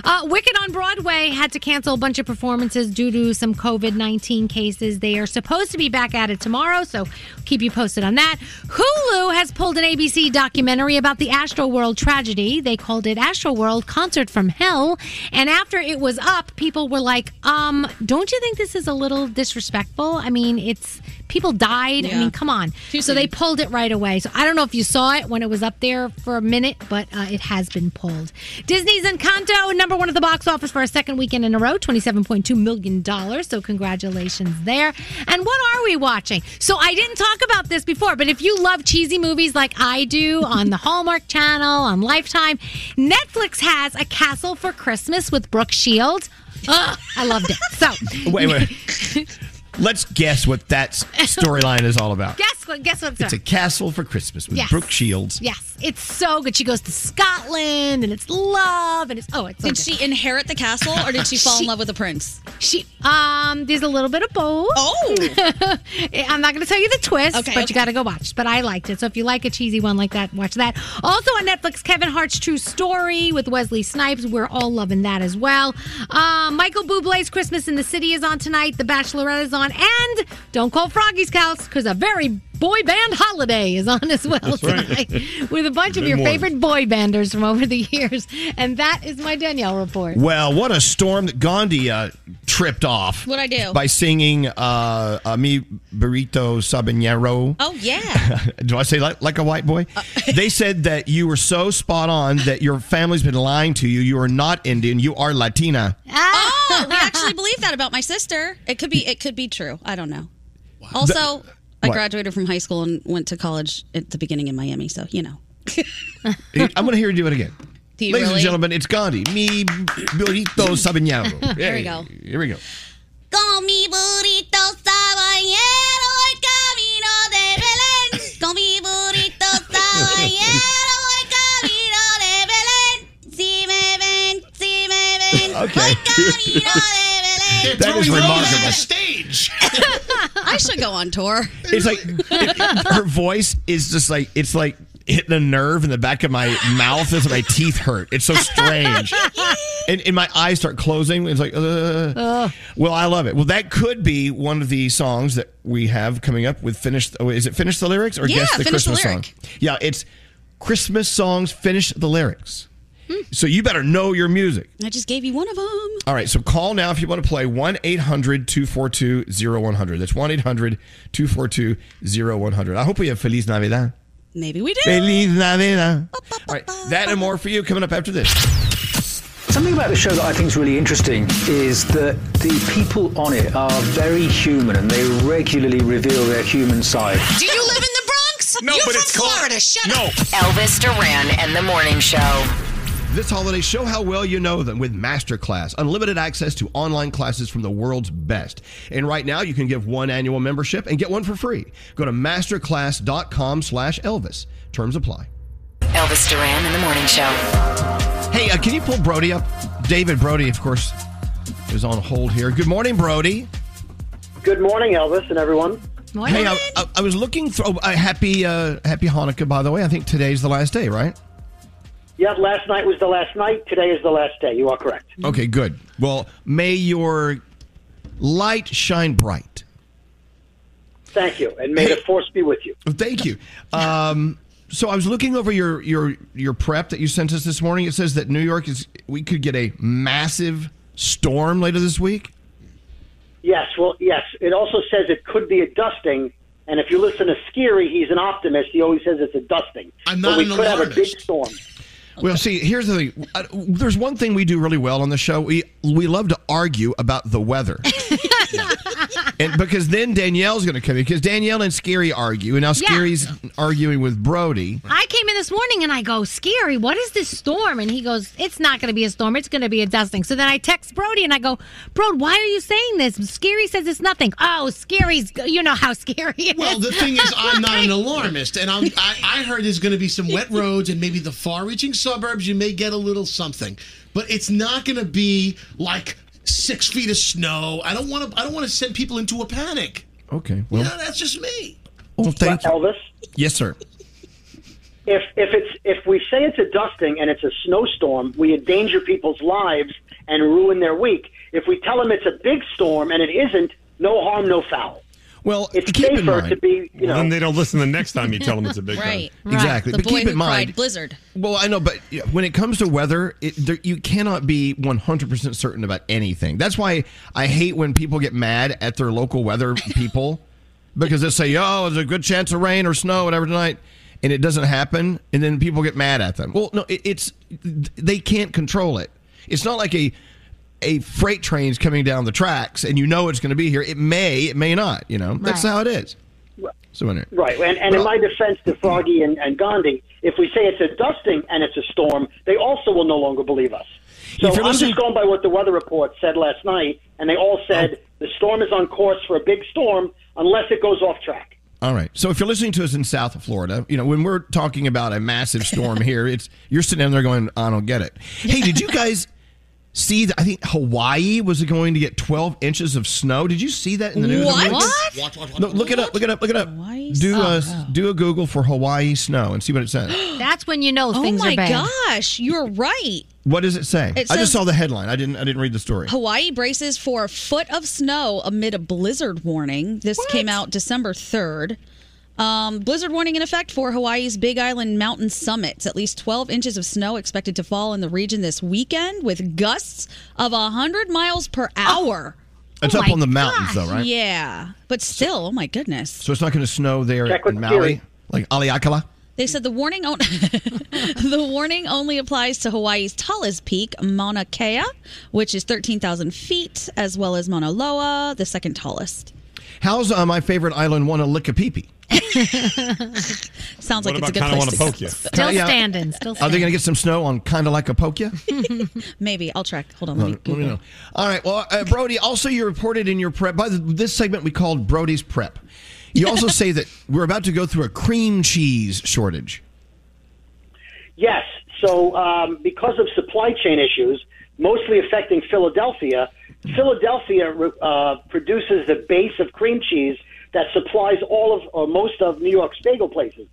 Uh, Wicked on Broadway had to cancel a bunch of performances due to some COVID 19 cases. They are supposed to be back at it tomorrow, so keep you posted on that. Hulu has pulled an ABC documentary about the Astroworld tragedy. They called it Astroworld Concert from Hell. And after it was up, people were like, um, don't you think this is a little disrespectful? I mean, it's people died. I Yeah. mean, come on. so they pulled it right away. So I don't know if you saw it when it was up there for a minute, but uh, it has been pulled. Disney's Encanto, number one at the box office for a second weekend in a row, $27.2 million. So congratulations there. And what are we watching? So I didn't talk about this before, but if you love cheesy movies like I do on the Hallmark Channel, on Lifetime, Netflix has A Castle for Christmas with Brooke Shields. Ugh, I loved it. So Wait, wait. Let's guess what that s- storyline is all about. guess what? Guess what's It's a castle for Christmas with Yes. Brooke Shields. Yes, it's so good. She goes to Scotland, and it's love, and it's oh, it's. So Did she inherit the castle, or did she fall in She- love with the prince? She um, there's a little bit of both. Oh, I'm not going to tell you the twist, Okay, but okay. you got to go watch. But I liked it, so if you like a cheesy one like that, watch that. Also on Netflix, Kevin Hart's True Story with Wesley Snipes. We're all loving that as well. Um, Michael Bublé's Christmas in the City is on tonight. The Bachelorette is on, and Don't Call Froggy's House because a very boy band holiday is on as well That's right. tonight with a bunch of Good your morning. favorite boy banders from over the years. And that is my Danielle report. Well, what a storm that Gandhi uh, tripped off. What'd I do? By singing uh, uh, Mi Burrito Sabanero. Oh Uh. yeah. do I say like, like a white boy? they said that you were so spot on that your family's been lying to you. You are not Indian. You are Latina. Ah. oh, we actually believe that about my sister. It could be. It could be true. I don't know. Also, I What? graduated from high school and went to college at the beginning in Miami. So you know. I'm going to hear you do it again. Do you Ladies and really? gentlemen, it's Gandhi. Mi Burrito Sabanero. There we go. Here we go. Con mi burrito sabanero el camino de Belén. Con mi burrito sabanero el camino de Belén. Si me ven, si me ven. Okay. that is remarkable. stage. I should go on tour. It's like it- her voice is just like it's like hitting a nerve in the back of my mouth as my teeth hurt. It's so strange. And, and my eyes start closing. It's like, uh. Ugh. well, I love it. Well, that could be one of the songs that we have coming up with. Finish. Oh, is it finish the lyrics or Yeah, guess the Finish the Christmas Lyric. song? Yeah, it's Christmas songs. Finish the lyrics. Hmm. So you better know your music. I just gave you one of them. All right, so call now if you want to play 1 800 242 0100. That's 1 800 242 0100. I hope we have Feliz Navidad. Maybe we do. Feliz Navidad. All right, that and more for you coming up after this. Something about the show that I think is really interesting is that the people on it are very human and they regularly reveal their human side. Do you live in the Bronx? No, You're but from it's called- Florida. Shut No. up. Elvis Duran and the Morning Show. This holiday, show how well you know them with Masterclass, unlimited access to online classes from the world's best. And right now, you can give one annual membership and get one for free. Go to masterclass.com slash Elvis. Terms apply. Elvis Duran and the Morning Show. Hey, uh, can you pull Brody up? David Brody, of course, is on hold here. Good morning, Brody. Good morning, Elvis and everyone. Hey, I, I, I was looking through. Oh, uh, happy, uh, happy Hanukkah, by the way. I think today's the last day, right? Yeah, last night was the last night. Today is the last day. You are correct. Okay, good. Well, may your light shine bright. Thank you, and may the force be with you. Oh, Thank you. Um, so I was looking over your your your prep that you sent us this morning. It says that New York is we could get a massive storm later this week. Yes, well, yes. It also says it could be a dusting, and if you listen to Skiri, he's an optimist. He always says it's a dusting. I'm not but we an could have a big storm. Well, see, here's the thing. I- There's one thing we do really well on the show. We we love to argue about the weather, and because then Danielle's going to come in because Danielle and Scary argue, and now Yeah. Scary's arguing with Brody. I came in this morning and I go, Scary, what is this storm? And he goes, It's not going to be a storm. It's going to be a dusting. So then I text Brody and I go, Brody, why are you saying this? Scary says it's nothing. Oh, Scary's, you know how scary it is. Well, the thing is, I'm not an alarmist, and I'm, I, I heard there's going to be some wet roads and maybe the far-reaching suburbs. You may get a little something, but it's not going to be like six feet of snow. I don't want to. I don't want to send people into a panic. Okay. You Well, know, that's just me. well thank you, Elvis. Yes, sir. If if it's if we say it's a dusting and it's a snowstorm, we endanger people's lives and ruin their week. If we tell them it's a big storm and it isn't, no harm, no foul. Well, it's keep in safer mind- to be you know. Well, then they don't listen the next time you tell them it's a big Right, time. right. Exactly. The but boy keep who in mind, cried blizzard. Well, I know, but yeah, when it comes to weather, it, there, you cannot be 100% certain about anything. That's why I hate when people get mad at their local weather people because they say, oh, there's a good chance of rain or snow, whatever, tonight. And it doesn't happen. And then people get mad at them. Well, no, it, it's they can't control it. It's not like a a freight train's coming down the tracks and you know it's going to be here. It may, it may not, you know. That's Right. how it is. So, anyway. Right, and, and in my defense to Froggy and, and Gandhi, if we say it's a dusting and it's a storm, they also will no longer believe us. So If you're I'm listening- just going by what the weather report said last night, and they all said Oh. the storm is on course for a big storm unless it goes off track. All right. So if you're listening to us in South Florida, you know when we're talking about a massive storm here, it's you're sitting down there going, "I don't get it." Hey, did you guys see? That, I think Hawaii was going to get 12 inches of snow. Did you see that in the news? What? What? No, look it up. Look it up. Look it up. Do Oh, a do a Google for Hawaii snow and see what it says. That's when you know Oh things my are bad. gosh, you're right. What does it say? It I just says- saw the headline. I didn't. I didn't read the story. Hawaii braces for a foot of snow amid a blizzard warning. This came out December 3rd. Um, blizzard warning in effect for Hawaii's Big Island mountain summits. At least 12 inches of snow expected to fall in the region this weekend with gusts of 100 miles per hour. It's up on the mountains though, Ah. right? Yeah. But still, oh my goodness. So it's not going to snow there Check with in Maui, Siri. like Aleakala. They said the warning on- the warning only applies to Hawaii's tallest peak, Mauna Kea, which is 13,000 feet, as well as Mauna Loa, the second tallest. How's uh, my favorite island, one, Alikapipi? Sounds like What it's a good place about to Kinda Wanna Poke go. Ya? Still Yeah. standing, Still Are they going to get some snow on kind of like a Apokia? Maybe I'll track. Hold on. Let me, Let me Google. know. All right. Well, uh, Brody, also you reported in your prep. By the, this segment, we called Brody's prep. You also say that we're about to go through a cream cheese shortage. Yes. So, um, because of supply chain issues, mostly affecting Philadelphia, Philadelphia uh, produces the base of cream cheese that supplies all of or most of New York's bagel places,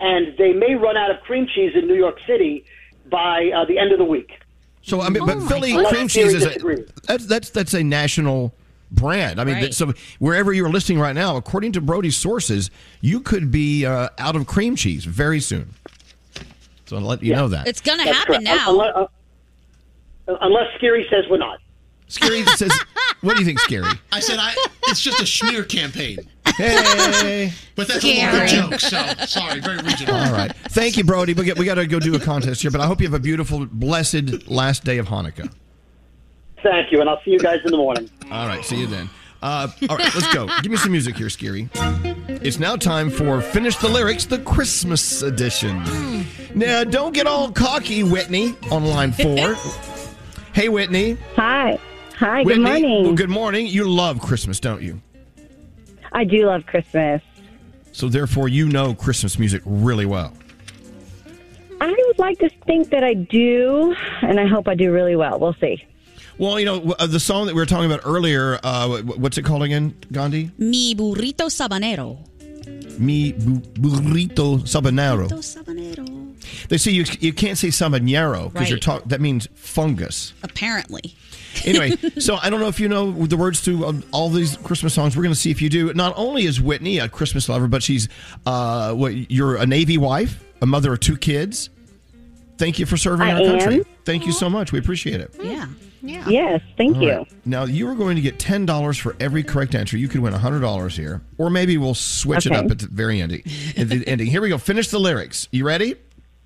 and they may run out of cream cheese in New York City by uh, the end of the week. So I mean, Oh, but my Philly goodness. cream cheese is a, Disagree. that's that's that's a national brand. I mean, Right. that, so wherever you're listening right now, according to Brody's sources, you could be uh, out of cream cheese very soon. So I'll let you know that. It's gonna That's happen correct. now. Unless, uh, unless Scary says we're not. Scary says, "What do you think, Scary?" I said I. It's just a smear campaign. Hey. But that's a local joke, so sorry, very regional. All right. Thank you, Brody. We, get, we got to go do a contest here, but I hope you have a beautiful, blessed last day of Hanukkah. Thank you, and I'll see you guys in the morning. All right. See you then. Uh, all right, let's go. Give me some music here, Scary. It's now time for Finish the Lyrics, the Christmas edition. Hmm. Now, don't get all cocky, Whitney, on line four. hey, Whitney. Hi. Hi, good Whitney, morning. well, good morning. You love Christmas, don't you? I do love Christmas. So, therefore, you know Christmas music really well. I would like to think that I do, and I hope I do really well. We'll see. Well, you know, w- uh, the song that we were talking about earlier, uh, wh- wh- what's it called again, Gandhi? Mi burrito sabanero. Mi bu- burrito sabanero. Burrito sabanero. They say you you can't say sabanero because you're Right. talk that means fungus. Apparently. Anyway, so I don't know if you know the words to um, all these Christmas songs. We're going to see if you do. Not only is Whitney a Christmas lover, but she's uh, what you're a Navy wife, a mother of two kids. Thank you for serving I our country. am. Thank you so much. We appreciate it. Yeah. Yeah. Yes, thank All you. right. Now you are going to get ten dollars for every correct answer. You could win hundred dollars here, or maybe we'll switch Okay. it up at the very ending. At the ending. Here we go. Finish the lyrics. You ready?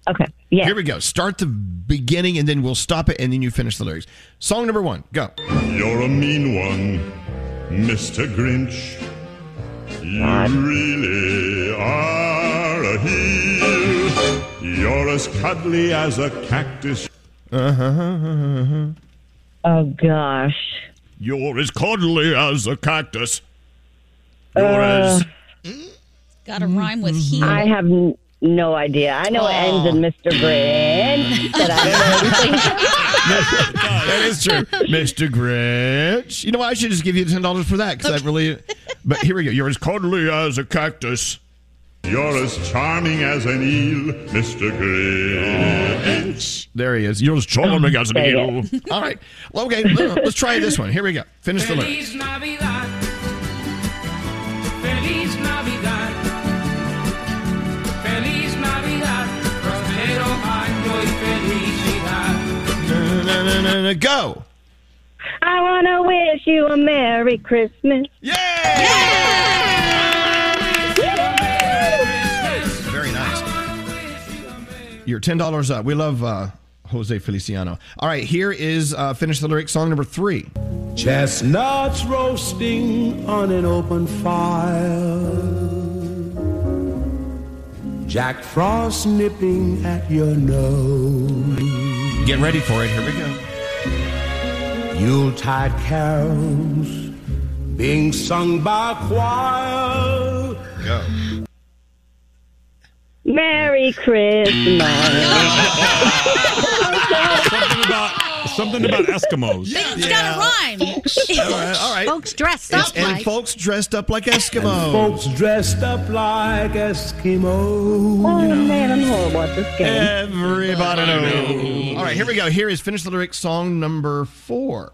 Okay. Yeah. Here we go. Start the beginning, and then we'll stop it, and then you finish the lyrics. Song number one. Go. You're a mean one, Mr. Grinch. You really are a heel. You're as cuddly as a cactus. Uh-huh. Oh, gosh. You're as cuddly as a cactus. You're as. Got to rhyme with heel. Uh, I have n- no idea. I know it ends in Mr. Grinch, but I don't know. that is true, Mr. Grinch. You know what? I should just give you ten dollars for that because I really. But here we go. You're as cuddly as a cactus. You're as charming as an eel, Mr. Grinch. There he is. You're as charming as an eel. All right. Well, okay. Let's try this one. Here we go. Finish the lyrics. Feliz Navidad. Feliz Navidad. Feliz Navidad. Prospero año y felicidad. Na, na, na, na, na, Go. I want to wish you a Merry Christmas. Very nice. You're ten dollars up. We love uh, Jose Feliciano. All right, here is uh, finish the lyric song number three. Chestnuts roasting on an open fire. Jack Frost nipping at your nose. Get ready for it. Here we go. Yuletide carols being sung by a choir. Go. Merry Christmas. something about something about Eskimos. It's got to rhyme. All right, all right. Folks dressed It's- up and like. folks dressed up like Eskimos. And folks dressed up like Eskimos. Oh man, I'm horrible at this Everybody knows. All right, here we go. Here is finish the lyric song number four.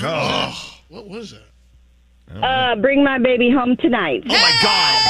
Oh, what was that? Uh, bring my baby home tonight. Oh my God.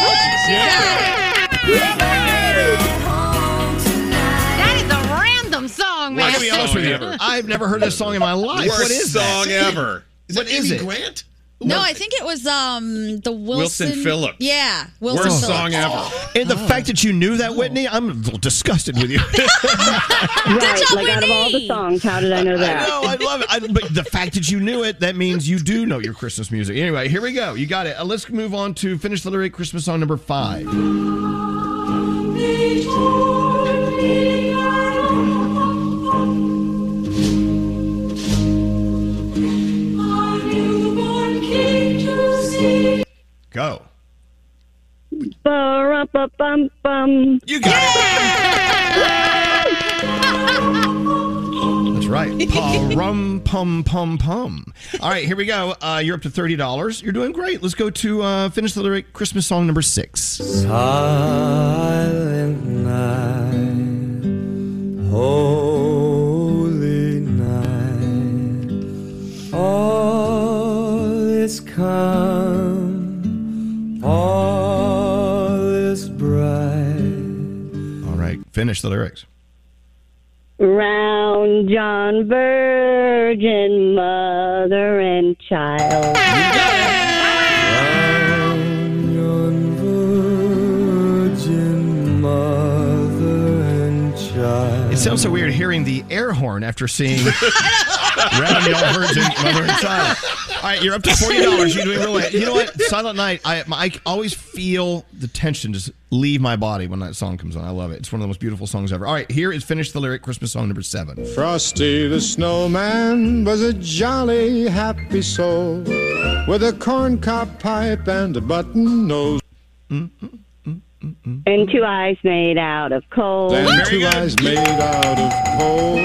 That is a random song, Well, man. I gotta be honest with you. I've never heard this song in my life. Worst what is that? song ever. Is what is it? Grant? No, I think it was um the Wilson, Mm-hmm. Wilson Phillips. Yeah, Wilson Phillips. Oh. And the fact that you knew that, Whitney, I'm a little disgusted with you. Right, like out of all the songs, how did I know that? No, I love it. I, but the fact that you knew it, that means you do know your Christmas music. Anyway, here we go. You got it. Uh, let's move on to finish the lyric Christmas song number five. Go. Ba-rum-ba-bum-bum. You got That's right. Pa rum pum pum pum. All right, here we go. Uh, you're up to thirty dollars. You're doing great. Let's go to uh, finish the lyric Christmas song number six. Silent night, holy night, all is calm, all is Finish the lyrics. Round John Virgin, mother and child. It sounds so weird hearing the air horn after seeing Round Y'all Virgin, Mother and Child. All right, you're up to forty dollars. You're doing really. You know what? Silent Night. I my, I always feel the tension just leave my body when that song comes on. I love it. It's one of the most beautiful songs ever. All right, here is finish the lyric. Christmas song number seven. Frosty the Snowman was a jolly happy soul with a corncob pipe and a button nose. And two eyes made out of coal. And two eyes made out of coal.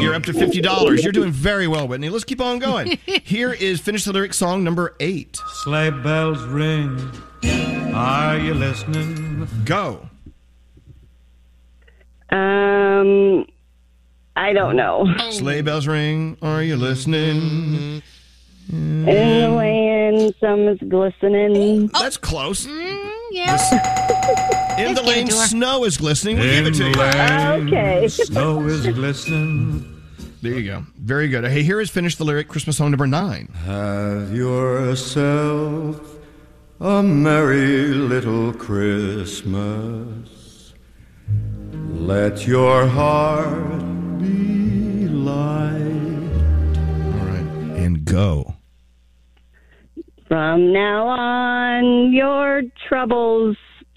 You're up to fifty dollars. You're doing very well, Whitney. Let's keep on going. Here is finish the lyric song number eight. Sleigh bells ring. Are you listening? Go. Um, I don't know. Oh. Sleigh bells ring. Are you listening? In the land, some is glistening. That's close. Mm, yeah. In the lane, snow is glistening. We give it to In you. the lane, Okay. Snow is glistening. There you go. Very good. Hey, here is finish the lyric. Christmas song number nine. Have yourself a merry little Christmas. Let your heart be light. All right. And go. From now on, your troubles,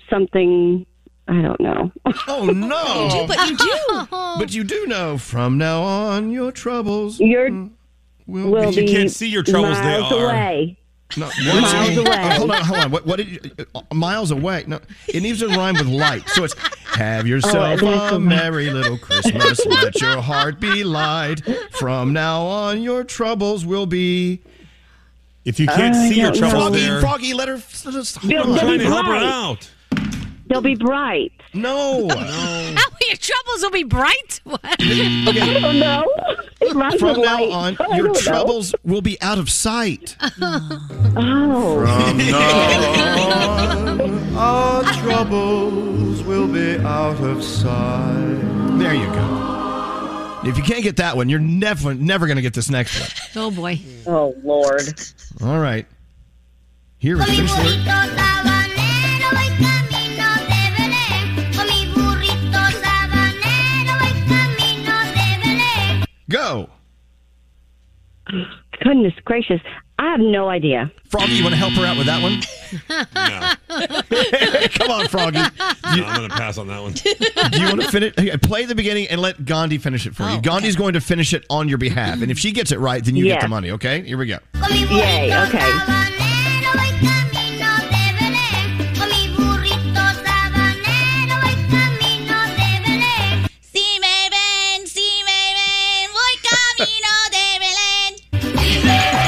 something, I don't know. Oh no! You do, but you do. but you do know. From now on, your troubles. Your will, will be You can't see your troubles, they miles are. away. No, Miles what- away. Oh, hold on, hold on. What, what did you, uh, miles away? No, it needs to rhyme with light. So it's Oh, have yourself it needs to a rhyme. merry little Christmas. Let your heart be light. From now on, your troubles will be. If you can't I see Uh, your don't troubles froggy, there- froggy, let her. s- s- hold They'll- on. they'll be bright. They'll be bright. No. no. Your troubles will be bright. What? Rhymes From with now light. I on, don't your know. troubles will be out of sight. Oh. Our troubles will be out of sight. There you go. If you can't get that one, you're never never going to get this next one. Oh boy. Oh Lord. All right. Here we finish the lyric. Go. Goodness gracious. I have no idea. Froggy, you want to help her out with that one? Come on, Froggy. No, I'm going to pass on that one. Do you want to finish? hey, Play the beginning and let Gandhi finish it for you. Gandhi's going to finish it on your behalf, and if she gets it right, then you Yeah. get the money. Okay, here we go. Yay, okay. Sí, me ven, sí, me ven, voy camino de Belén.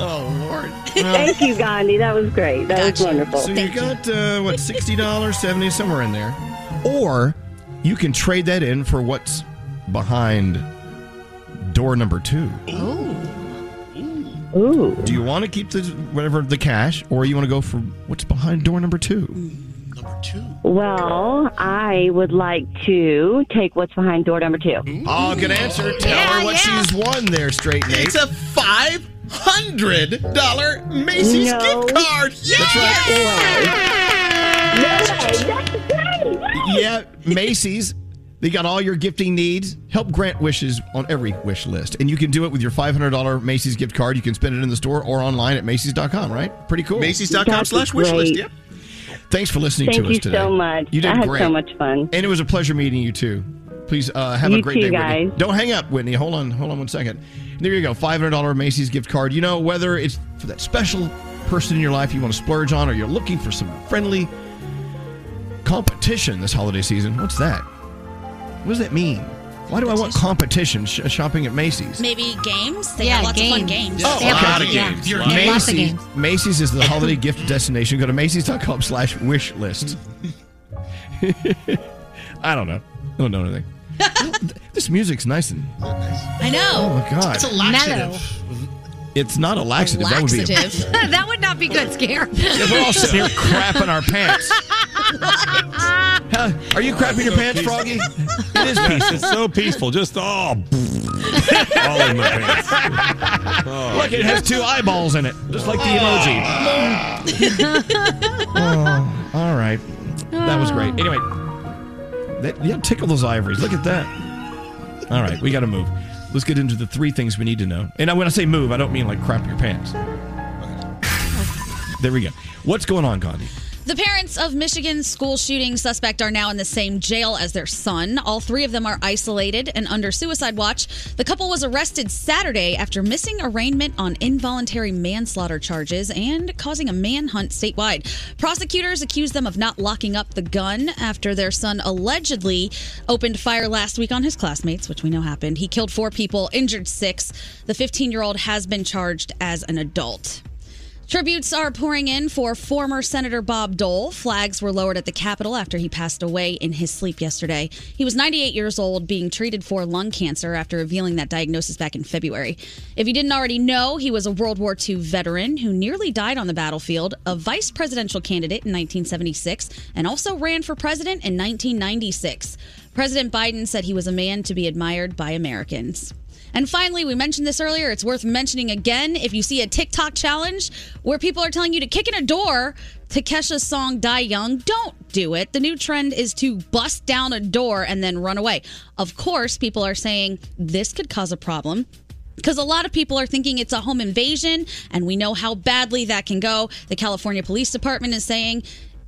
Oh Lord. Thank you, Gandhi. That was great. That was wonderful. So you got uh, what sixty dollars, seventy somewhere in there, or you can trade that in for what's behind door number two. Ooh. Do you want to keep the whatever the cash, or you want to go for what's behind door number two? Well, I would like to take what's behind door number two. Oh, good answer. Tell her what she's won there, straight Nate. It's a five hundred dollar Macy's No. gift card. Yes. yeah, Macy's. They got all your gifting needs. Help grant wishes on every wish list. And you can do it with your $500 Macy's gift card. You can spend it in the store or online at Macy's.com, right? Pretty cool. Macy's.com slash wish list. Yep. Thanks for listening Thank to us you today. so much. You did I had great. so much fun. And it was a pleasure meeting you too. Please uh, have a You great too, day, Whitney. guys. Don't hang up, Whitney. Hold on, hold on one second. There you go, five hundred dollar Macy's gift card. You know whether it's for that special person in your life you want to splurge on, or you're looking for some friendly competition this holiday season. What's that? What does that mean? Why do I want competition sh- shopping at Macy's? Maybe games? They have lots of fun games. Macy's, Macy's is the holiday gift destination. Go to Macy's.com slash wish list. I don't know. I don't know anything. this music's nice and I know. Oh my God. It's a lot elucidative. It's not a laxative. That would be. Laxative. that would not be good, Scare. If we're all sitting here crapping our pants. Huh? Are you crapping your pants, Froggy? It is peaceful. It's so peaceful. Just oh. all, all in my pants. Oh, Look, it has two eyeballs in it, just like the Oh. emoji. Oh, all right, that was great. Anyway, that yeah, tickle those ivories. Look at that. All right, we got to move. Let's get into the three things we need to know. And when I say move, I don't mean like crap your pants. There we go. What's going on, Gandhi? The parents of Michigan's school shooting suspect are now in the same jail as their son. All three of them are isolated and under suicide watch. The couple was arrested Saturday after missing arraignment on involuntary manslaughter charges and causing a manhunt statewide. Prosecutors accused them of not locking up the gun after their son allegedly opened fire last week on his classmates, which we know happened. He killed four people, injured six. The 15 year old has been charged as an adult. Tributes are pouring in for former Senator Bob Dole. Flags were lowered at the Capitol after he passed away in his sleep yesterday. He was 98 years old, being treated for lung cancer after revealing that diagnosis back in February. If you didn't already know, he was a World War II veteran who nearly died on the battlefield, a vice presidential candidate in 1976, and also ran for president in 1996. President Biden said he was a man to be admired by Americans. And finally, we mentioned this earlier. It's worth mentioning again. If you see a TikTok challenge where people are telling you to kick in a door to Kesha's song Die Young, don't do it. The new trend is to bust down a door and then run away. Of course, people are saying this could cause a problem. Because a lot of people are thinking it's a home invasion, and we know how badly that can go. The California Police Department is saying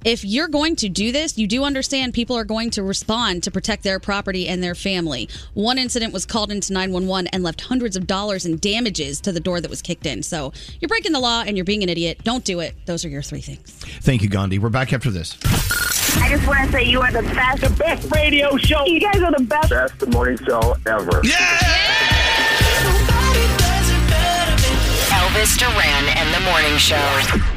if you're going to do this, you do understand people are going to respond to protect their property and their family. One incident was called into 911 and left hundreds of dollars in damages to the door that was kicked in. So you're breaking the law and you're being an idiot. Don't do it. Those are your three things. Thank you, Gandhi. We're back after this. I just want to say you are the best, the best radio show. You guys are the best. Best morning show ever. Elvis Duran and the Morning Show.